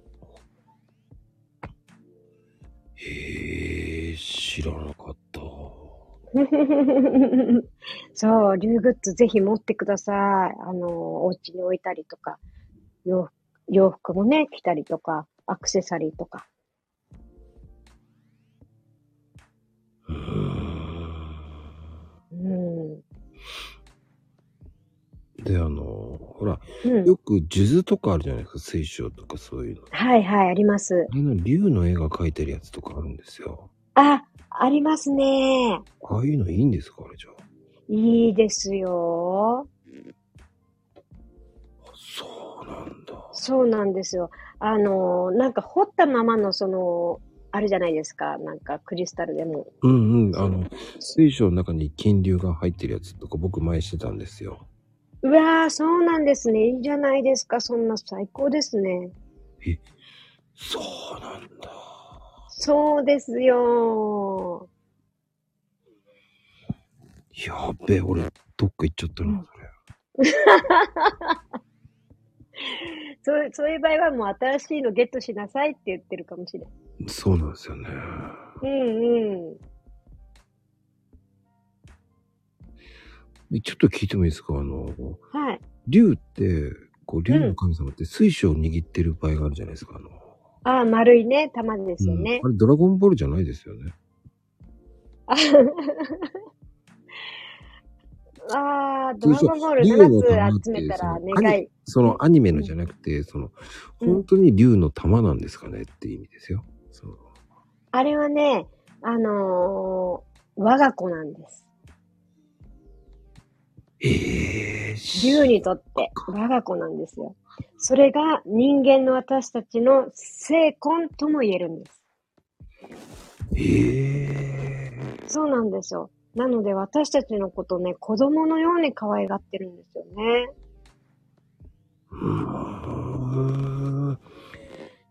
Speaker 1: へえ、知らなかった。
Speaker 3: そう、竜グッズぜひ持ってください。あの、お家に置いたりとか、洋服洋服もね、着たりとか、アクセサリーとか。
Speaker 1: うーん。
Speaker 3: うん。
Speaker 1: で、あの、ほら、
Speaker 3: うん
Speaker 1: よ。く数珠とかあるじゃないですか、水晶とかそういうの。
Speaker 3: はいはい、あります。
Speaker 1: あれの竜の絵が描いてるやつとかあるんですよ。
Speaker 3: あ、ありますね。
Speaker 1: ああいうのいいんですかあれじゃあ。
Speaker 3: いいですよ。
Speaker 1: そうなんだ。
Speaker 3: そうなんですよ。あのー、なんか掘ったままの、その、あるじゃないですか。なんかクリスタルでも。
Speaker 1: うんうん。あの、水晶の中に金龍が入ってるやつとか僕前してたんですよ。
Speaker 3: うわー、そうなんですね。いいじゃないですか。そんな最高ですね。
Speaker 1: そうなんだ。
Speaker 3: そうですよ
Speaker 1: やっべえ、俺、どっか行っちゃったな、それ。
Speaker 3: ー。そう、そういう場合はもう新しいのゲットしなさいって言ってるかもしれない。
Speaker 1: そうなんですよね。
Speaker 3: うんうん。
Speaker 1: ちょっと聞いてもいいですかあの、
Speaker 3: はい。
Speaker 1: 竜って、こう、竜の神様って水晶を握ってる場合があるじゃないですか。あの、
Speaker 3: ああ、丸いね、玉ですよね
Speaker 1: うん。あれドラゴンボールじゃないですよね。
Speaker 3: ああ、ド
Speaker 1: そうそ
Speaker 3: ラ
Speaker 1: う
Speaker 3: ゴンボール
Speaker 1: 竜の
Speaker 3: 7
Speaker 1: 玉っ
Speaker 3: つ
Speaker 1: て
Speaker 3: 集めたら
Speaker 1: その
Speaker 3: 願い。
Speaker 1: そのアニメのじゃなくて、その、
Speaker 3: うん
Speaker 1: 本当に竜の玉なんですかねっていう意味ですよ。そう。
Speaker 3: あれはね、あのー我が子なんです。
Speaker 1: ええー。
Speaker 3: 竜にとって我が子なんですよ。それが人間の私たちの精魂とも言えるんです。
Speaker 1: ええ
Speaker 3: そうなんですよ。なので私たちのことね、子供のように可愛がってるんですよね。
Speaker 1: うーん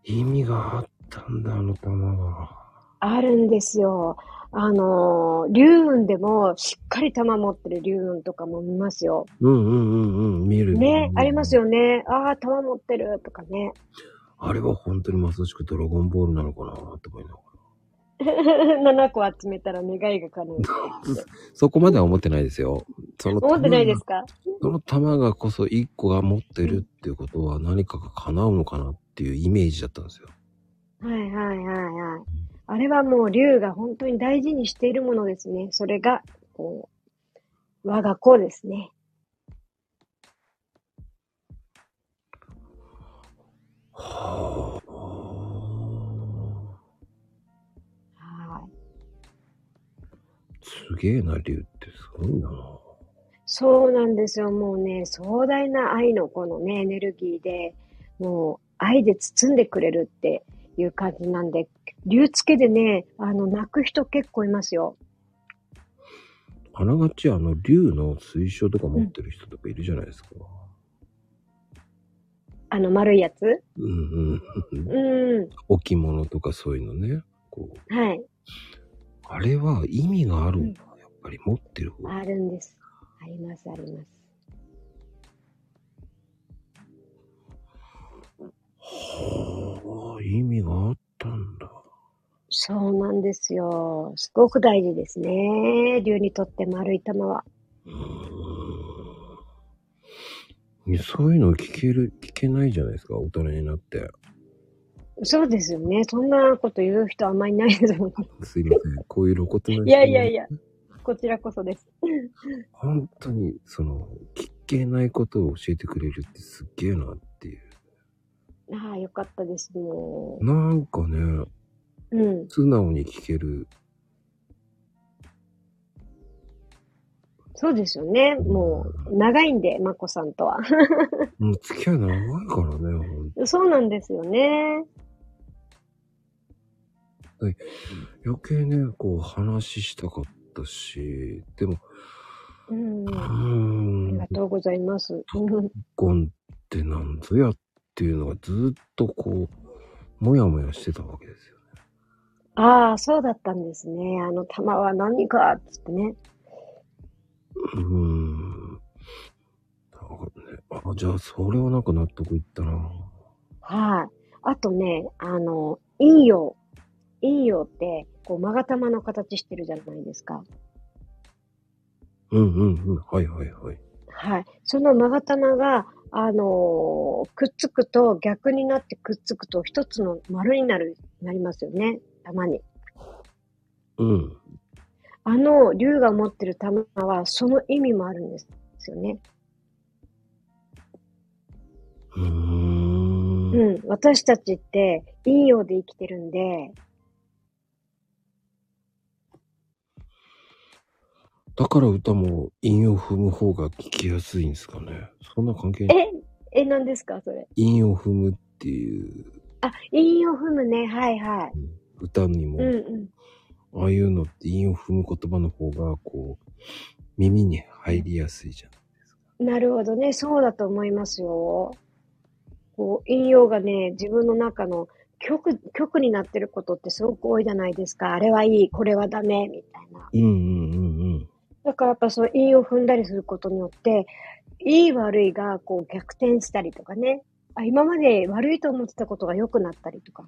Speaker 1: 意味があったんだ、あの玉が。
Speaker 3: あるんですよ。あのー、竜雲でもしっかり玉持ってる竜雲とかも見ますよ。
Speaker 1: うんうんうんうん、見る。
Speaker 3: ね、あります
Speaker 1: よ。
Speaker 3: よね。ああ、玉持ってるとかね。
Speaker 1: あれは本当にまさしくドラゴンボールなのかなと思いながら。
Speaker 3: 7個集めたら願いが叶う。
Speaker 1: そこまでは思ってないですよ。その
Speaker 3: 思ってないですすか
Speaker 1: その玉がこそ一個が持ってるっていうことは何かが叶うのかなっていうイメージだったんですよ。
Speaker 3: はいはいはいはい。あれはもう竜が本当に大事にしているものですね。それが、こう、我が子ですね。
Speaker 1: は
Speaker 3: はい。
Speaker 1: あ。すげえな、竜ってすごいな。
Speaker 3: そうなんですよ。もうね、壮大な愛のこのね、エネルギーで、もう愛で包んでくれるっていう感じなんで、竜付けでね、あの、泣く人結構いますよ。
Speaker 1: あながちあの竜の水晶とか持ってる人とかいるじゃないですか。
Speaker 3: あの、丸いやつ。
Speaker 1: うんうん。
Speaker 3: うん。
Speaker 1: 置物とかそういうのね。こう。
Speaker 3: はい。
Speaker 1: あれは意味があるんだ。やっぱり持ってる方が。
Speaker 3: あるんです。あります、あります。
Speaker 1: はあ、意味があったんだ。
Speaker 3: そうなんですよ。すごく大事ですね。竜にとって丸い玉は。
Speaker 1: うーんそういうの聞ける、聞けないじゃないですか、大人になって。
Speaker 3: そうですよね。そんなこと言う人あんまりいないですもん。
Speaker 1: すいません、こういう露骨な人
Speaker 3: いやいやいや。こちらこそです。
Speaker 1: 本当に、その、聞けないことを教えてくれるってすっげえなっていう。
Speaker 3: ああ、よかったです。も
Speaker 1: なんかね、
Speaker 3: う。うん。
Speaker 1: 素直に聞ける。
Speaker 3: そうですよね。もう、長いんで、まこさんとは。
Speaker 1: もう付き合い長いからね、ほん
Speaker 3: そうなんですよね。
Speaker 1: 余計ね、こう話したかったし、でも、
Speaker 3: うん。
Speaker 1: うー
Speaker 3: あり
Speaker 1: ん
Speaker 3: が、とうございます。うん
Speaker 1: ゴンってなんぞやっていうのがずーっとこう、もやもやしてたわけですよ。
Speaker 3: ああ、そうだったんですね。あの玉は何かっつってね。
Speaker 1: うーん。なんかね、あ、じゃあ、それはなんか納得いったな。
Speaker 3: はい。あとね、あの、陰陽。陰陽って、こう、勾玉の形してるじゃないですか。
Speaker 1: うんうんうん。はいはいはい。
Speaker 3: はい。その勾玉が、あのーくっつくと逆になってくっつくと一つの丸になる、なりますよね。玉に。
Speaker 1: うん。
Speaker 3: あの、竜が持ってる玉は、その意味もあるんですよね。
Speaker 1: うー。
Speaker 3: うんん。私たちって、陰陽で生きてるんで、
Speaker 1: だから歌も韻を踏む方が聞きやすいんですかね。そんな関係ない。
Speaker 3: ええ、何ですかそれ。
Speaker 1: 韻を踏むっていう
Speaker 3: あ、陰陽踏むね。はいはい。
Speaker 1: 歌にも、
Speaker 3: うんうん。
Speaker 1: ああいうのって韻を踏む言葉の方が、こう、耳に入りやすいじゃん。
Speaker 3: なるほどね。そうだと思いますよ。こう、引用がね、自分の中の曲、曲になってることってすごく多いじゃないですか。あれはいい、これはダメ、みたいな。
Speaker 1: うんうんうんうん。
Speaker 3: だからやっぱその引用を踏んだりすることによって、いい悪いがこう逆転したりとかね。あ今まで悪いと思ってたことが良くなったりとか。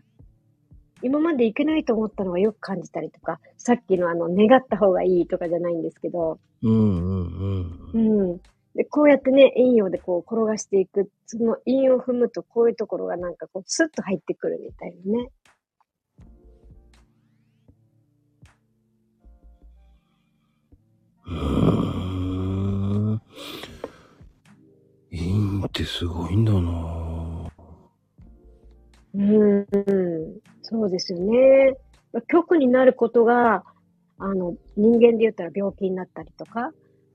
Speaker 3: 今までいけないと思ったのがよく感じたりとか、さっきのあの、願った方がいいとかじゃないんですけど、
Speaker 1: うんうん
Speaker 3: う
Speaker 1: うん。
Speaker 3: ん。で、こうやってね、陰陽でこう転がしていく、その陰を踏むとこういうところがなんかこう、スッと入ってくるみたいなね。
Speaker 1: うーん。陰ってすごいんだなぁ
Speaker 3: うん、そうですよね。極になることが、あの、人間で言ったら病気になったりとか、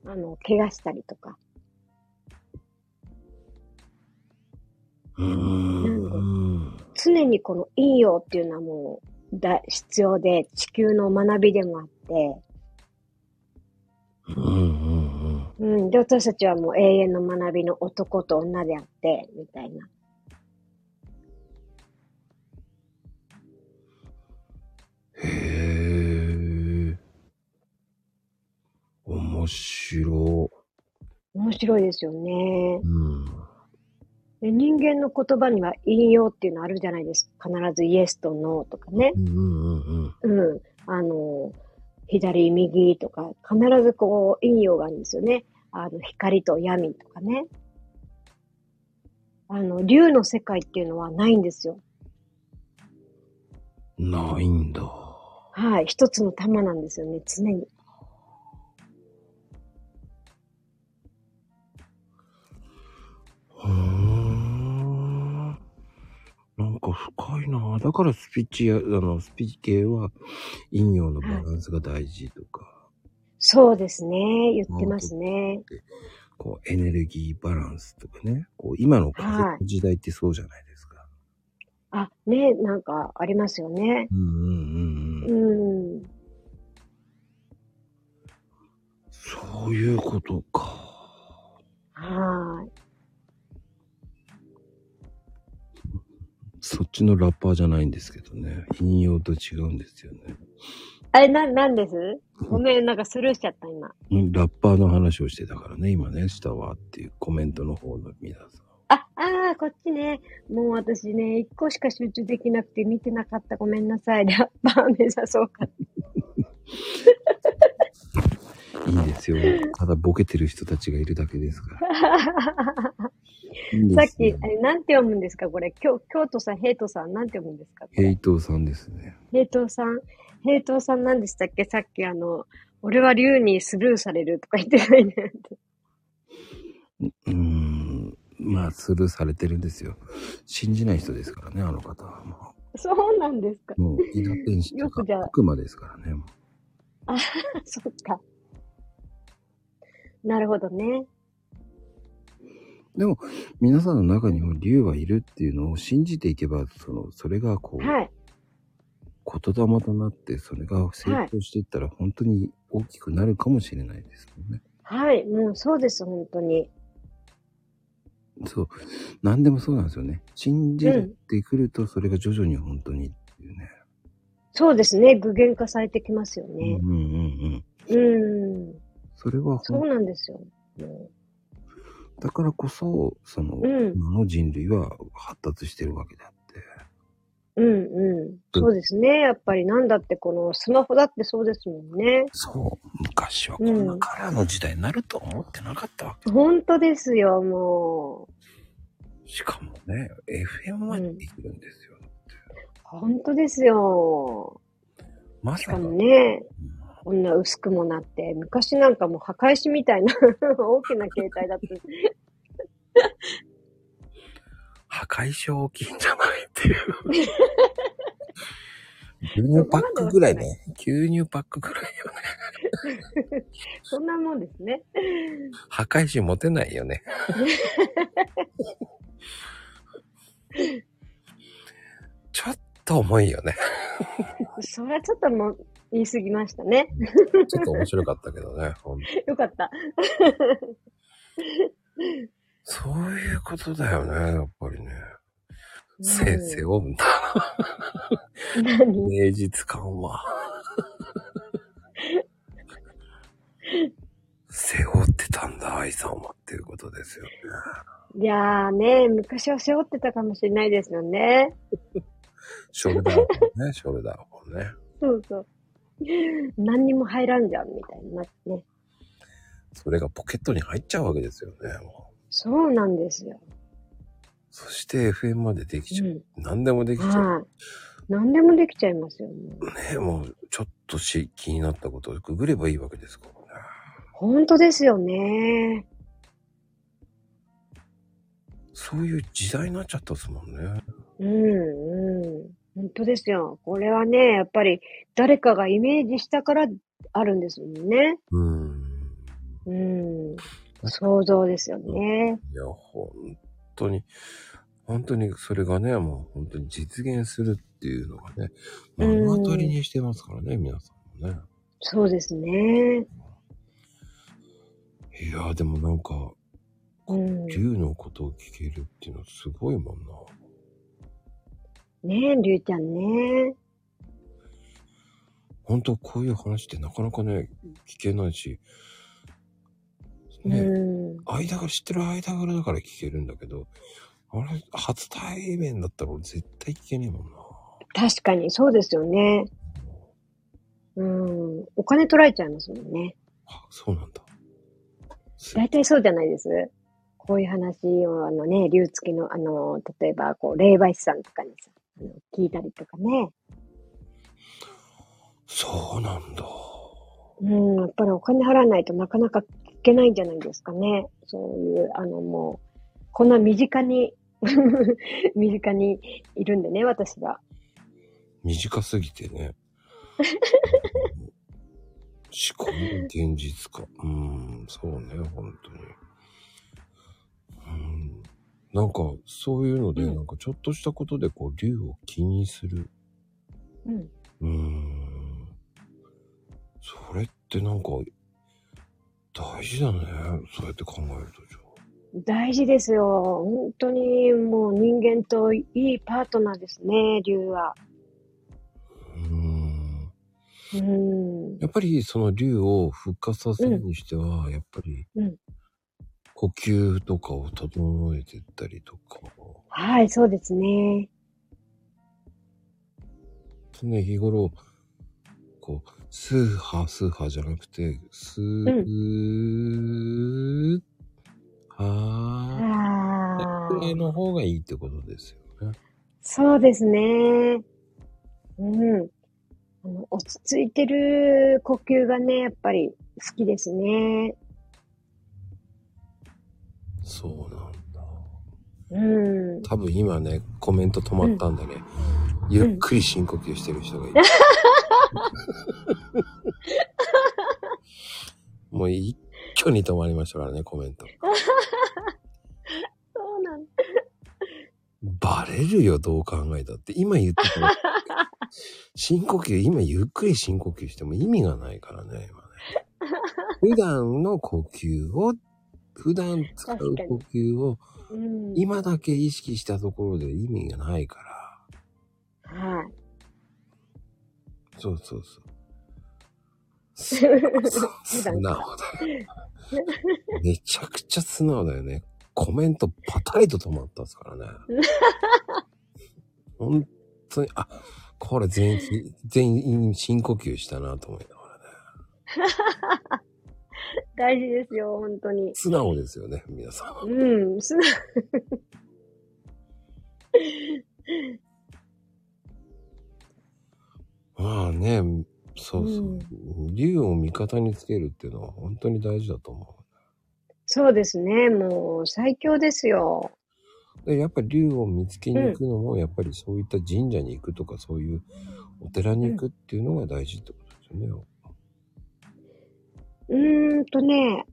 Speaker 3: あの、怪我したりとか。
Speaker 1: うーん。
Speaker 3: 常にこの陰陽っていうのはもうだ必要で、地球の学びでもあって、
Speaker 1: うんうん
Speaker 3: うん、で、私たちはもう永遠の学びの男と女であって、みたいな。
Speaker 1: うん。へえ。面白。
Speaker 3: 面白いですよね。
Speaker 1: うん。
Speaker 3: で人間の言葉には引用っていうのあるじゃないですか。必ずイエスとノーとかね
Speaker 1: う。んうんうんうん。
Speaker 3: うん。あの、左、右とか、必ずこう、引用があるんですよね。あの、光と闇とかね。あの、竜の世界っていうのはないんですよ。
Speaker 1: ないんだ。
Speaker 3: はい。一つの玉なんですよね、常に。
Speaker 1: うーん。なんか深いなだからスピッチや、あの、スピッチ系は、陰陽のバランスが大事とか、
Speaker 3: そうですね。言ってますね。
Speaker 1: こう、エネルギーバランスとかね、こう、今の風
Speaker 3: は
Speaker 1: の時代ってそうじゃないですか。
Speaker 3: あ、ね、なんかありますよね。
Speaker 1: うんうんうん
Speaker 3: う
Speaker 1: うん。
Speaker 3: ん。
Speaker 1: そういうことか。
Speaker 3: はい。
Speaker 1: そっちのラッパーじゃないんですけどね。陰陽と違うんですよね。
Speaker 3: あれ、な、なんですごめん、なんかスルーしちゃった、今。
Speaker 1: うんラッパーの話をしてたからね、今ね、下はっていうコメントの方の皆さん。
Speaker 3: あ、ああ、こっちね。もう私ね、一個しか集中できなくて見てなかった。ごめんなさい。ラッパー目指そうか。
Speaker 1: いいですよ。ただボケてる人たちがいるだけですから。いい
Speaker 3: さ
Speaker 1: で
Speaker 3: っ
Speaker 1: す
Speaker 3: き、
Speaker 1: ね
Speaker 3: あれ、なんて読むんですかこれ。京京都さん、平都さん、なんて読むんですかこ
Speaker 1: ヘ
Speaker 3: れ
Speaker 1: イトさんですね。
Speaker 3: 平都さん、平都さんなんでしたっけさっきあの、俺は竜にスルーされるとか言ってないね。
Speaker 1: うーん。まあ、スルーされてるんですよ。信じない人ですからね、あの方は。も
Speaker 3: そうなんですか
Speaker 1: う、もうイラ天使と
Speaker 3: よ
Speaker 1: か
Speaker 3: くじゃあ
Speaker 1: 悪魔ですからね。
Speaker 3: そっか。なるほどね。
Speaker 1: でも、皆さんの中にも竜はいるっていうのを信じていけば、その、それがこう、
Speaker 3: はい。
Speaker 1: 言霊となって、それが成長していったら、本当に大きくなるかもしれないですよね。
Speaker 3: はい。もうそうです、本当に。
Speaker 1: そう。何でもそうなんですよね。信じてくると、それが徐々に本当にっていうね。
Speaker 3: そうですね。具現化されてきますよね。
Speaker 1: うんうんうん。
Speaker 3: うん。
Speaker 1: それは
Speaker 3: そう
Speaker 1: 本
Speaker 3: なんですよ。も
Speaker 1: 当だからこそ、その、
Speaker 3: ううん。
Speaker 1: 今の人類は発達してるわけであって。
Speaker 3: うんうん。そうですね。やっぱりなんだってこのスマホだってそうですもんね。
Speaker 1: そう。昔はこんなカラーの時代になると思ってなかったわけ。
Speaker 3: 本当ですよ、もう。
Speaker 1: しかもね、FM までできるんですよ。
Speaker 3: 本当ですよ。
Speaker 1: ま
Speaker 3: し
Speaker 1: さ
Speaker 3: か
Speaker 1: に
Speaker 3: も。ね、こんな薄くもなって、昔なんかもう墓石みたいな 大きな携帯だった。
Speaker 1: 破壊症大きいんじゃないっていう。 牛乳パックぐらいね。牛乳パックぐらいよね。
Speaker 3: そんなもんですね。
Speaker 1: 破壊心持てないよね。ちょっと重いよね。
Speaker 3: それはちょっともう言い過ぎましたね。
Speaker 1: ちょっと面白かったけどね。ほんと
Speaker 3: よかった。
Speaker 1: そういうことだよね、やっぱりね。
Speaker 3: うん
Speaker 1: 先生をんだ。
Speaker 3: 何
Speaker 1: 芸術感は。背負ってたんだ、愛さんはっていうことですよね。
Speaker 3: いやーね、昔は背負ってたかもしれないですよね。
Speaker 1: ショルダーホンね、ショルダーホンね。
Speaker 3: そうそう。 何にも入らんじゃん、みたいになってね。
Speaker 1: それがポケットに入っちゃうわけですよね。もう
Speaker 3: そうなんですよ。
Speaker 1: そして FM までできちゃう。
Speaker 3: うん
Speaker 1: 何でもできちゃう。
Speaker 3: はい。何でもできちゃいますよ、ね。
Speaker 1: ね、もう、ちょっとし気になったことをググればいいわけですからね。
Speaker 3: 本当ですよね。
Speaker 1: そういう時代になっちゃったですもんね。
Speaker 3: うん、うん。本当ですよ。これはね、やっぱり誰かがイメージしたからあるんですもんね。
Speaker 1: うーん。
Speaker 3: うん。想像ですよね。
Speaker 1: いや、本当に、本当にそれがね、もう本当に実現するっていうのがね、目
Speaker 3: うん
Speaker 1: の当たりにしてますからね、皆さんもね。
Speaker 3: そうですね。
Speaker 1: いやー、でもなんか、
Speaker 3: うん。
Speaker 1: 竜のことを聞けるっていうのはすごいもんな。
Speaker 3: ねえ、りゅうちゃんね。
Speaker 1: 本当こういう話ってなかなかね、聞けないし、ね、
Speaker 3: うん。
Speaker 1: 間が知ってる間柄だから聞けるんだけど、あれ、初対面だったら俺絶対聞けねえもんな。
Speaker 3: 確かにそうですよね。うん。お金取られちゃいますもんね。
Speaker 1: あ、そうなんだ。す
Speaker 3: 大体そうじゃないです。こういう話を、あのね、竜付きの、あの、例えば、こう、霊媒師さんとかにさ、あの聞いたりとかね。
Speaker 1: そうなんだ。
Speaker 3: うん、やっぱりお金払わないとなかなか聞けないんじゃないですかね。そういう、あの、もう、こんな身近に、 身近にいるんでね、私が。
Speaker 1: 短すぎて ね。思考の現実か。うん、そうね、本当に。うん、なんか、そういうので、
Speaker 3: うん
Speaker 1: なんかちょっとしたことで、こう、竜を気にする。
Speaker 3: うん。
Speaker 1: うん。それってなんか、大事だね。そうやって考えると、じゃあ
Speaker 3: 大事ですよ。本当に、もう人間といいパートナーですね、竜は。
Speaker 1: うん。
Speaker 3: うん。
Speaker 1: やっぱりその竜を復活させるにしては、やっぱり
Speaker 3: うん、
Speaker 1: 呼吸とかを整えてったりとか、
Speaker 3: はい、そうですね。
Speaker 1: 常日頃、こう、スーハースーハーじゃなくて、スー、は
Speaker 3: あ
Speaker 1: ー、
Speaker 3: あ
Speaker 1: ぐ。らいの方がいいってことですよね。
Speaker 3: そうですね。うん。あの落ち着いてる呼吸がね、やっぱり好きですね。
Speaker 1: そうなんだ。
Speaker 3: うん。
Speaker 1: 多分今ね、コメント止まったんだね。ゆっくり深呼吸してる人がいる。もう一挙に止まりましたからね、コメント。
Speaker 3: そうなん
Speaker 1: バレるよ、どう考えたって。今言ってたら深呼吸、今ゆっくり深呼吸しても意味がないからね、今ね。普段の呼吸を、普段使う呼吸を、
Speaker 3: うん。
Speaker 1: 今だけ意識したところで意味がないから。
Speaker 3: は
Speaker 1: そうそうそう。
Speaker 3: い。
Speaker 1: す素
Speaker 3: 普段
Speaker 1: 直だよ。めちゃくちゃ素直だよね。コメントパタリと止まったんですから ね。本当に、あ、これ全員、全員深呼吸したなと思いながらね。
Speaker 3: 大事ですよ、本当に。
Speaker 1: 素直ですよね、皆さん。
Speaker 3: うん。す
Speaker 1: まあね、そうそう。竜を味方につけるっていうのは本当に大事だと思
Speaker 3: そうですね。もう最強ですよ。
Speaker 1: う。でやっぱり竜を見つけに行くのも、やっぱりそういった神社に行くとか、そういうお寺に行くっていうのが大事ってことですよね。
Speaker 3: うーんとね、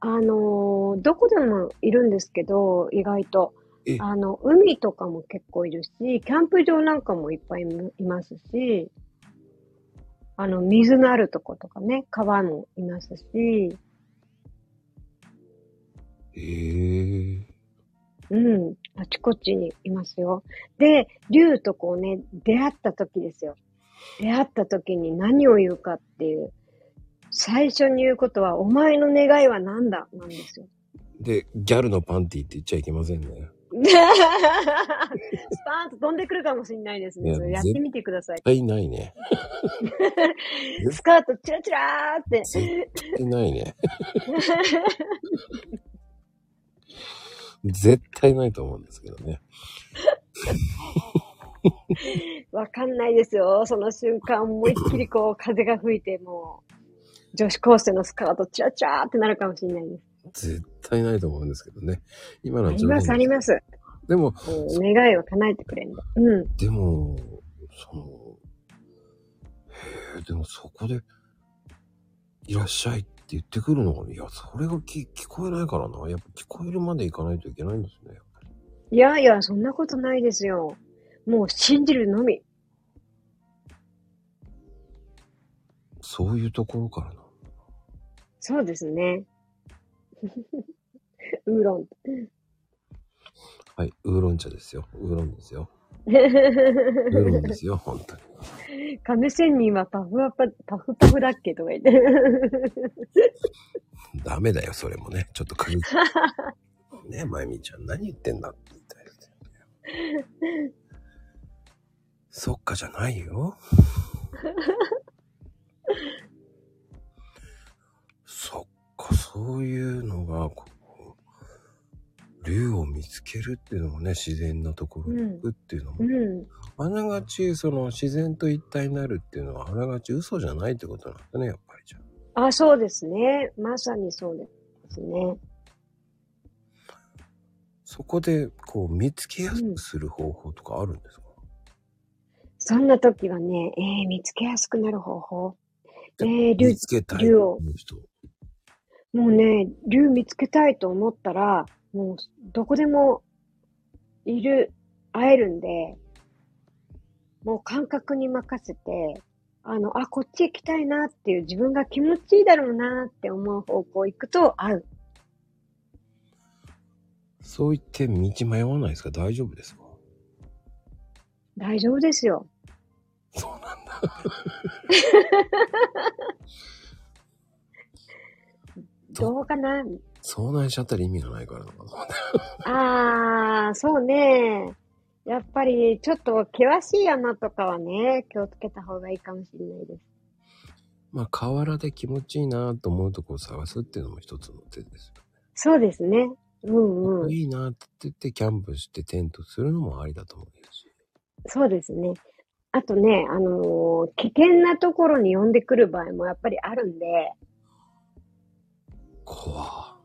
Speaker 3: あのーどこでもいるんですけど、意外と
Speaker 1: え。
Speaker 3: あの、海とかも結構いるし、キャンプ場なんかもいっぱいいますし、あの、水のあるとことかね、川もいますし、
Speaker 1: へえ。
Speaker 3: うん、あちこちにいますよ。で、竜とこうね、出会った時ですよ。出会った時に何を言うかっていう、最初に言うことは、お前の願いは何だなんですよ。
Speaker 1: で、ギャルのパンティって言っちゃいけませんね。
Speaker 3: うんスパーンと飛んでくるかもしれないですね。
Speaker 1: いや
Speaker 3: それやってみてください。
Speaker 1: 対ないね。
Speaker 3: スカートチラチラーって。
Speaker 1: 絶対ない ね。絶対ないと思うんですけどね。
Speaker 3: わかんないですよ。その瞬間、思いっきりこう、風が吹いて、もう、女子高生のスカート、チラチラーってなるかもしれないです。
Speaker 1: 絶対ないと思うんですけどね。今の
Speaker 3: あ
Speaker 1: は
Speaker 3: ります、あります。
Speaker 1: でも、
Speaker 3: うん願いを叶えてくれるんだ。うん。
Speaker 1: でも、その、へえ、でもそこで、いらっしゃいって言ってくるのかないや、それがき聞こえないからな。やっぱ聞こえるまで行かないといけないんですね。
Speaker 3: いやいや、そんなことないですよ。もう信じるのみ。
Speaker 1: そういうところからな。
Speaker 3: そうですね。 ウーロン。
Speaker 1: はい、ウーロン茶ですよ。ウーロンですよ。ウーロンですよ、本当に。
Speaker 3: 亀仙人はパフアパ、パフパフだっけとか言って。
Speaker 1: ダメだよ、それもね。ちょっとかねまゆみちゃん、何言ってんだって言いたいですよねそっかじゃないよ。そっか、そういうのが、こう、竜を見つけるっていうのもね、自然なところに行くっていうのも、
Speaker 3: うん。
Speaker 1: あながち、その自然と一体になるっていうのは、あながち嘘じゃないってことなんだね、やっぱりじゃあ
Speaker 3: あ、そうですね。まさにそうですね。
Speaker 1: そこで、こう、見つけやすくする方法とかあるんですか、
Speaker 3: そんな時はね、えー、見つけやすくなる方法。えー、
Speaker 1: 見
Speaker 3: 竜、
Speaker 1: つけたい
Speaker 3: 竜を
Speaker 1: 人。
Speaker 3: もうね、竜見つけたいと思ったら、もう、どこでも、いる、会えるんで、もう感覚に任せて、あの、あ、こっち行きたいなっていう、自分が気持ちいいだろうなって思う方向行くと会う。
Speaker 1: そう言って道迷わないですか大丈夫ですか
Speaker 3: 大丈夫ですよ。
Speaker 1: そうなん だ。
Speaker 3: どうかな
Speaker 1: 遭難しちゃったら意味がないからなのかな。
Speaker 3: あー、そうね。やっぱり、ちょっと険しい山とかはね、気をつけた方がいいかもしれないです。
Speaker 1: まあ、河原で気持ちいいなと思うとこを探すっていうのも一つの手ですよ。
Speaker 3: そうですね。うんうん。
Speaker 1: いいなって言って、キャンプしてテントするのもありだと思うし。
Speaker 3: そうですね。あとね、あのー危険なところに呼んでくる場合もやっぱりあるんで、
Speaker 1: 怖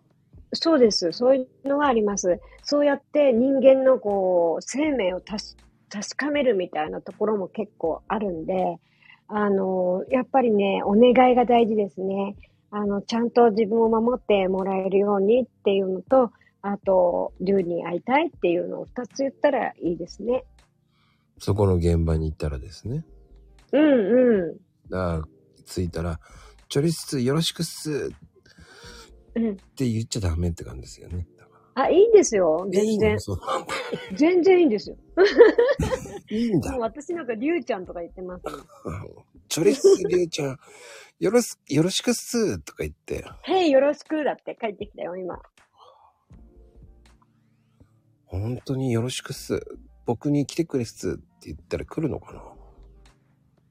Speaker 3: そうです。そういうのはあります。そうやって人間のこう、生命をたし確かめるみたいなところも結構あるんで、あのーやっぱりね、お願いが大事ですね。あの、ちゃんと自分を守ってもらえるようにっていうのと、あと、竜に会いたいっていうのを二つ言ったらいいですね。
Speaker 1: そこの現場に行ったらですね。
Speaker 3: うんう
Speaker 1: だから、着いたら、チョリスよろしくっす
Speaker 3: ん。うん。
Speaker 1: って言っちゃダメって感じですよね。だから
Speaker 3: あ、いいんですよ。
Speaker 1: いい
Speaker 3: 全
Speaker 1: の
Speaker 3: 然。
Speaker 1: そうなんだ。
Speaker 3: 全然いいんですよ。
Speaker 1: いいんだ
Speaker 3: もう。私なんか、りゅうちゃんとか言ってます、
Speaker 1: チョリス、りゅうちゃん、よろす、よろしくっすとか言って、
Speaker 3: へい、よろしくだって帰ってきたよ、今。
Speaker 1: 本当によろしくっす。僕に来てくれっすって言ったら来るのかな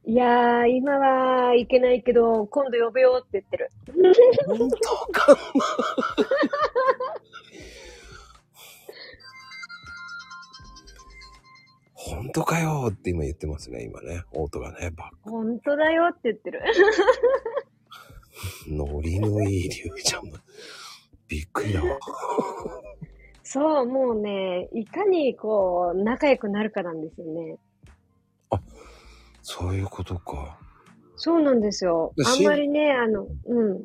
Speaker 1: い
Speaker 3: やー、今はいけないけど、今度呼ぶよって言ってる。
Speaker 1: 本当かな本当かよって今言ってますね、今ね。オートがね、バ
Speaker 3: 本当だよって言ってる。
Speaker 1: ッ、ノリのいいりゅうちゃんも。びっくりだわ。
Speaker 3: そう、もうね、いかにこう、仲良くなるかなんですよね。
Speaker 1: そういうことか。
Speaker 3: そうなんですよ。
Speaker 1: だ
Speaker 3: あ
Speaker 1: し
Speaker 3: んまりね、あの、うん。うん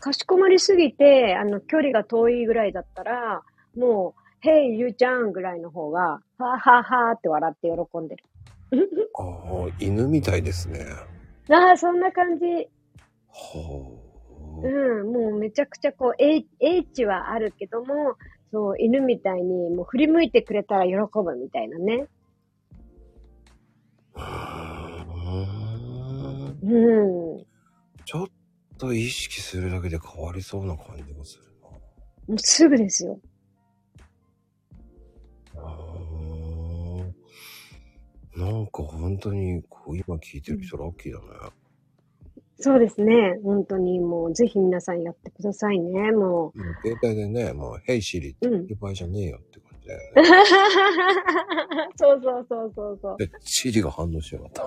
Speaker 3: かしこまりすぎて、あの、距離が遠いぐらいだったら、もう、へい、ゆうちゃんぐらいの方が、はあ、はあはあって笑って喜んでる。
Speaker 1: ああ、犬みたいですね。
Speaker 3: ああ、そんな感じ。
Speaker 1: はあ。
Speaker 3: うん、もうめちゃくちゃこう、英英知はあるけども、そう、犬みたいに、もう振り向いてくれたら喜ぶみたいなね。
Speaker 1: うん
Speaker 3: うん。も
Speaker 1: ちょっと意識するだけで変わりそうな感じがするな。
Speaker 3: うすぐですよ。
Speaker 1: なんか本当に、こう今聞いてる人ラッキーだね。
Speaker 3: そうですね。本当にもう、ぜひ皆さんやってくださいね。も
Speaker 1: もう携帯でね、もう、ヘイシリって
Speaker 3: う。う
Speaker 1: 言っ
Speaker 3: ん
Speaker 1: て。る場合じゃねえよって感じだ よね。
Speaker 3: そうそうそうそうそう。
Speaker 1: で、シリが反応しやがった。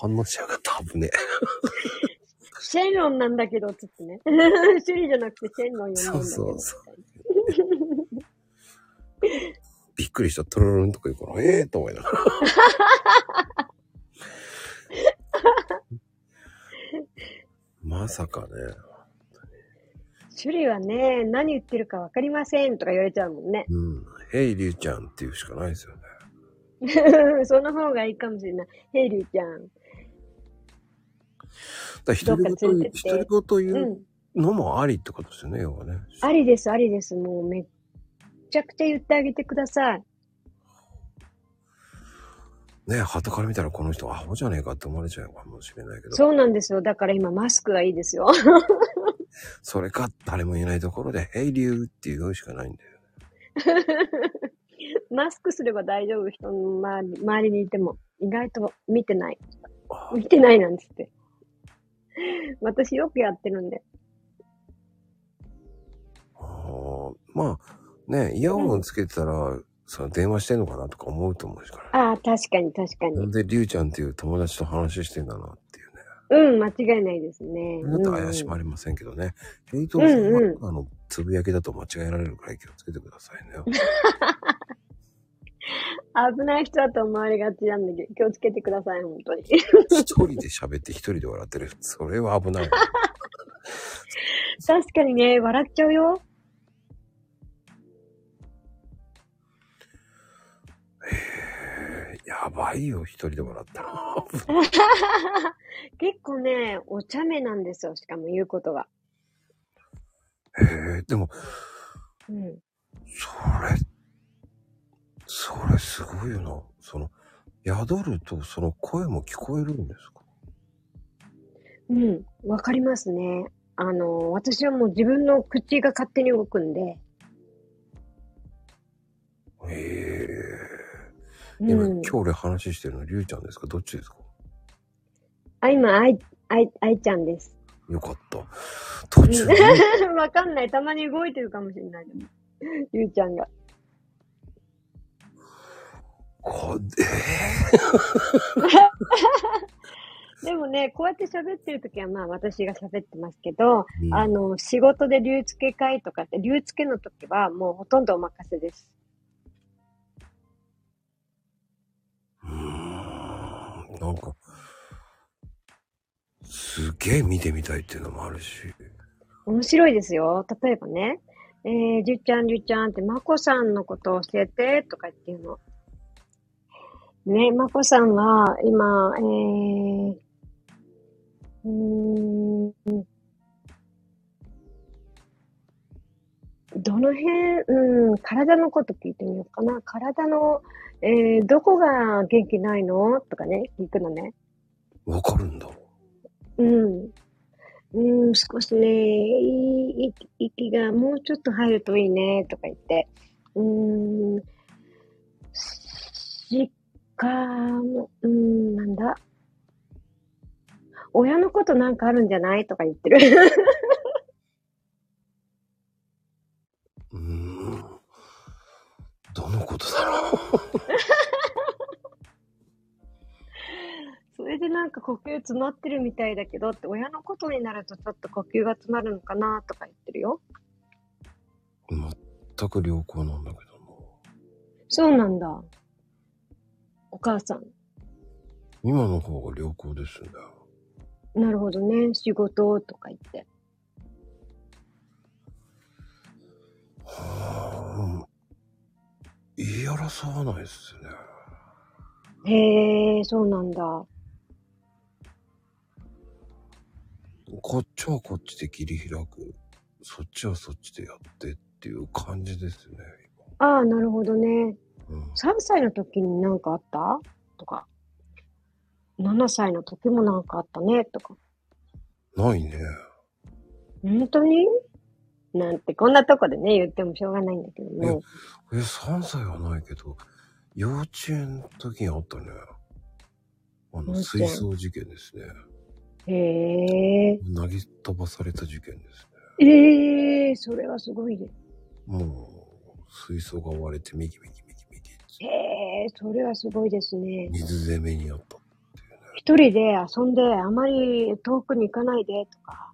Speaker 1: 反応しやがった、危ね
Speaker 3: シェンロンなんだけど、つってね。 シュリじゃなくてシェンロン呼んだんだけど。
Speaker 1: そうそえ。びっくりした、トロロンとか言うから、ええと思いな がら。まさかね。
Speaker 3: シュリはね、何言ってるかわかりませんとか言われちゃうもんね。
Speaker 1: うん。ヘイリュウちゃんっていうしかないですよね。
Speaker 3: その方がいいかもしれない。ヘイリーちゃん。
Speaker 1: だから独り
Speaker 3: どっか連
Speaker 1: 言
Speaker 3: れてって
Speaker 1: 独り言
Speaker 3: う。
Speaker 1: 言うんのもありってことですよね、要はね。
Speaker 3: ありです、ありです。もうめっちゃくちゃ言ってあげてください。
Speaker 1: ね、旗から見たらこの人、アホじゃねえかって思われちゃうかもしれないけど。
Speaker 3: そうなんですよ。だから今マスクがいいですよ。
Speaker 1: それか、誰もいないところで、ヘイリュウっていうしかないんだよ。
Speaker 3: マスクすれば大丈夫。人の周り周りにいても。意外と見てない。
Speaker 1: あ
Speaker 3: 見てないなんつって。私よくやってるんで。
Speaker 1: あーまあ、ね、イヤホンつけてたら、その電話してんのかなとか思うと思うしから。
Speaker 3: ああ、確かに確か
Speaker 1: なん
Speaker 3: に。
Speaker 1: で、リュウちゃんっていう友達と話してんだなっていうね。
Speaker 3: うん、間違いないですね。
Speaker 1: だと怪しまれませんけどね。ヘイトさん
Speaker 3: うんう
Speaker 1: は、あの、つぶやきだと間違えられるから気をつけてください ね。
Speaker 3: うん危ない人だと思われがちなんだけど、気をつけてください、本当に。
Speaker 1: 一人で喋って一人で笑ってる。それは危ない。
Speaker 3: 確かにね、笑っちゃうよ。
Speaker 1: やばいよ、一人で笑ったら。
Speaker 3: 結構ね、お茶目なんですよ、しかも言うことが。
Speaker 1: へえ、でも、
Speaker 3: うん。
Speaker 1: それ、それすごいよな。その、宿るとその声も聞こえるんですか
Speaker 3: うん、わかりますね。あの、私はもう自分の口が勝手に動くんで。
Speaker 1: ええ
Speaker 3: うん、
Speaker 1: 今、今日俺話してるの、りゅうちゃんですかどっちですか
Speaker 3: あ、今、あい、あい、あいちゃんです。
Speaker 1: よかった。途中 で、
Speaker 3: わかんない。たまに動いてるかもしれない。でもゆうちゃんが。
Speaker 1: こえ
Speaker 3: でもね、こうやって喋ってるときは、まあ私が喋ってますけど、
Speaker 1: え
Speaker 3: あの、仕事で流付け会とかって、流付けの時はもうほとんどお任せです。
Speaker 1: うーんなんか、すげえ見てみたいっていうのもあるし。
Speaker 3: 面白いですよ。例えばね、えー、じゅっちゃんじゅっちゃんって、まこさんのことを教えて、とか言っていうの。ね、まこさんは、今、えー、うーん、どの辺、うん、体のこと聞いてみようかな。体の、えー、どこが元気ないのとかね、聞くのね。
Speaker 1: わかるんだ。
Speaker 3: うん。うん、少しね、いい息息がもうちょっと入るといいね、とか言って。うーん、しかも、うーん、なんだ。親のことなんかあるんじゃないとか言ってる。
Speaker 1: うーん。どのことだろう。
Speaker 3: それでなんか呼吸詰まってるみたいだけどって、親のことになるとちょっと呼吸が詰まるのかな、とか言ってるよ。
Speaker 1: 全く良好なんだけども。
Speaker 3: そうなんだ。お母さん。
Speaker 1: 今の方が良好ですね。
Speaker 3: なるほどね。仕事とか言って。
Speaker 1: はあ言い争わないですね。
Speaker 3: へえ、そうなんだ。
Speaker 1: こっちはこっちで切り開く。そっちはそっちでやってっていう感じですね。
Speaker 3: ああ、なるほどね。
Speaker 1: 今うん
Speaker 3: 3歳の時になんかあったとか。7歳の時もなんかあったねとか。
Speaker 1: ないね。
Speaker 3: 本当になんて、こんなとこでね、言ってもしょうがないんだけども。
Speaker 1: え、3歳はないけど、幼稚園の時にあったね。あ
Speaker 3: 幼
Speaker 1: の、
Speaker 3: 稚
Speaker 1: 水
Speaker 3: 園
Speaker 1: 槽事件ですね。
Speaker 3: へえ。
Speaker 1: 投げ飛ばされた事件ですね。
Speaker 3: ええそれはすごいです。
Speaker 1: もう、水槽が割れて、ミキミキミキミキって。
Speaker 3: へえ、それはすごいですね。
Speaker 1: 水攻めにあったっていうね。
Speaker 3: 一人で遊んで、あまり遠くに行かないでとか、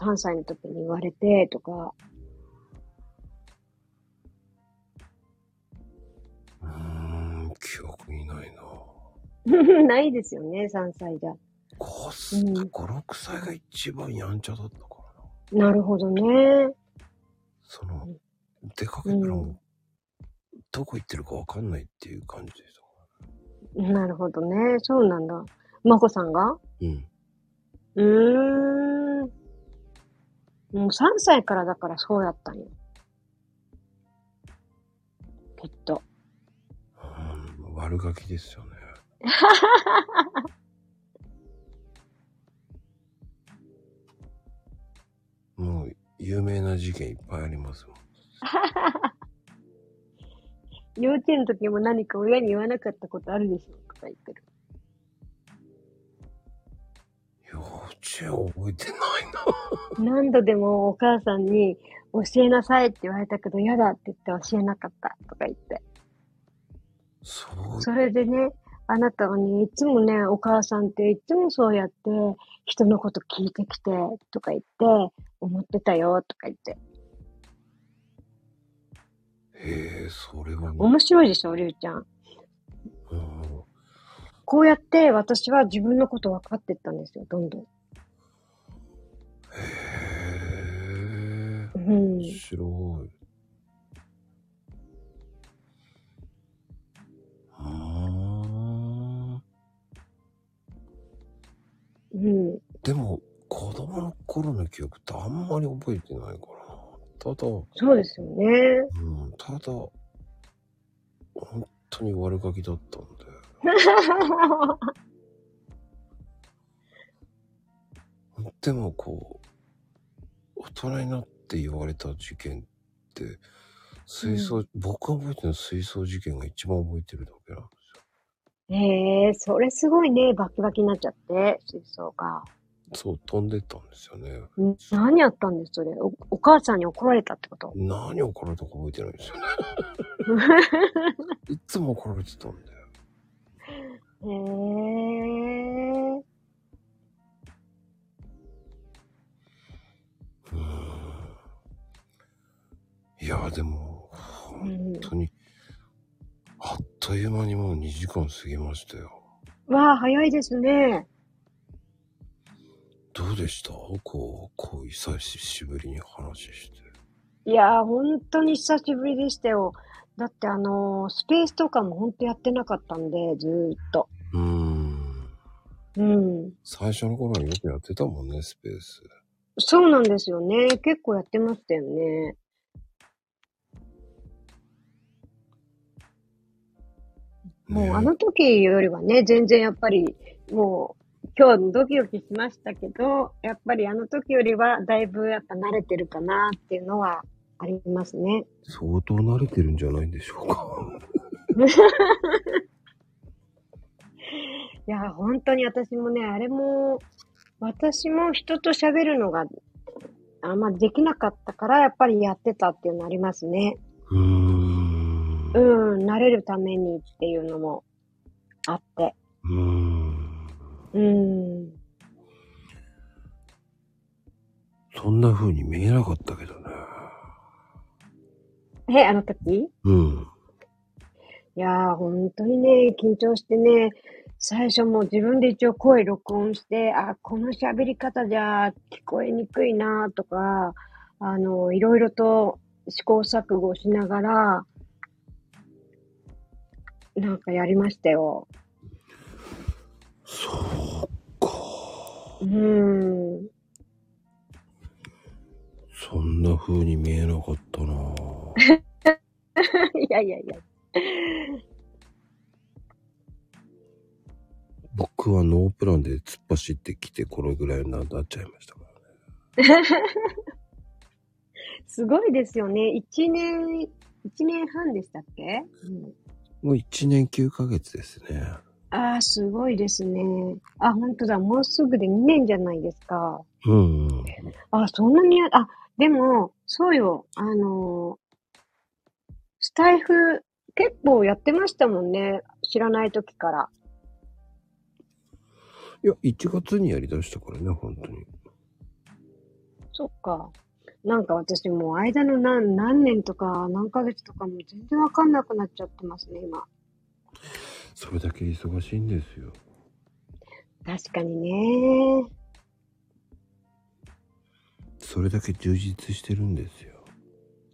Speaker 3: 3歳の時に言われてとか、
Speaker 1: うーん、記憶にないな。
Speaker 3: ないですよね、3歳じゃ。
Speaker 1: 5
Speaker 3: う
Speaker 1: 歳、5、
Speaker 3: ん
Speaker 1: 6歳が一番やんちゃだったからな。
Speaker 3: なるほどね。
Speaker 1: その、出かけたらもう、どこ行ってるかわかんないっていう感じでしたか
Speaker 3: なるほどね。そうなんだ。まこさんが
Speaker 1: ら。うん。
Speaker 3: うーん。もう3歳からだからそうやったんよ。きっと。
Speaker 1: うん、悪ガキですよ ね。もう有名な事件いっぱいありますもん。
Speaker 3: 幼稚園の時も何か親に言わなかったことあるでしょとか言ってる。
Speaker 1: 幼稚園覚えてないな。
Speaker 3: 何度でもお母さんに教えなさいって言われたけど嫌だって言って教えなかったとか言って。
Speaker 1: そう
Speaker 3: それでね、あなたはね、いつもね、お母さんっていつもそうやって人のこと聞いてきてとか言って思ってたよとか言って。
Speaker 1: へえ、それはね。
Speaker 3: 面白いでしょ、りゅうちゃん。
Speaker 1: うん
Speaker 3: こうやって私は自分のこと分かってったんですよ、どんどん。
Speaker 1: へえ、
Speaker 3: うん。
Speaker 1: 面白い。ああ。
Speaker 3: うん。
Speaker 1: でも、子供の頃の記憶ってあんまり覚えてないからな。ただ、
Speaker 3: そうですよね。
Speaker 1: うん、ただ、本当に悪ガキだったんで。でも、こう、大人になって言われた事件って、水槽、僕が覚えてる水槽事件が一番覚えてるだけなんですよ。
Speaker 3: へえそれすごいね、バキバキになっちゃって、水槽が。
Speaker 1: そう、飛んでったんですよね。
Speaker 3: ん何やったんです、それ。おお母さんに怒られたってこと
Speaker 1: 何怒られたか覚えてないん ですよね。いつも怒られてたんだよ。
Speaker 3: へえ
Speaker 1: うんいや、でも、
Speaker 3: う
Speaker 1: 本
Speaker 3: ん。
Speaker 1: 当に、あっという間にもう2時間過ぎましたよ。
Speaker 3: わあ、早いですね。
Speaker 1: どうでしたこう、こう、久しぶりに話して。
Speaker 3: いやー、本当に久しぶりでしたよ。だってあのースペースとかも本当やってなかったんで、ずーっと。
Speaker 1: うーん。
Speaker 3: うん。
Speaker 1: 最初の頃はよくやってたもんね、スペース。
Speaker 3: そうなんですよね。結構やってましたよね。もうあ
Speaker 1: ね
Speaker 3: の時よりはね、全然やっぱり、もう今日ドキドキしましたけど、やっぱりあの時よりはだいぶやっぱ慣れてるかなっていうのはありますね。
Speaker 1: 相当慣れてるんじゃないんでしょうか。
Speaker 3: いや、本当に私もね、あれも、私も人と喋るのがあんまできなかったから、やっぱりやってたっていうのありますね。
Speaker 1: うーん。
Speaker 3: う、
Speaker 1: うん
Speaker 3: 慣れるためにっていうのもあって。
Speaker 1: ーん。
Speaker 3: うん。
Speaker 1: そんな風に見えなかったけどね。
Speaker 3: え、あの時
Speaker 1: うん。
Speaker 3: いやー、本当にね、緊張してね、最初もう自分で一応声録音して、あ、この喋り方じゃ聞こえにくいなとか、あの、いろいろと試行錯誤しながら、なんかやりましたよ。
Speaker 1: そうか。
Speaker 3: うーん。
Speaker 1: そんな風に見えなかったなぁ。
Speaker 3: いやいやいや。
Speaker 1: 僕はノープランで突っ走ってきてこれぐらいになっちゃいましたからね。
Speaker 3: すごいですよね。一年、一年半でしたっけ、うん、
Speaker 1: もう1年9ヶ月ですね。
Speaker 3: ああ、すごいですね。あ、本当だ。もうすぐで2年じゃないですか。
Speaker 1: うん、うん。
Speaker 3: あ、そんなにや、あ、でも、そうよ。あのースタイフ、結構やってましたもんね。知らない時から。
Speaker 1: いや、1月にやりだしたからね、本当に。
Speaker 3: そっか。なんか私もう間の何何年とか何ヶ月とかも全然わかんなくなっちゃってますね、今。
Speaker 1: それだけ忙しいんですよ。
Speaker 3: 確かにね。
Speaker 1: それだけ充実してるんですよ。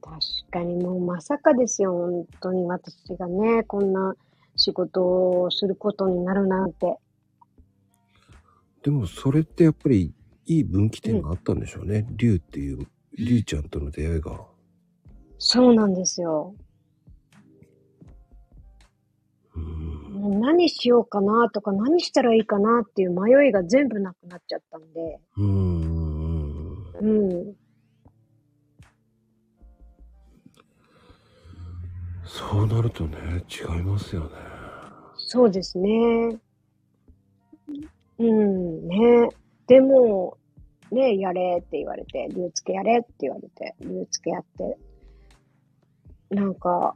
Speaker 3: 確かにもうまさかですよ、本当に私がね、こんな仕事をすることになるなんて。
Speaker 1: でもそれってやっぱりいい分岐点があったんでしょうね。竜、っていう、竜ちゃんとの出会いが。
Speaker 3: そうなんですよ。
Speaker 1: うん。
Speaker 3: もう何しようかなとか何したらいいかなっていう迷いが全部なくなっちゃったんで。
Speaker 1: うんうんうん。
Speaker 3: うん。
Speaker 1: そうなるとね、違いますよね。
Speaker 3: そうですね。うん、ね。でも、ね、やれって言われて、竜付けやれって言われて、竜付けやって、なんか、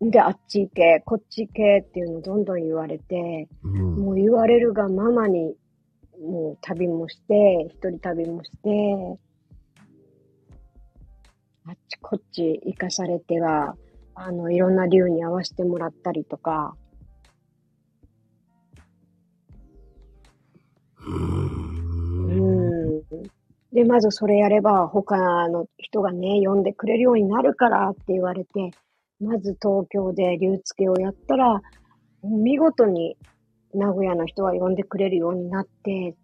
Speaker 3: で、あっち行け、こっち行けっていうのをどんどん言われて、
Speaker 1: うん。
Speaker 3: もう言われるがままに、もう旅もして、一人旅もして、あっちこっち行かされては、あの、いろんな竜に会わせてもらったりとか、
Speaker 1: うん。
Speaker 3: うんで、まずそれやれば他の人がね、呼んでくれるようになるからって言われて、まず東京で流付けをやったら、見事に名古屋の人は呼んでくれるようになって、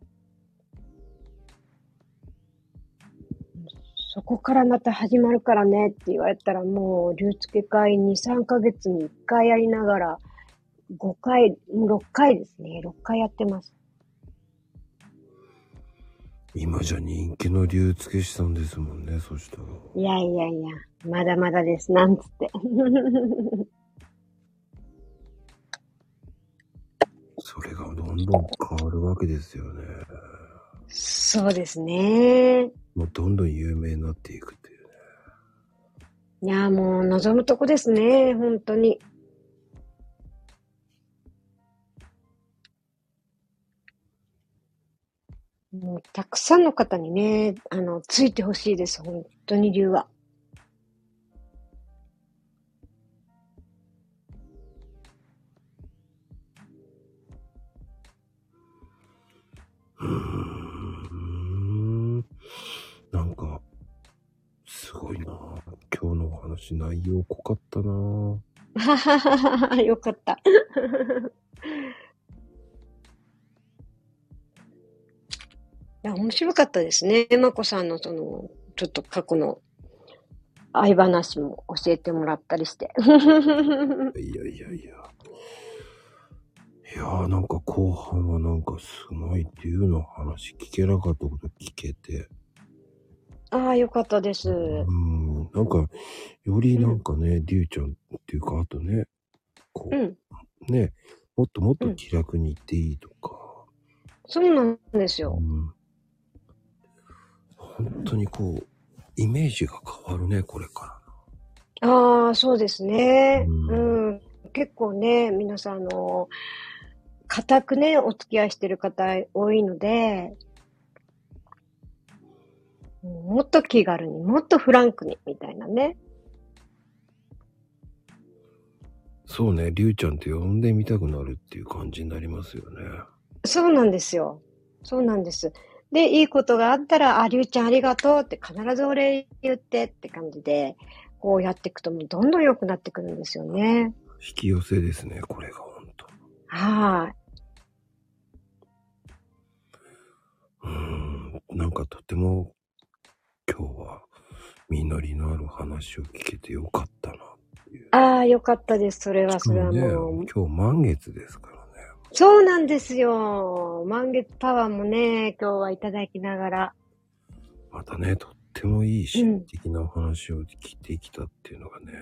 Speaker 3: そこからまた始まるからねって言われたらもう流付け会2、3ヶ月に1回やりながら、5回、6回ですね。6回やってます。
Speaker 1: 今じゃ人気の竜付け師さんですもんね、そしたら。
Speaker 3: いやいやいや、まだまだです、なんつって。
Speaker 1: それがどんどん変わるわけですよね。
Speaker 3: そうですね。
Speaker 1: もうどんどん有名になっていくっていうね。
Speaker 3: いや、もう望むとこですね、本当に。もうたくさんの方にね、あの、ついてほしいです、本当に理由は。
Speaker 1: うーん。なんか、すごいな今日のお話内容濃かったな
Speaker 3: よかった。いや、面白かったですね。まこさんのその、ちょっと過去の愛話も教えてもらったりして。
Speaker 1: いやいやいや。いやーなんか後半はなんかすごいっていうの話聞けなかったこと聞けて。
Speaker 3: ああ、よかったです。
Speaker 1: うん。なんか、よりなんかね、りゅうちゃんっていうか、あとね、こう、
Speaker 3: うん。
Speaker 1: ね、もっともっ
Speaker 3: う
Speaker 1: と
Speaker 3: ん
Speaker 1: 気楽に行っていいとか、
Speaker 3: そうなんですよ。
Speaker 1: うん、本当にこう、イメージが変わるね、これか
Speaker 3: ああ、そうですね。
Speaker 1: う
Speaker 3: うんん。結構ね、皆さん、あの、固くね、お付き合いしてる方多いので、うんもっと気軽に、もっとフランクに、みたいなね。
Speaker 1: ら。そうね、りゅうちゃんって呼んでみたくなるっていう感じになりますよね。
Speaker 3: そうなんですよ。そうなんです。で、いいことがあったら、あ、りゅうちゃんありがとうって必ずお礼言ってって感じで、こうやっていくともうどんどん良くなってくるんですよね。
Speaker 1: 引き寄せですね、これが本当。
Speaker 3: はい。
Speaker 1: うん、なんかとても今日は実りのある話を聞けてよかったな。
Speaker 3: ああ、よかったです。それは、それは
Speaker 1: ね、
Speaker 3: も
Speaker 1: 今
Speaker 3: う。
Speaker 1: 日満月ですからね。
Speaker 3: そうなんですよ。満月パワーもね、今日はいただきながら。
Speaker 1: またね、とっってもいいし、
Speaker 3: うん
Speaker 1: 的なお話を聞いてきたっていうのがね。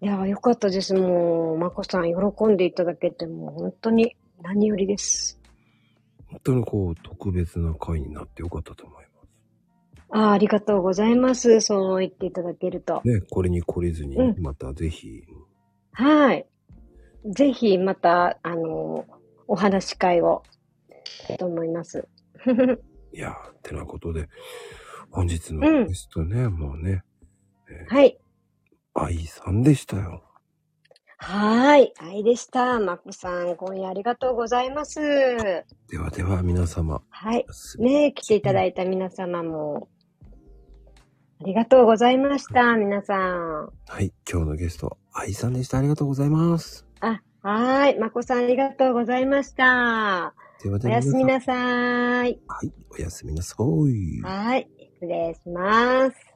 Speaker 3: いやー、よかったです。もう、まこさん、喜んでいただけて、もう本当に何よりです。
Speaker 1: 本当にこう、特別な回になってよかったと思いま
Speaker 3: あーありがとうございます。そう言っていただけると
Speaker 1: す。。ね、これに懲りずに、
Speaker 3: うん
Speaker 1: またぜひ、
Speaker 3: はい。ぜひ、また、あのーお話し会を、と思います。
Speaker 1: いやー、ってなことで、本日
Speaker 3: う
Speaker 1: の
Speaker 3: ん
Speaker 1: ゲストね、もうね、
Speaker 3: はい。
Speaker 1: 愛さんでしたよ。
Speaker 3: はーい。愛でした。まこさん、今夜ありがとうございます。
Speaker 1: ではでは皆様、
Speaker 3: はい。
Speaker 1: おすみ
Speaker 3: ねえ来ていただいた皆様も、ありがとうございました。皆さん。
Speaker 1: はい、今日のゲスト、愛さんでした。ありがとうございます。
Speaker 3: あ、はーい。まこさん、ありがとうございました。
Speaker 1: ではで
Speaker 3: お
Speaker 1: は
Speaker 3: やすみ
Speaker 1: 皆
Speaker 3: なさーい。
Speaker 1: さんはい、おやすみなさい。
Speaker 3: はーい。失礼します。